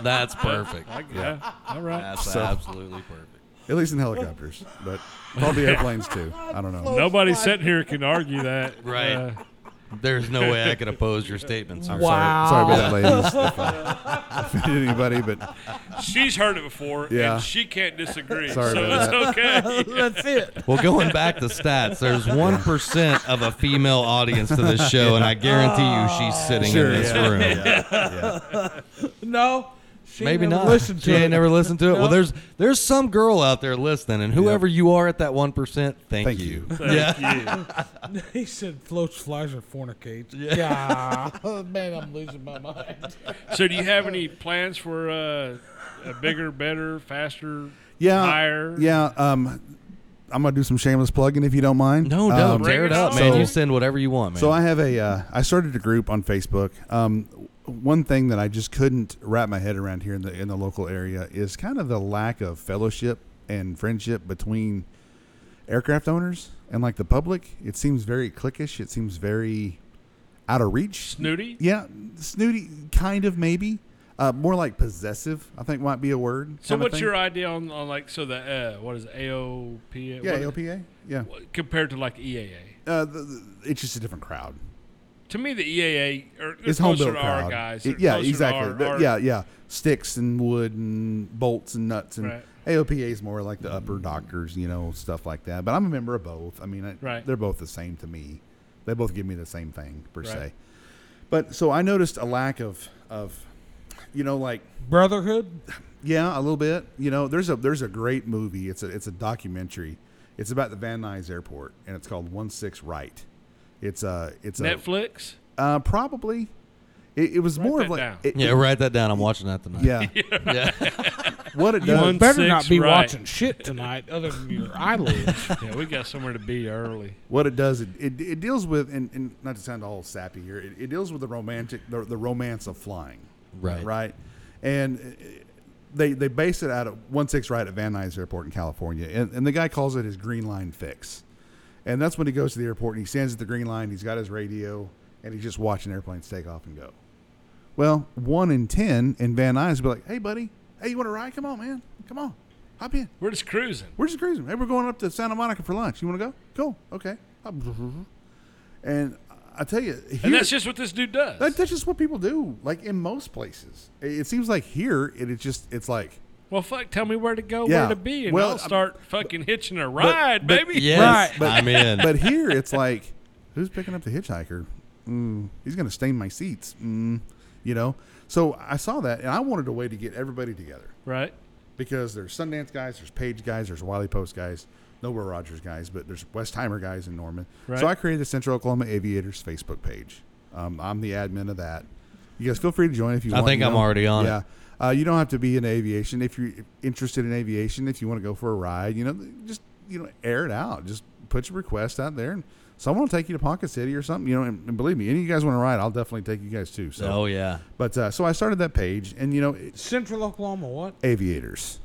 That's perfect.
Like, yeah. All right.
That's
So-
absolutely perfect.
at least in helicopters, but probably airplanes too. I don't know.
Nobody sitting here can argue that.
Right.
Uh,
There's no way I could oppose your statement. sir.
I'm
Wow.
Sorry, sorry about that, ladies. if I offended anybody, but
she's heard it before,
Yeah.
and she can't disagree.
Sorry
so
about
it's okay.
That's it.
Well, going back to stats, there's one percent of a female audience to this show, and I guarantee you she's sitting
Sure,
in this
yeah.
room.
yeah,
No, she
Maybe
never
not.
Listened
she
to it.
ain't never listened to it.
No.
Well, there's there's some girl out there listening, and whoever you are at that one percent, thank,
Thank
you.
you.
Yeah,
He said floats, flies, or fornicates. Yeah. Man, I'm losing my mind.
so do you have any plans for uh, a bigger, better, faster,
yeah,
higher?
yeah. Um, I'm gonna do some shameless plugging if you don't mind.
no,
Um,
don't
Bring
tear it
it
up,
on.
man.
So-
you send whatever you want, man.
So I have a. Uh, I started a group on Facebook. Um, one thing that I just couldn't wrap my head around here in the in the local area is kind of the lack of fellowship and friendship between aircraft owners and like the public. It seems very cliquish. It seems very out of reach.
Snooty.
Yeah, snooty, kind of maybe. Uh, more like possessive, I think might be a word.
So
kinda
what's
thing.
your uh, idea on, on like so the uh, what is it, AOP?
yeah
What-
LPA? Yeah,
compared to like EAA.
uh, the, the, it's just a different crowd.
To me, the EAA are they're
It's home
closer
built
to
crowd.
our guys.
It-
They're
yeah,
closer to
exactly.
our-
The-
our-
yeah, yeah. Sticks and wood and bolts and nuts and
Right.
AOPA is more like the upper doctors, you know, stuff like that. But I'm a member of both. I mean, I,
Right.
they're both the same to me. They both give me the same thing per se.
Right.
But so I noticed a lack of of, you know, like
Brotherhood.
Yeah, a little bit. You know, there's a there's a great movie. It's a it's a documentary. It's about the Van Nuys Airport, and it's called One Six Right. It's a it's
Netflix.
a uh, probably. It, it was more
that
of like
down.
it-
yeah,
it-
write that down. I'm watching that tonight.
yeah.
yeah.
What it does,
One-
Uh, Better
Six,
not be
right.
watching shit tonight, other than your eyelids.
yeah, we got somewhere to be early.
what it does, it, it, it deals with, and, and not to sound all sappy here, it, it deals with the romantic, the, the romance of flying,
Right.
right, and uh, they they base it out of one six right at Van Nuys Airport in California, and, and the guy calls it his green line fix, and that's when he goes to the airport and he stands at the green line, he's got his radio, and he's just watching airplanes take off and go. Well, one in ten in Van Nuys will be like, hey buddy, hey you want to ride? Come on, man, come on, hop in.
We're just cruising.
We're just cruising. Hey, we're going up to Santa Monica for lunch. You want to go? Cool. Okay. And I tell you, here,
And that's just what this dude does.
that- that's just what people do. Like in most places, it, it seems like here it is just it's like
well, fuck, tell me where to go,
Yeah.
where to be, and
Well,
I'll
I'm-
start fucking hitching a ride,
but-
baby.
Yes,
Right,
but-
I'm in.
But here it's like, who's picking up the hitchhiker? Mm, he's going to stain my seats. Mm, you know. So I saw that, and I wanted a way to get everybody together.
Right.
because there's Sundance guys, there's Page guys, there's Wiley Post guys, Nowhere Rogers guys, but there's Westheimer guys in Norman.
Right.
So I created the Central Oklahoma Aviators Facebook page. Um, I'm the admin of that. You guys feel free to join if you
I
want.
think
you
I'm already on it.
Yeah. Uh, you don't have to be in aviation. If you're interested in aviation, if you want to go for a ride, you know, just, you know, air it out. Just put your request out there and someone will take you to Pocket City or something, you know, and, and believe me, any of you guys want to ride, I'll definitely take you guys too. So,
oh yeah,
but, uh, so I started that page and, you know, it's
Central Oklahoma, what?
aviators.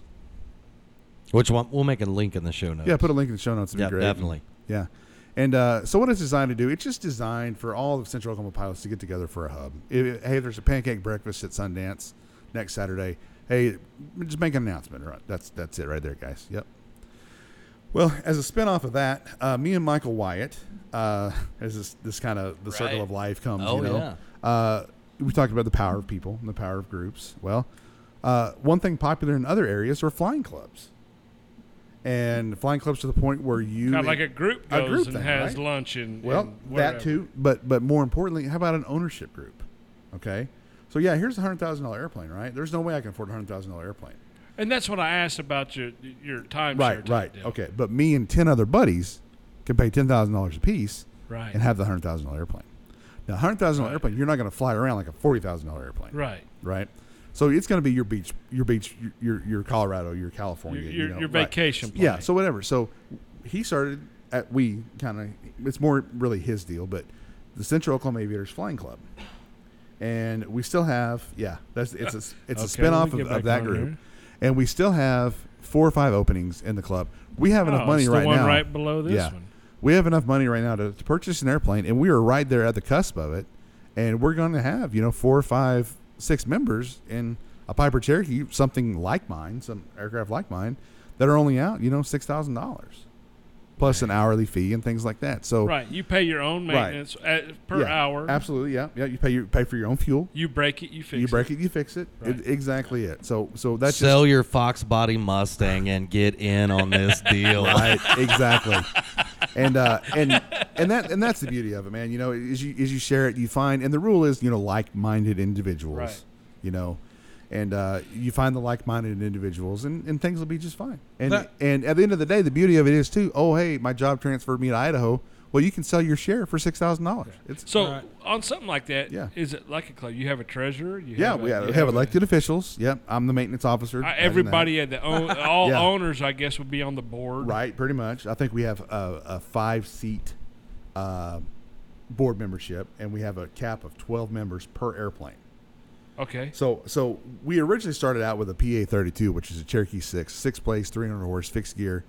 which one? We'll make a link in the show notes.
Yeah, put a link in the show notes. It'd
Yeah,
be great.
definitely.
Yeah. And uh, so, what it's designed to do, it's just designed for all of Central Oklahoma pilots to get together for a hub. If- hey, there's a pancake breakfast at Sundance next Saturday. Hey, just make an announcement. Right? That's that's it right there, guys. Yep. Well, as a spinoff of that, uh, me and Michael Wyatt, uh, as this, this kind of the circle
Right.
of life comes,
Oh,
you know, uh, we talked about the power of people and the power of groups. Well, uh, one thing popular in other areas are flying clubs, and flying clubs to the point where you
Kind of like a group
A
goes
group
and
thing,
has
right?
lunch and
well,
and wherever.
that too. But but more importantly, how about an ownership group? Okay, so yeah, here's a hundred thousand dollar airplane, right? There's no way I can afford a hundred thousand dollar airplane.
And that's what I asked about your your timeshare.
Right,
type
right,
deal.
okay. But me and ten other buddies can pay ten thousand dollars apiece
Right.
and have the hundred thousand dollar airplane. Now, hundred thousand dollar airplane, you're not going to fly around like a forty thousand dollar airplane,
right.
right? So it's going to be your beach, your beach, your your, your Colorado, your California,
Your,
Oh, you
your,
know,
your
right.
vacation plan.
Yeah, so whatever. So he started at we kind of it's more really his deal, but the Central Oklahoma Aviators Flying Club. And we still have yeah, that's it's a it's a
Okay, let me
spinoff
get
of,
back
of that
on
group.
here.
And we still have four or five openings in the club. We have enough
Oh,
money
it's the
right
one
now.
right below this one.
We have enough money right now to, to purchase an airplane and we are right there at the cusp of it. And we're gonna have, you know, four or five, six members in a Piper Cherokee, something like mine, some aircraft like mine, that are only out, you know, six thousand dollars. Plus an hourly fee and things like that. So
Right. You pay your own
Right.
maintenance at, per
yeah,
hour.
Absolutely, yeah. Yeah, you pay you pay for your own fuel.
You break it, you fix
you break
it.
it, you fix it.
Right.
It- exactly it. So so that's just
Sell your Fox Body Mustang and get in on this deal.
right exactly and uh and and that and that's the beauty of it man you know as you as you share it you find and the rule is you know like-minded individuals
Right.
you know and uh, you find the like-minded individuals and, and things will be just fine and
That-
and at the end of the day the beauty of it is too oh hey my job transferred me to idaho well you can sell your share for $6000 it's
So
Right.
on something like that, is
Yeah.
it like a club? You have a treasurer. You
yeah
have a,
we have,
you
we have elected officials yep i'm the maintenance officer
I-
Imagine that.
everybody at the own, all
Yeah.
owners, I guess, would be on the board.
Right, pretty much. I think we have a, a five seat uh, board membership, and we have a cap of twelve members per airplane.
Okay.
So, so we originally started out with a PA thirty two, which is a Cherokee six, six place, three hundred horse, fixed gear,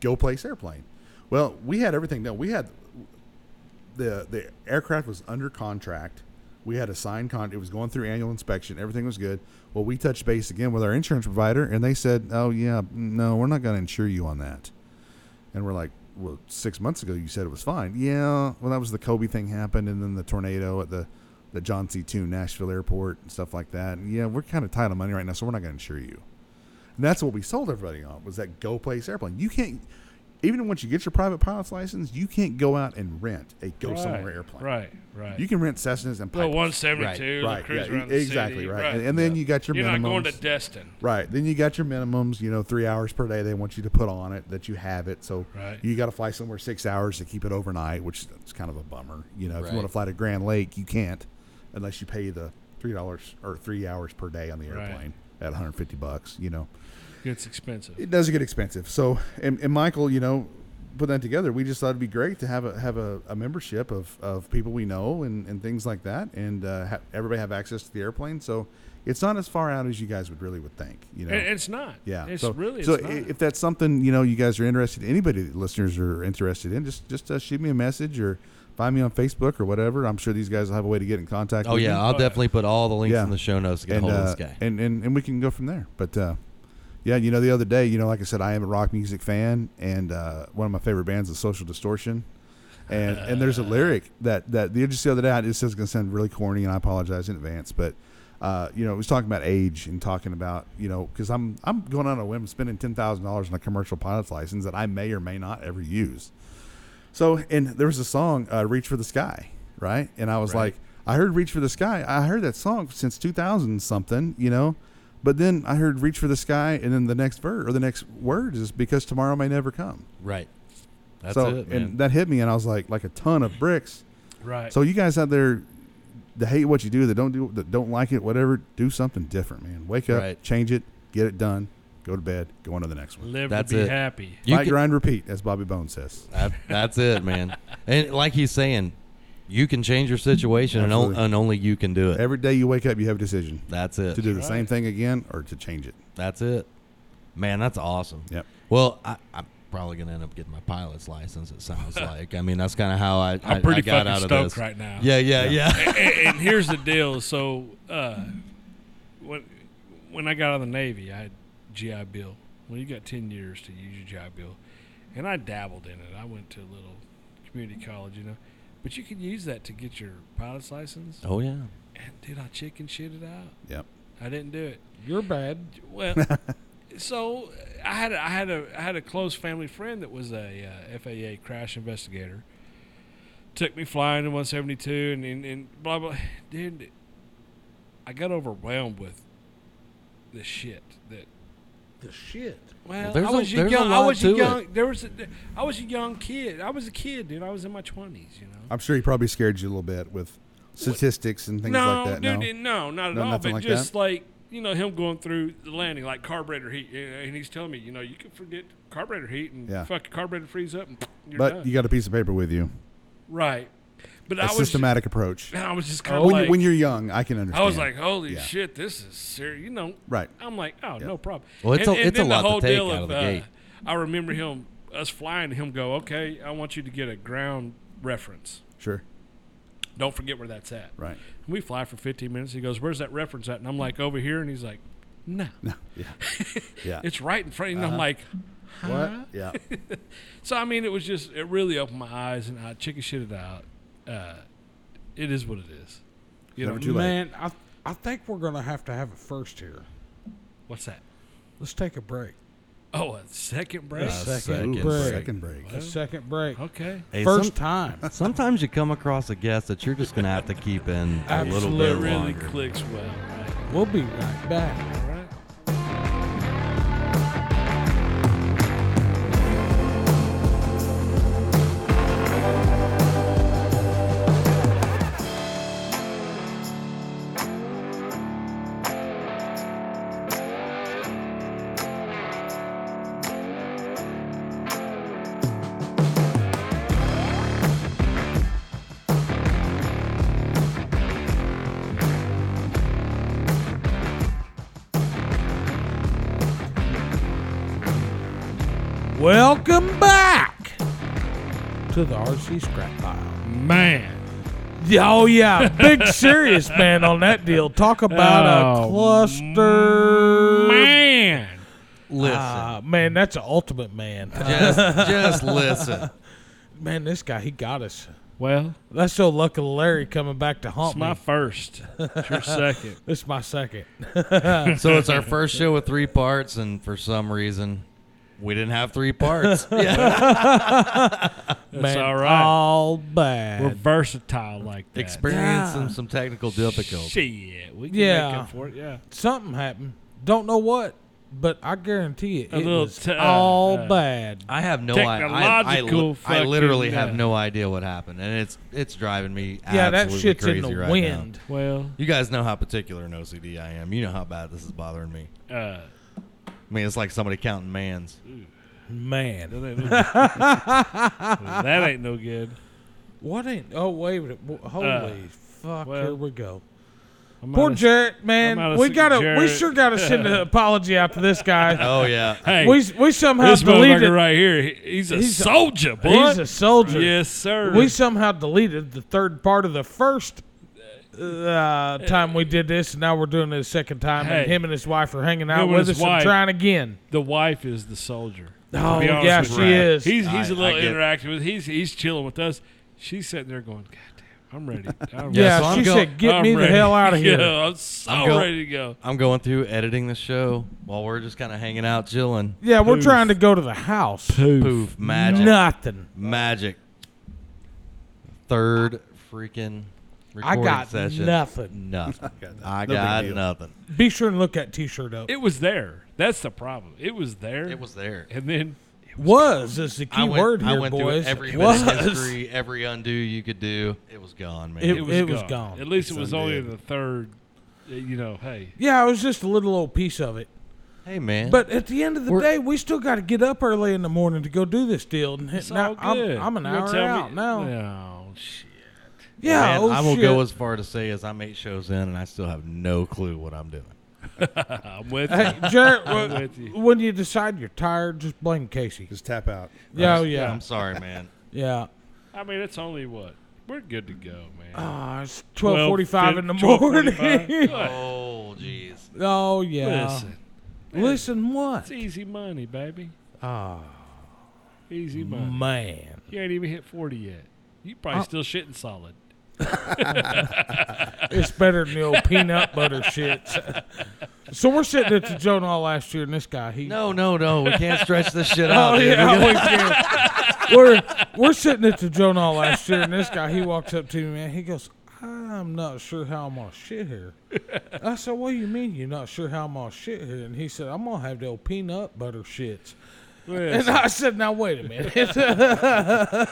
go place airplane. Well, we had everything done. We had the the aircraft was under contract. We had a signed contract. It was going through annual inspection. Everything was good. Well, we touched base again with our insurance provider, and they said, "Oh yeah, no, we're not going to insure you on that." And we're like, "Well, six months ago you said it was fine." Yeah. Well, that was the Kobe thing happened, and then the tornado at the the John C. Two Nashville Airport and stuff like that. And yeah, we're kind of tight on money right now, so we're not going to insure you. And that's what we sold everybody on was that go place airplane. You can't even once you get your private pilot's license, you can't go out and rent a go
Right.
somewhere airplane.
Right. Right.
You can rent Cessnas and
Well,
Pipers.
172,
right,
the cruise
yeah,
around the
exactly,
city,
right. And, and then you got your
You're
minimums.
not going to Destin.
Right. Then you got your minimums, you know, three hours per day they want you to put on it that you have it. So
Right.
you got to fly somewhere six hours to keep it overnight, which is kind of a bummer. You know, if you
Right.
want to fly to Grand Lake, you can't unless you pay the $3 or three hours per day on the
Right.
airplane at 150 bucks. You know,
It's expensive.
it does get expensive. So, and, and Michael, you know, put that together. We just thought it'd be great to have a have a, a membership of, of people we know and, and things like that, and uh, ha- everybody have access to the airplane. So, it's not as far out as you guys would really would think. You know,
And it's not.
yeah.
It's
so,
really.
so
it's
i-
not.
if that's something you know you guys are interested, anybody that listeners are interested in, just just uh, shoot me a message or find me on Facebook or whatever. I'm sure these guys will have a way to get in contact.
Oh
with
yeah,
me.
I'll definitely put all the links
Yeah.
in the show notes to get
and,
a hold
uh,
of this guy.
and and and we can go from there. But uh, yeah, you know, the other day, you know, like I said, I am a rock music fan, and uh, one of my favorite bands is Social Distortion. And and there's a lyric that that the just the other day, I- this is going to sound really corny, and I apologize in advance, but. Uh, you know, it was talking about age and talking about you know because I'm I'm going on a whim spending ten thousand dollars on a commercial pilot's license that I may or may not ever use. So, and there was a song, uh, "Reach for the Sky," right? And I was like, I heard "Reach for the Sky." I heard that song since 2000 something, you know. But then I heard "Reach for the Sky," and then the next verse or the next word is "Because tomorrow may never come."
right. That's
so,
it, man.
and that hit me, and I was like, like a ton of bricks.
right.
So, you guys out there that hate what you do, that don't do, that don't like it, whatever, do something different, man. Wake up,
Right.
change it, get it done, go to bed, go on to the next one.
Live
That's
to be
it.
happy.
You
Fight,
can-
grind, repeat, as Bobby Bones says.
that- that's it, man. And like he's saying, you can change your situation, and, on,
Absolutely.
and only you can do it.
Every day you wake up, you have a decision.
That's it.
to do the
Right.
same thing again or to change it.
That's it. Man, that's awesome.
Yep.
Well, I, I'm probably gonna end up getting my pilot's license. It sounds like. I mean, that's kind of how I, I,
I'm pretty
I got
fucking
out of
stoked
this.
right now.
Yeah, yeah, yeah.
and, and here's the deal. So uh, when when I got out of the Navy, I had GI Bill. Well, you got ten years to use your GI Bill, and I dabbled in it. I went to a little community college, you know. But you can use that to get your pilot's license.
oh yeah.
And did I chicken shit it out?
Yep.
I didn't do it.
You're bad.
Well, so uh, I had a, I had a I had a close family friend that was a uh, FAA crash investigator. Took me flying in 172 and, and and blah blah. Dude, I got overwhelmed with the shit that.
The shit.
Well,
there's
I
a-
was a
there's a
young. I
lot
was
to
a
it.
young. There was. A, I was a young kid. I was a kid, dude. I was in my twenties. You know.
I'm sure he probably scared you a little bit with statistics and things
no,
like that.
dude,
no,
it- no, not at
No,
all.
nothing
But
like
just
that?
like you know, him going through the landing like carburetor heat, you know, and he's telling me, you know, you can forget carburetor heat and
Yeah.
fuck your carburetor freeze up, and you're
but
done.
you got a piece of paper with you.
right. But
A
I was,
systematic approach.
and I was just kind of
When,
like,
you, when you're young, I can understand.
I was like, holy
Yeah.
shit, this is serious. You know,
Right.
I'm like, oh, no problem.
Well, it's
and,
a-
and
it's a
then the
lot to
whole
take
deal
out
of,
of the
uh,
gate.
I remember him, us flying, him go, okay, I want you to get a ground reference.
sure,
Don't forget where that's at.
right,
We fly for 15 minutes. He goes, "Where's that reference at?" And I'm like, "Over here." And he's like, "No,
yeah, yeah.
it's right in front."
Uh-huh.
And I'm like,
what? Yeah,
"So I mean, it was just it really opened my eyes, and I chicken shit it out. Uh, it is what it is. You
Never
know,
too late.
Man, I I think we're gonna have to have a first here.
what's that?
Let's take a break.
Oh, a second break.
Uh,
Second
second
break.
break.
second break.
A second break.
okay,
Hey,
first
some-
time.
sometimes you come across a guest that you're just gonna have to keep in a little
Absolutely.
bit
it really
longer.
clicks well. Right?
We'll be right back.
All right.
Welcome back to the RC scrap pile.
Man,
Yeah, Oh yeah, big serious man on that deal. Talk about
Oh,
a cluster.
man,
Listen,
Ah, man, that's an ultimate man.
just just listen.
man, this guy, he got us.
well,
That's so lucky Larry coming back to
it's
haunt
my
me.
first. It's your second.
This is my second.
So it's our first show with three parts, and for some reason, we didn't have three parts. yeah.
That's
all right.
All
We're
bad.
versatile like that.
Experiencing
Yeah.
some technical difficulties.
Shit, we can
Yeah.
make up for it. Yeah.
Something happened. Don't know what. but I guarantee it,
A
it
little
was
t- uh,
all
uh,
bad.
I have no idea. I,
Technological
I, I literally
fucking,
have
uh,
no idea what happened, and it's it's driving me
yeah, that
absolutely
shit's in
crazy
the
right now.
wind.
Well,
You guys know how particular and OCD I am. You know how bad this is bothering me.
uh,
I mean, it's like somebody counting mans.
Man,
that ain't no, that ain't no good.
what ain't? Oh wait, a minute. Wh- holy
Uh,
fuck!
well,
here we go.
I might
Poor
have-
Jarrett,
might
man.
have
We
seen
gotta, we
Jarrett.
sure gotta send an apology out to this guy.
Oh yeah.
Hey,
we we somehow
this
deleted.
motherfucker right here. he- He's a
He's a-
soldier, boy.
He's a soldier.
Yes, sir.
We somehow deleted the third part of the first uh, time we did this, and now we're doing it a second time. and
Hey.
him and his wife are hanging out
and
with
his
us and
wife.
trying again.
the wife is the soldier. to
Oh
be honest
yeah,
with
she
you.
Right.
is.
He's he's
I-
a
I
little
get it.
interactive with. He's he's chilling with us. She's sitting there going, "God damn, I'm ready. I'm
yeah,
so I'm
she
go-
said, "Get
I'm
me
ready.
the hell out of here."
Yeah, I'm so
I'm go-
ready to go.
I'm going through editing the show while we're just kind of hanging out, chilling.
Yeah, we're
Poof.
trying to go to the house.
Poof, magic,
Nothing.
magic. Third freaking
I
recording
got
session.
nothing.
Nothing. I
No big
got
deal.
nothing.
Be sure and look that T-shirt up.
It was there. That's the problem. It was there.
It was there.
and then
was is the key
I went,
word here,
I went
boys.
through every
it
bit of
was.
history, every undo you could do. It was gone, man.
It-
it was,
was gone.
At least it was only
Sunday.
the third. uh, You know, hey,
Yeah, it was just a little old piece of it.
hey, man.
But at the end of the
We're-
day, we still got to get up early in the morning to go do this deal. And
it's
now
all good.
I'm, I'm an
You gonna
hour
tell me-
out now. Yeah,
No shit.
Man,
oh,
I will
shit.
go as far to say as I'm eight shows in and I still have no clue what I'm doing.
I'm with
Hey,
you.
Jarrett,
I'm
when,
with you.
when you decide you're tired, just blame Casey.
Just tap out.
Yeah, oh,
I'm-
yeah,
I'm sorry, man.
yeah.
I mean, it's only what we're good to go, man.
Ah, it's
12:45
12:45 in the morning.
12:45.
oh, jeez.
oh yeah.
Listen,
Listen what?
it's easy money, baby.
Oh
Easy money.
man.
You ain't even hit 40 yet. You probably
Oh.
still shitting solid.
It's better than the old peanut butter shit. So we're sitting at the Joe and all last year, and this guy, he.
No, no, no. We can't stretch this shit out.
Oh,
dude.
yeah.
We got-
we can't. we're, we're sitting at the Joe and all last year, and this guy, he walks up to me, man. He goes, I'm not sure how I'm going to shit here. I said, What do you mean you're not sure how I'm going to shit here? And he said, I'm going to have the old peanut butter shits. And
Listen,
I said, Now, wait a minute.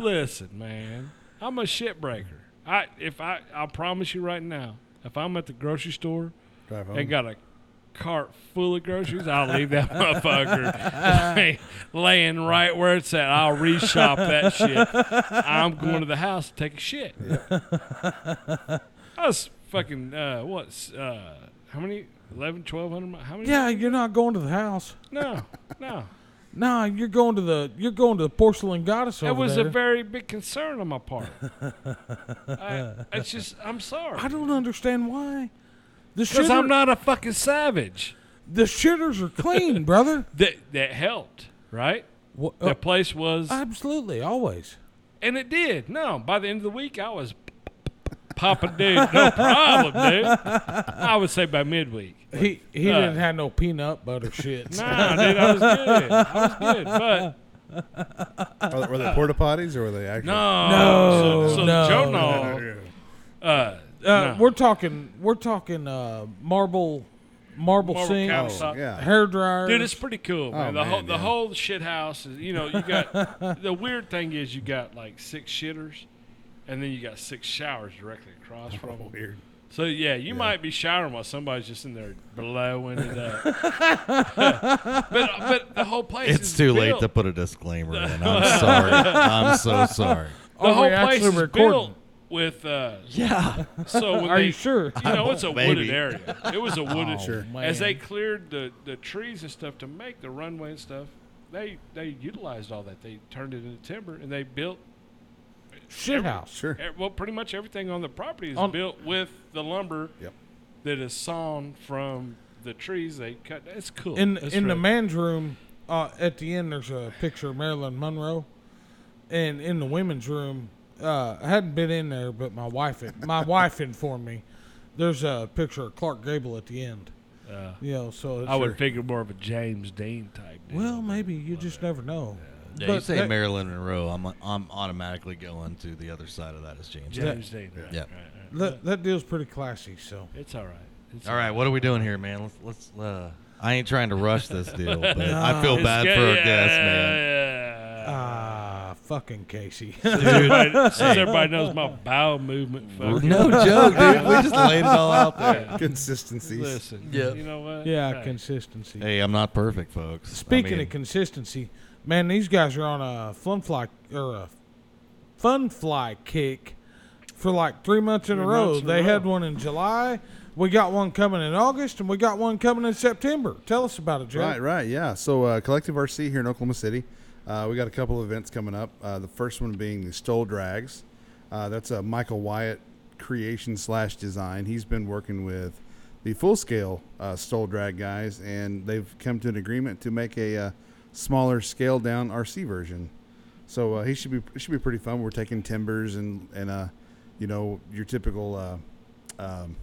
listen, man. I'm a shit breaker. I if I I promise you right now, if I'm at the grocery store
Drive home.
and got a cart full of groceries, I'll leave that motherfucker lay- laying right where it's at. I'll reshop that shit. I'm going to the house to take a shit. I was fucking uh what's uh how many 11 1200 mi- how many
yeah, you're not going to the house.
no no
Nah, you're going to the you're going to the porcelain goddess over
That was
there.
a very big concern on my part. I, it's just, I'm sorry.
I don't understand why. The
Because
shitter,
I'm not a fucking savage.
the shitters are clean, brother.
That that helped, right?
Wha-
The
uh,
place was,
absolutely, always.
and it did. No, by the end of the week, I was popping, dude. No problem, dude. I would say by midweek.
He he
Uh,
didn't have no peanut butter shit. Uh,
Nah, dude, I was good. I was good. But
Are- were they porta potties or were they Oh, actually?
no,
No,
So, so
no,
Joe,
no,
no. Uh,
uh,
no.
We're talking we're talking uh, marble marble,
Marble
sink,
counter.
Oh, yeah.
hair dryer.
Dude, it's pretty cool, man. the
man,
whole the
yeah.
whole shit house is you know, you got the weird thing is you got like six shitters and then you got six showers directly across from them.
Weird.
So yeah, you might be showering while somebody's just in there blowing it up. but but the whole place
It's
is
too late
built-
to put a disclaimer in. I'm sorry. I'm so sorry.
the
Are
whole
we
place
actually
is
recording?
built with uh
Yeah.
so when
Are
they,
you sure?
You know, it's a wooded
Maybe.
area. It was a wooded.
Oh,
Sure.
man.
As they cleared the, the trees and stuff to make the runway and stuff, they they utilized all that. They turned it into timber and they built
shit house.
Sure.
eh, well pretty much everything on the property is
On-
built with the lumber
Yep.
that is sawn from the trees they cut. It's cool.
In
It's
in the
really-
man's room, uh, at the end there's a picture of Marilyn Monroe, and in the women's room, uh, I hadn't been in there, but my wife my wife informed me there's a picture of Clark Gable at the end.
uh,
You know, so it's
I would figure more of a James Dean type. Dude.
Well, maybe you just never know.
Yeah, you
But
say
that-
Marilyn Monroe, I'm I'm automatically going to the other side of that as James.
James Dean. right,
Yeah.
right, right.
That that deal's pretty classy. So
It's all right. It's
All right, what are we doing here, man? Let's let's. Uh,
I ain't trying to rush this deal, but I feel
It's
bad
good-
for
yeah,
a guest, man.
yeah, yeah.
Ah, fucking Casey.
Everybody- since everybody knows my bowel movement, fucking
No joke, dude.
We just laid it all out there.
Consistencies.
listen.
Yeah.
You know what?
yeah,
Hey.
consistency.
Hey, I'm not perfect, folks. I
Speaking
mean,
of consistency, man, these guys are on a fun fly or a fun fly kick for like three months in a
Three
row.
months in a
They had
row.
one in July. We got one coming in August, and we got one coming in September. Tell us about it, Joe.
Right, right, yeah. So uh, Collective RC here in Oklahoma City, uh, we got a couple of events coming up. Uh, the first one being the Stole Drags. Uh, that's a Michael Wyatt creation slash design. He's been working with the full scale uh, Stole Drag guys, and they've come to an agreement to make a uh, smaller scale down RC version. So uh, he should be it should be pretty fun. We're taking timbers and and uh, you know your typical uh, um,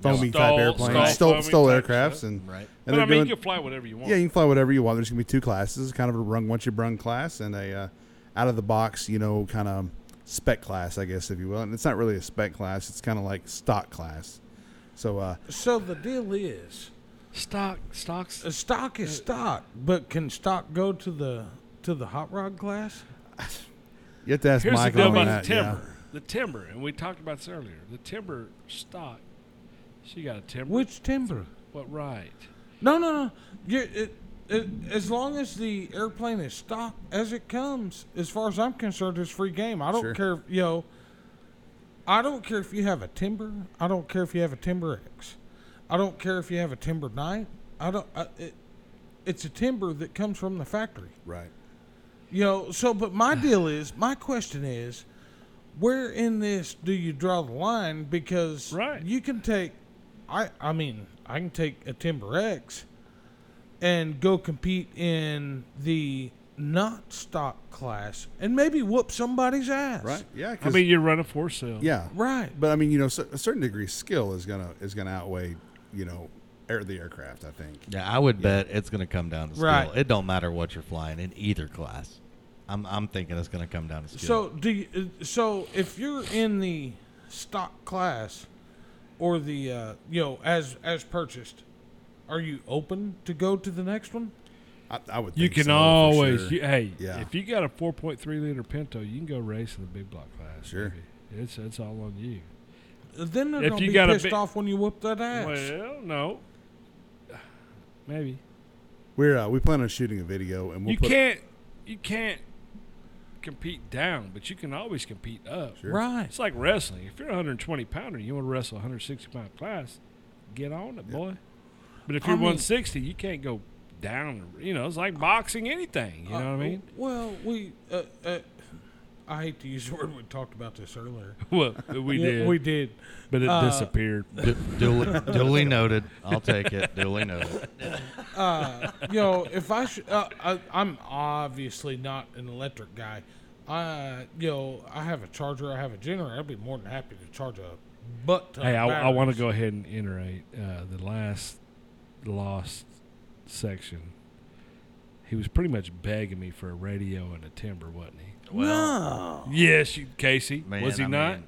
foamy type
Stall-
airplanes,
stall
stole,
foamy
stole
type
aircrafts,
stuff.
and
Right.
and
but
they're
I mean,
doing-
you can fly whatever you want.
yeah, you can fly whatever you want. There's gonna be two classes, kind of a rung once you brung class and a uh, out of the box, you know, kind of spec class, I guess, if you will. And it's not really a spec class; it's kind of like stock class. So, uh,
So the deal is,
Stock, stocks.
uh, stock is stock, but can stock go to the to the hot rod class?
you have to ask
Here's the
Michael
deal
on
about
that.
the
yeah.
timber. The timber, and we talked about this earlier. The timber stock. She got a timber.
Which timber?
What right?
No, no, no. you it, it, as long as the airplane is stocked as it comes, as far as I'm concerned, it's free game. I don't
Sure.
care, if, you know. I don't care if you have a timber. I don't care if you have a timber X. I don't care if you have a timber nine. I don't. I, it, it's a timber that comes from the factory.
Right.
You know, so but my deal is, my question is, where in this do you draw the line? Because
Right.
you can take, I I mean, I can take a Timber X, and go compete in the not stock class, and maybe whoop somebody's ass.
Right. Yeah.
I
'cause-
mean, you're running for sale.
yeah.
Right.
But I mean, you know, cer- a certain degree skill is gonna is gonna outweigh, you know, air the aircraft. I think.
Yeah, I would bet it's going to come down to skill.
Right.
It don't matter what you're flying in either class. I'm, I'm thinking it's going to come down to skill.
So do you, uh, so if you're in the stock class or the uh, you know as as purchased, are you open to go to the next one?
I, I would. Think
You can
so, for
always.
sure.
You, hey,
Yeah.
if you got a 4.3 liter Pinto, you can go race in the big block class.
Sure.
baby. It's it's all on you.
Then they're
If
gonna
you
be
got a
pissed
big-
off when you whoop that ass.
Well, no. Maybe.
We're uh, we plan on shooting a video, and we'll
you
put
can't you can't compete down, but you can always compete up.
Sure.
Right.
It's like wrestling. If you're a 120 pounder, and you want to wrestle a 160 pound class, get on it, boy. But if
I
you're
mean-
160, you can't go down. You know, it's like boxing anything. You know what I mean?
Well, we. Uh, uh, I hate to use the word. We talked about this earlier.
Well, we
Yeah,
did,
We did.
but it
uh,
disappeared.
Du- duly, duly noted. I'll take it. Duly noted.
Uh, you know, if I should, uh, I, I'm obviously not an electric guy. I, you know, I have a charger. I have a generator. I'd be more than happy to charge a butt. ton
Hey, I,
of
I want to
batteries.
go ahead and iterate uh, the last lost section. He was pretty much begging me for a radio and a timber, wasn't he?
Well,
Yes, you, Casey.
Man,
was he
I
not?
mean,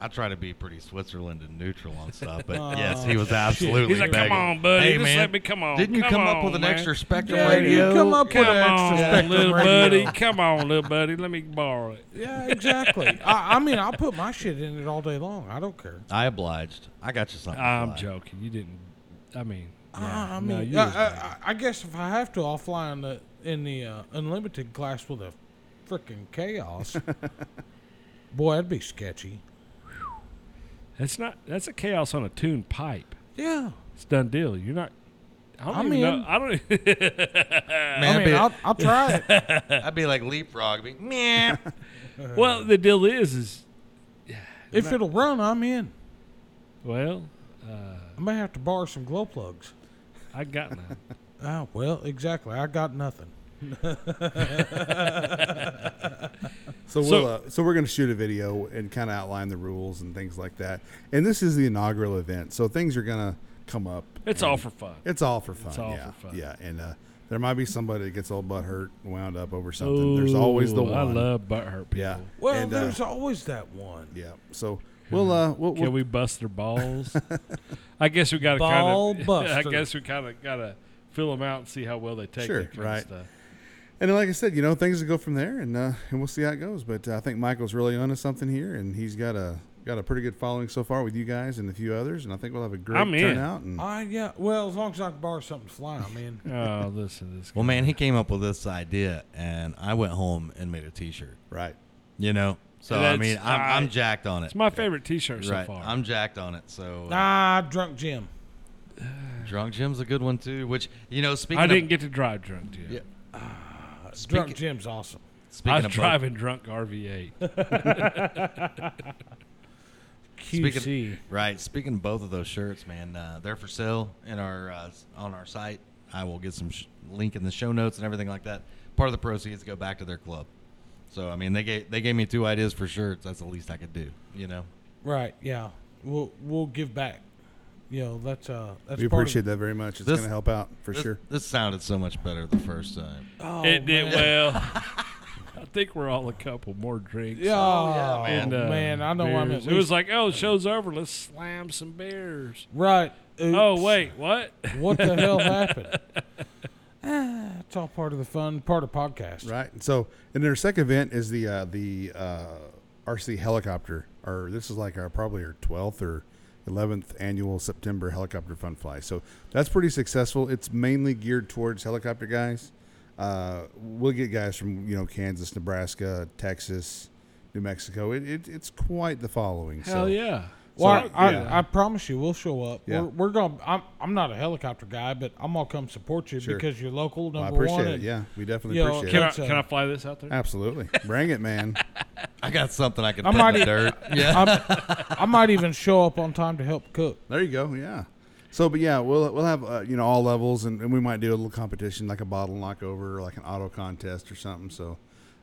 I try to be pretty Switzerland and neutral on stuff, but
Oh,
yes, he was absolutely.
He's like,
begging.
come on, buddy.
Hey,
just
man,
let me come on.
didn't you
come
come up
on,
with an
man.
extra spectrum
yeah,
radio?
you come up
Come
with an
on,
extra spectrum
little
radio.
buddy. Come on, little buddy. Let me borrow it.
Yeah, exactly. I, I mean, I'll put my shit in it all day long. I don't care.
I obliged. I got you something. to
I'm
fly.
joking. You didn't. I mean,
Ah,
yeah,
I
no,
mean,
you
uh,
was begging.
I, I, I guess if I have to, I'll fly in the in the uh, unlimited class with a freaking chaos. Boy, that'd be sketchy.
that's not. That's a chaos on a tuned pipe.
Yeah,
It's done deal. You're not. I don't
I'm
even
in.
know. I don't.
Man,
I
I'd,
mean,
be,
I'll, I'll try it.
I'd be like leapfrog. Be, meh.
well, the deal is, is
if it'll run, I'm in.
well, uh,
I may have to borrow some glow plugs.
I got none.
Ah, well, exactly. I got nothing.
So we'll
So-
uh, so we're going to shoot a video and kind of outline the rules and things like that. And this is the inaugural event, so things are going to come up.
It's all for fun.
It's all for fun.
all
yeah,
for fun.
yeah. And uh, there might be somebody that gets all butt hurt, wound up over something. There's always the
Ooh,
one.
I love Oh, butthurt people.
Yeah.
Well,
and, uh,
there's always that one.
yeah. So We'll uh, we'll,
Can
we'll
we bust their balls? I guess we got to
Ball
kind of. I
buster.
guess we kind of got to fill them out and see how well they take
Sure,
that kind
right.
of stuff.
and like I said, you know things will go from there, and uh, and we'll see how it goes. But uh, I think Michael's really onto something here, and he's got a got a pretty good following so far with you guys and a few others, and I think we'll have a great
I'm in.
turnout. And
I yeah. Well, as long as I can borrow something to fly, I'm in.
Oh, listen, to this.
Well, man, he came up with this idea, and I went home and made a T-shirt.
right,
You know, so
And
I
that's-
mean, I'm,
I-
I'm jacked on it.
It's my favorite T-shirt so
right,
far.
I'm jacked on it. So uh,
Nah, Ah, drunk Jim.
drunk Jim's a good one too. Which you know, speaking
I
of
didn't get to drive drunk yet.
Yeah.
Drunk Jim's awesome.
speaking
I was
of both-
driving drunk RV8.
QC.
Speaking right, speaking of both of those shirts, man, uh, they're for sale in our uh, s- on our site. I will get some sh- link in the show notes and everything like that. Part of the proceeds go back to their club. So I mean, they gave they gave me two ideas for shirts. That's the least I could do. You know,
right. Yeah. We'll we'll give back. You know that's uh that's
we
part
appreciate
of
that very much. It's
This-
going to help out for
this,
sure.
This sounded so much better the first time.
Oh,
it did
man.
well. I think we're all a couple more drinks.
Oh,
Oh,
Yeah, Oh,
yeah,
man.
man.
uh,
I know I'm
beers.
at
It was
least,
like, oh, show's over. Let's slam some beers.
right. Oops.
Oh wait, what?
what the hell happened? Ah, it's all part of the fun, part of podcast.
Right. And so, and their second event is the uh, the uh, RC helicopter, or this is like our probably our twelfth or eleventh annual September helicopter fun fly. So that's pretty successful. It's mainly geared towards helicopter guys. Uh, we'll get guys from you know Kansas, Nebraska, Texas, New Mexico. It, it it's quite the following. so.
Hell yeah.
Well,
So,
I,
yeah.
I, I promise you, we'll show up.
Yeah.
We're, we're gonna. I'm, I'm not a helicopter guy, but I'm gonna come support you
Sure.
because you're local. Number
I appreciate
one,
it.
and-
Yeah, we definitely
Yo,
appreciate
can
it.
I,
That's, uh,
can I fly this out there?
Absolutely, bring it, man.
I got something I can
I
put in
might e-
the dirt. Yeah,
I'm- I might even show up on time to help cook.
There you go. Yeah. So, but yeah, we'll we'll have uh, you know all levels, and, and we might do a little competition like a bottle knockover, or like an auto contest or something. So,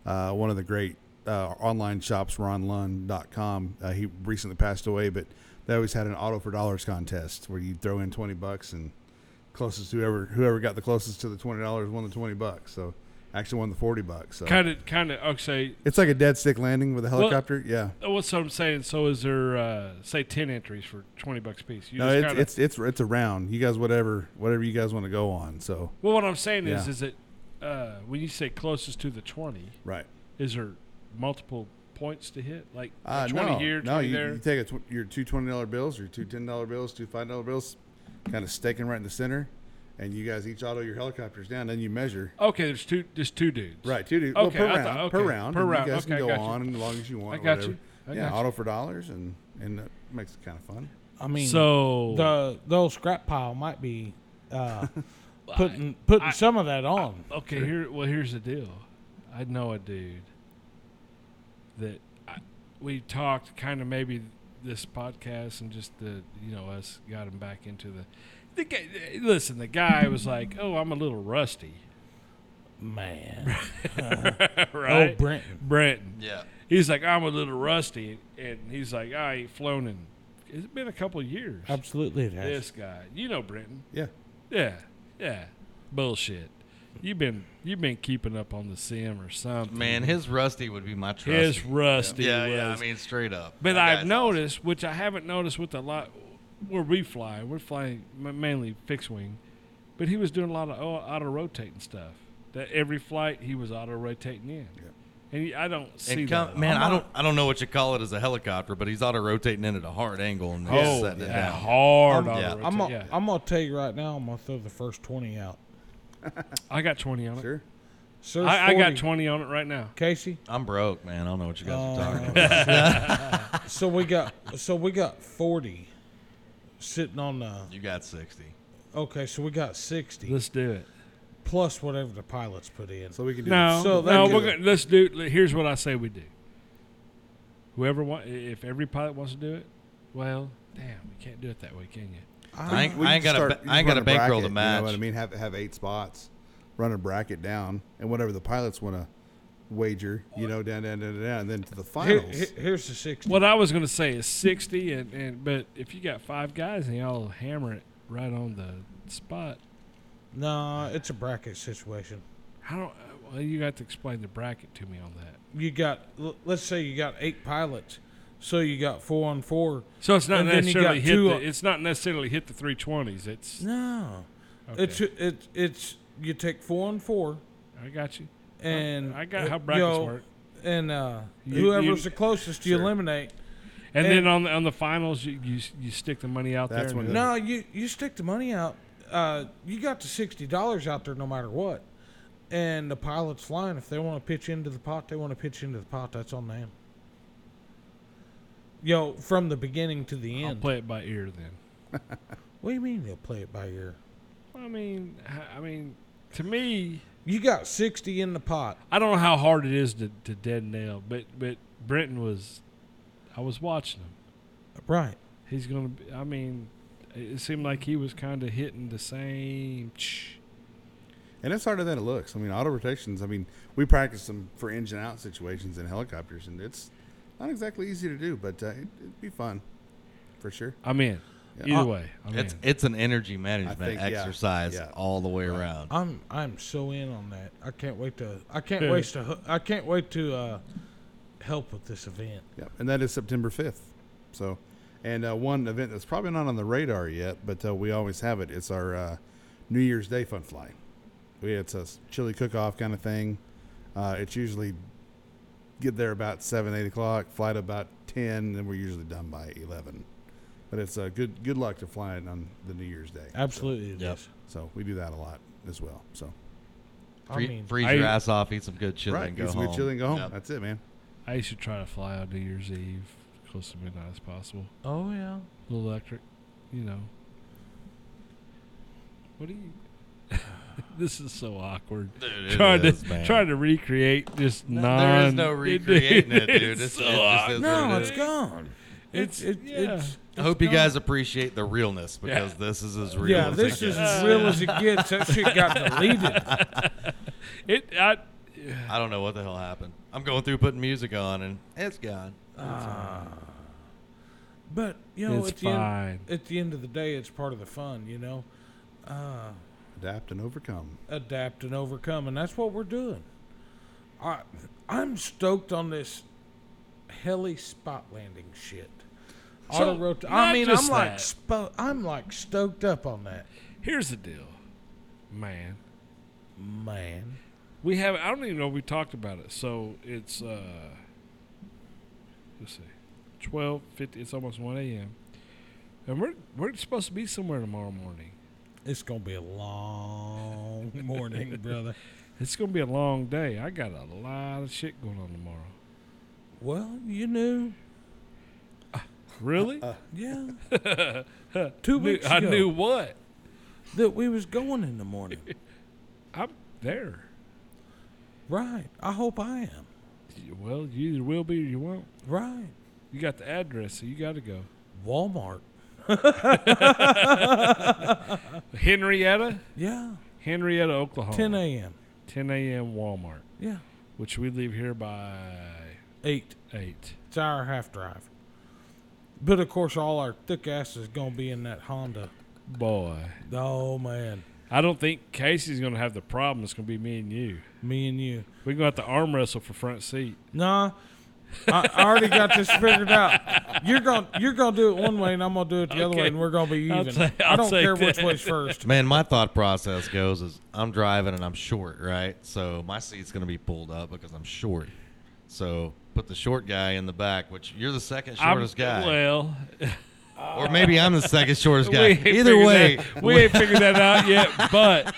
uh, one of the great uh, online shops, RonLund.com, uh, he recently passed away, but they always had an auto for dollars contest where you throw in twenty bucks and closest whoever whoever got the closest to the twenty dollars won the twenty bucks. So, actually won the forty bucks. So
Kind of, kind of. Okay.
it's like a dead stick landing with a helicopter. yeah.
Oh, What's what I'm saying? So is there uh, say ten entries for twenty bucks a piece? You
No,
just
it's,
kinda-
it's it's it's a round. You guys, whatever whatever you guys want to go on. So
well, what I'm saying is,
Yeah.
is it uh, when you say closest to the twenty,
right.
is there multiple points to hit? Like
Uh,
twenty
no,
here,
no,
twenty
you,
there.
you take a tw- your two twenty dollar bills, your two ten dollar bills, two five dollar bills, kind of staking right in the center, and you guys each auto your helicopters down, then you measure.
okay, there's two. There's two dudes.
Right, two dudes.
Okay,
well,
I
per, round,
thought-
per
okay,
round,
per
and
round,
You guys
okay, I
can go
got you.
on as long as you want.
I got
whatever.
you, I
yeah,
got you.
auto for dollars, and and that makes it kind of fun.
I mean,
So
the the old scrap pile might be uh, putting putting
I-
some of that on.
Okay, here. Well, here's the deal. I know a dude that I, we talked kind of maybe this podcast and just the you know us got him back into the. The guy, listen, the guy was like, "Oh, I'm a little rusty."
Man,
right?
oh Brenton,
Brenton.
yeah.
He's like, "I'm a little rusty," and he's like, "I ain't flown in. It's been a couple years."
absolutely it has.
This guy, you know, Brenton.
Yeah,
Yeah, yeah. Bullshit. You've been you've been keeping up on the sim or something.
Man, his rusty would be my trust.
His rusty
yeah,
was.
yeah. I mean, straight up.
but
That
I've
guy's
noticed, which I haven't noticed with a lot where we fly. We're flying ma- mainly fixed wing, but he was doing a lot of auto rotating stuff. That every flight he was auto rotating in, and he, I don't see
And come,
that.
man,
I'm
I
not-
don't, I don't know what you call it as a helicopter, but he's auto rotating in at a hard angle and just
Oh,
setting
yeah,
it down.
hard.
I'm-
auto
yeah.
rotate,
I'm gonna,
yeah.
I'm gonna tell you right now. I'm gonna throw the first twenty out.
I got 20 on it.
sure.
Sir,
I, I got 20 on it right now.
Casey.
I'm broke, man. I don't know what you guys are
Uh,
Oh.
talking about.
So we got so we got forty sitting on the.
You got sixty.
Okay, so we got sixty
Let's do it.
plus whatever the pilots put in.
So we can do
No,
So
no,
that-
we're gonna, let's do. Here's what I say we do. Whoever want, if every pilot wants to do it, well, damn, we can't do it that way, can you?
I ain't,
We
I
can
ain't got
start-
a,
you
ba-
just
I ain't got
run
a bankroll
bracket,
to match.
You know what I mean? Have have eight spots, run a bracket down, and whatever the pilots want to wager, you know, down, down, down, down, down, and then to
Here-
the finals.
here- here's the sixty.
What I was gonna say is sixty, and, and but if you got five guys and y'all hammer it right on the spot,
No, it's a bracket situation.
I don't. Well, you got to explain the bracket to me on that.
You got l- let's say you got eight pilots. So you got four on four.
So it's not
And then you got
necessarily hit.
two-
The, it's not necessarily hit the three twenties. It's
No,
Okay.
it's it's it's you take four on four
I got you.
and
I got how
you
brackets
know,
work.
and uh,
You-
whoever's
you-
the closest you
sure.
eliminate.
And,
and-
then on the, on the finals, you, you you stick the money out
That's
there. and
when-
No, you you stick the money out. Uh, you got the sixty dollars out there no matter what, and the pilot's flying. If they want to pitch into the pot, they want to pitch into the pot. That's on them. Yo, from the beginning to the
I'll
end.
play it by ear then.
What do you mean they'll play it by ear?
I mean, I- I mean, to me,
You got sixty in the pot.
I don't know how hard it is to, to dead nail, but but Brenton was, I was watching him.
Right.
He's gonna. Be, I mean, it seemed like he was kind of hitting the same.
And it's harder than it looks. I mean, auto rotations. I mean, we practice them for engine out situations in helicopters, and it's not exactly easy to do, but uh, it, it'd be fun for sure.
I'm in.
Yeah.
Either
Uh,
way, I'm
It's
in.
it's an energy management
think, yeah,
exercise
yeah.
all the way around.
I'm I'm so in on that. I can't wait to I can't wait to hu- I can't wait to uh, help with this event.
Yeah, and that is September fifth. So, and uh, one event that's probably not on the radar yet, but uh, we always have it. It's our uh, New Year's Day fun fly. We it's a chili cook-off kind of thing. Uh, it's usually get there about seven, eight o'clock. Fly to about ten, then we're usually done by eleven. But it's uh, good good luck to flying on the New Year's Day.
Absolutely, it
Yep.
is.
So we do that a lot as well. So
I
Free,
mean,
freeze
I-
your ass off, eat some good chili,
right,
and go
get some
home.
good chili and go home.
Yep.
That's it, man.
I used to try to fly on New Year's Eve, close to midnight as possible.
oh yeah.
little electric, you know. What do you? this is so awkward.
Dude, it
trying
is,
to
man.
trying to recreate just
No,
non.
there is no
it-
recreating it, dude.
It's
It's-
so
it just is
awkward.
what it
No,
is.
it's gone. It's
It's-
it's,
yeah.
it's
I hope you
gone.
guys appreciate the realness because this is as real.
Yeah,
as
this
it
is
gets.
as real as it gets. That shit got deleted.
It. I,
I don't know what the hell happened. I'm going through putting music on and it's gone.
But you know,
It's
at the
fine.
end at the end of the day, it's part of the fun. You know, uh,
Adapt and overcome.
adapt and overcome, and that's what we're doing. I I'm stoked on this heli spot landing shit.
So,
Auto rot-
not
I mean,
just
I'm like
that.
spo- I'm like stoked up on that,
here's the deal, man.
man.
We have. I don't even know if we talked about it. So it's. uh Let's see, twelve fifty. It's almost one a.m. And we're we're supposed to be somewhere tomorrow morning.
It's gonna be a long morning, brother.
It's gonna be a long day. I got a lot of shit going on tomorrow.
Well, you knew,
Really?
yeah. Uh, Two
Knew-
weeks
I
ago
knew what.
that we was going in the morning.
I'm there.
Right. I hope I am.
Well, you either will be or you won't.
Right.
You got the address, so you got to go.
Walmart.
Henrietta,
Yeah.
Henrietta, Oklahoma.
10 a.m.
10 a.m. Walmart,
Yeah.
which we leave here by
Eight.
eight.
It's an hour and a half drive. But of course, all our thick asses gonna be in that Honda.
Boy,
Oh man,
I don't think Casey's gonna have the problem. It's gonna be me and you.
me and you.
We're gonna have to arm wrestle for front seat.
Nah, I, I already got this figured out. You're gonna you're gonna do it one way, and I'm gonna do it the other way,
Okay.
and we're gonna be
I'll
even.
ta-
I
I'll
don't
take
care which
that.
way's first.
Man, my thought process goes is I'm driving and I'm short, right? So my seat's going to be pulled up because I'm short. So put the short guy in the back, which you're the second
I'm-
shortest guy,
Well,
or maybe I'm the second shortest
we
guy.
ain't
Either
figured
way,
that- we ain't figured that out yet. But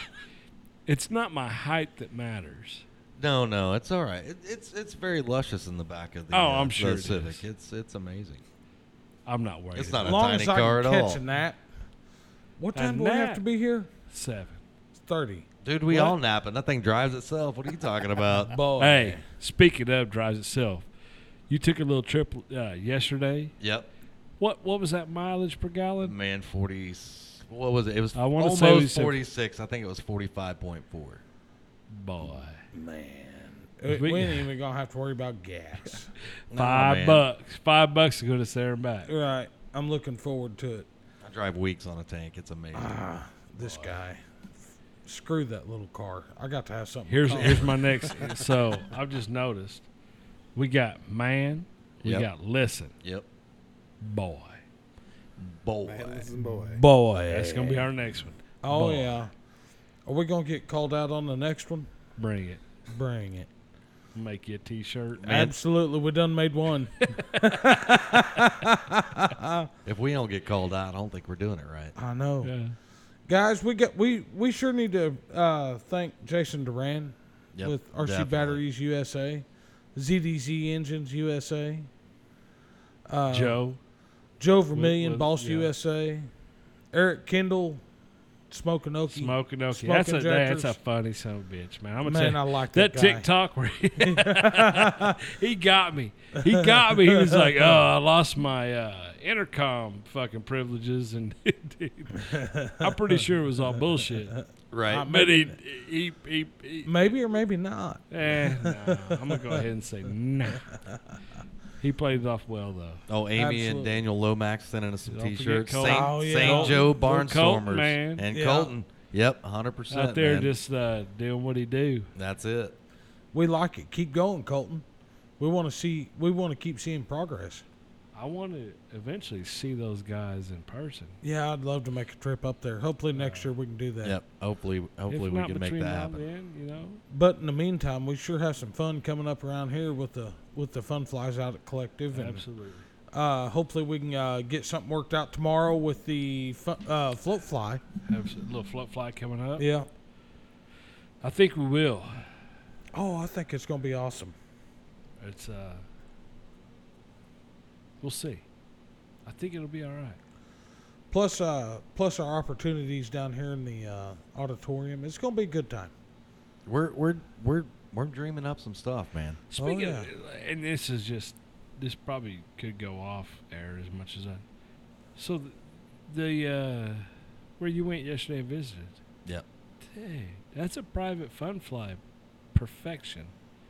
it's not my height that matters.
no, no, it's all right. It, it's it's very luscious in the back of the.
Oh,
uh,
I'm sure
the
it
Civic.
is.
It's it's amazing.
I'm not worried.
It's not
about
a
long
tiny
as I
car
can
at
catch
all,
a nap. What
A
time do we have
nap.
to be here?
seven.
It's Thirty.
dude. We
What?
all nap and that thing drives itself. What are you talking about?
Boy.
Hey, speaking of drives itself, you took a little trip uh, yesterday.
yep,
What what was that mileage per gallon?
man, forty. What was it? It was
I wanna
almost
say we said-
forty six. I think it was forty five point four.
Boy,
Uh, We,
We-
we ain't even gonna have to worry about gas.
five
man.
bucks. Five bucks to go to Sarah and back.
right. I'm looking forward to it.
I drive weeks on a tank. It's amazing.
Ah. This guy. Screw that little car. I got to have something.
Here's
calm.
here's my next. So I've just noticed we got man, We
Yep.
got listen,
Yep.
boy.
Boy.
boy.
Boy.
That's gonna be our next one.
Oh
Boy.
yeah. Are we gonna get called out on the next one?
Bring it.
Bring it.
Make you a T-shirt.
Absolutely, we done made one.
If we don't get called out, I don't think we're doing it right.
I know,
Yeah.
guys. We got we we sure need to uh, thank Jason Duran
Yep,
with RC
definitely.
Batteries USA, ZDZ Engines USA,
Joe.
Joe Vermillion
with-
Boss
yeah.
USA, Eric Kendall, Smoking Okie.
Smoking okay.
Smoke
That's a
injectors.
that's a funny son of a bitch, man. I'm gonna
Man,
tell
I
you,
like that
that
guy.
TikTok where he, he got me. He got me. He was like, "Oh, I lost my uh, intercom fucking privileges," and dude, I'm pretty sure it was all bullshit.
Right.
But he he he. he
Maybe or maybe not.
eh, no, I'm gonna go ahead and say nah. He played it off well though.
Oh, Amy
Absolutely.
and Daniel Lomax sending us some
Don't forget
T-shirts. Saint,
Colton.
Oh, yeah.
Saint Joe
Colton,
Barnstormers
man.
and
Yeah.
Colton. Yep, hundred percent.
Out there
man.
just uh, doing what he do.
that's it.
We like it. Keep going, Colton. We want to see. We want to keep seeing progress.
I want to eventually see those guys in person.
Yeah, I'd love to make a trip up there. Hopefully next year we can do that.
Yep. Hopefully, hopefully
if
we
not
can make
between
that
now
happen.
and Then, you know,
But in the meantime, we sure have some fun coming up around here with the with the fun flies out at Collective, and
absolutely.
uh, hopefully we can uh, get something worked out tomorrow with the fu- uh, float fly.
Absolutely. Little float fly coming up.
Yeah.
I think we will.
Oh, I think it's gonna be awesome.
It's uh we'll see. I think it'll be all right.
Oh,
Plus, uh, plus our opportunities down here in the uh, auditorium. It's gonna be a good time.
We're we're we're we're dreaming up some stuff, man.
Speaking
yeah.
of, and this is just this probably could go off air as much as I So the, the uh where you went yesterday and visited.
Yep.
Dang, that's a private fun fly perfection.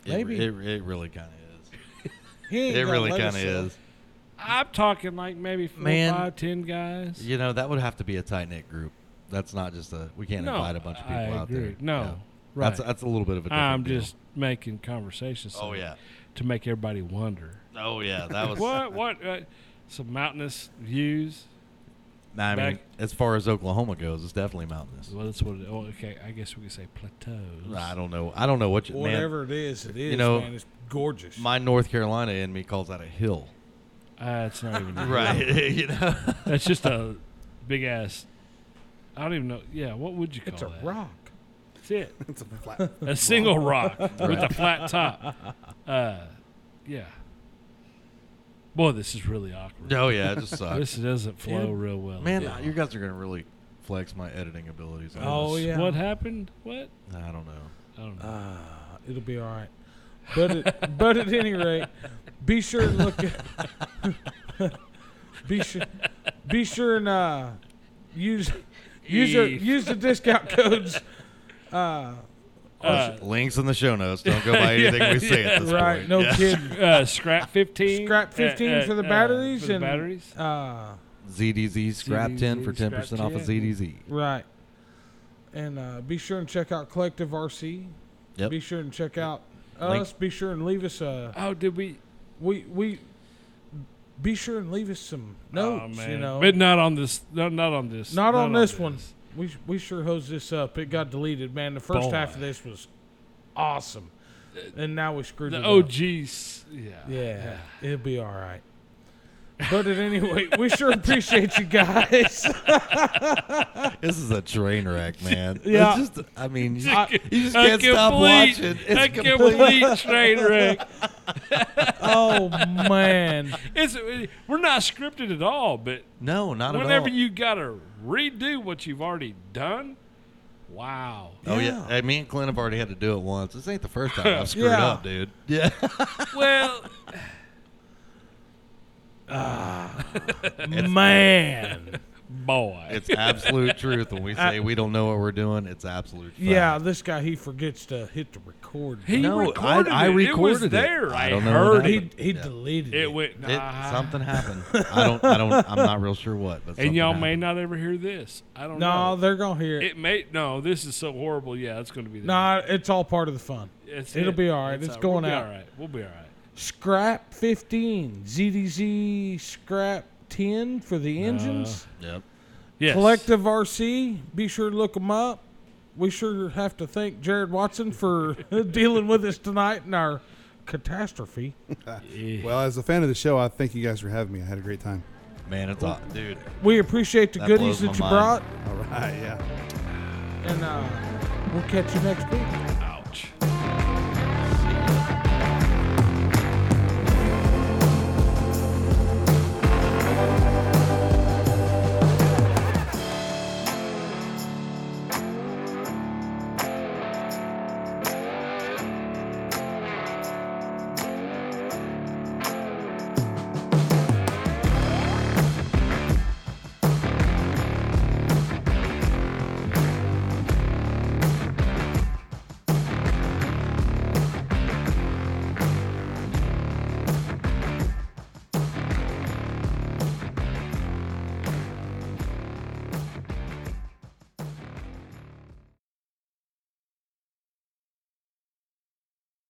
It-
Maybe.
it, it really kind of is.
He ain't
It
gonna
really
let us uh,
kind of is.
I'm talking like maybe four,
Man.
five, ten guys.
You know, that would have to be a tight knit group. That's not just a. We can't
No,
invite a bunch of people
I
out there.
agree. No,
Yeah.
right.
That's that's a little bit of a. Different
I'm
deal.
just making conversations.
Oh yeah.
to make everybody wonder.
Oh yeah. That was.
what? What? Uh, some mountainous views.
I mean,
Back-
as far as Oklahoma goes, it's definitely mountainous.
Well, that's what. It, oh, okay, I guess we could say plateaus.
I don't know. I don't know what you. Man,
Whatever it is, it is.
know,
man, it's gorgeous.
my North Carolina in me calls that a hill.
Uh, it's not even. a hill.
you know.
That's just a big ass. I don't even know. Yeah, what would you call
it's a
that?
rock.
That's it.
It's a flat.
A single rock with a flat top. Uh, yeah. Boy, this is really awkward.
Oh yeah, it just sucks.
This doesn't flow
Yeah.
real well.
Man,
at all.
you guys are gonna really flex my editing abilities. on
Oh
this.
yeah.
what happened? What?
I don't know.
I don't know.
Ah, it'll be all right. But at, but at any rate, be sure and look. At, be sure, be sure and uh, use use our,
Eve.
use the discount codes. Uh,
Uh,
Links in the show notes. Don't go by anything we say at this
right,
point.
no
Yeah.
kidding.
uh, scrap 15.
Scrap 15 for the batteries
uh, for the
and-
batteries.
Uh,
ZDZ scrap ten for ten
ZDZ
percent
scrap
off of
10.
ZDZ.
right, and uh, be sure and check out Collective RC.
Yep.
Be sure and check out
Link.
us. Be sure and leave us a
Oh, did we?
we we. Be sure and leave us some notes.
oh, man.
you know,
but not on this. No, not on this.
Not, on, this one. We we sure hosed this up. It got deleted, man. The first
Boy.
half of this was awesome, and now we screwed
The
it up.
OGs. Yeah.
Yeah, it'll be all right. But at any rate, we sure appreciate you guys.
This is a train wreck, man.
Yeah.
It's just, I mean, you,
I-
you just
I
can't stop
complete-
watching.
I
It's
can't
complete.
believe train wreck.
oh man,
It's, we're not scripted at all, but
No, not at all.
whenever you got to redo what you've already done, wow.
Oh yeah.
Yeah.
Hey, me and Clint have already had to do it once. This ain't the first time I've screwed
Yeah.
up, dude. Yeah.
well,
man.
boy.
it's absolute truth when we say we don't know what we're doing. It's absolute. Fact.
Yeah, this guy he forgets to hit the record.
he
no, I-
recorded
I
it. it. was
recorded it.
there.
I
I,
don't know what
heard
happened.
it.
he he
Yeah.
deleted it.
It went.
It,
Nah.
something happened. I don't. I don't. I'm not real sure what. But
and y'all may not ever hear this. I don't
no,
know.
they're gonna hear it.
It may no. This is so horrible. Yeah, it's going to be. there.
nah, it's all part of the fun.
It's
It'll be all right. It's going
we'll
out.
Be all right. We'll be all right.
Scrap 15, ZDZ Scrap 10 for
Uh,
the engines.
Yep.
Yes.
Collective RC, be sure to look them up. We sure have to thank Jared Watson for dealing with us tonight in our catastrophe.
Yeah.
Well, as a fan of the show, I thank you guys for having me. I had a great time.
Man, it's aw- dude.
We appreciate the
That blows
goodies that you
my
brought,
mind.
All right, yeah.
and uh, we'll catch you next week.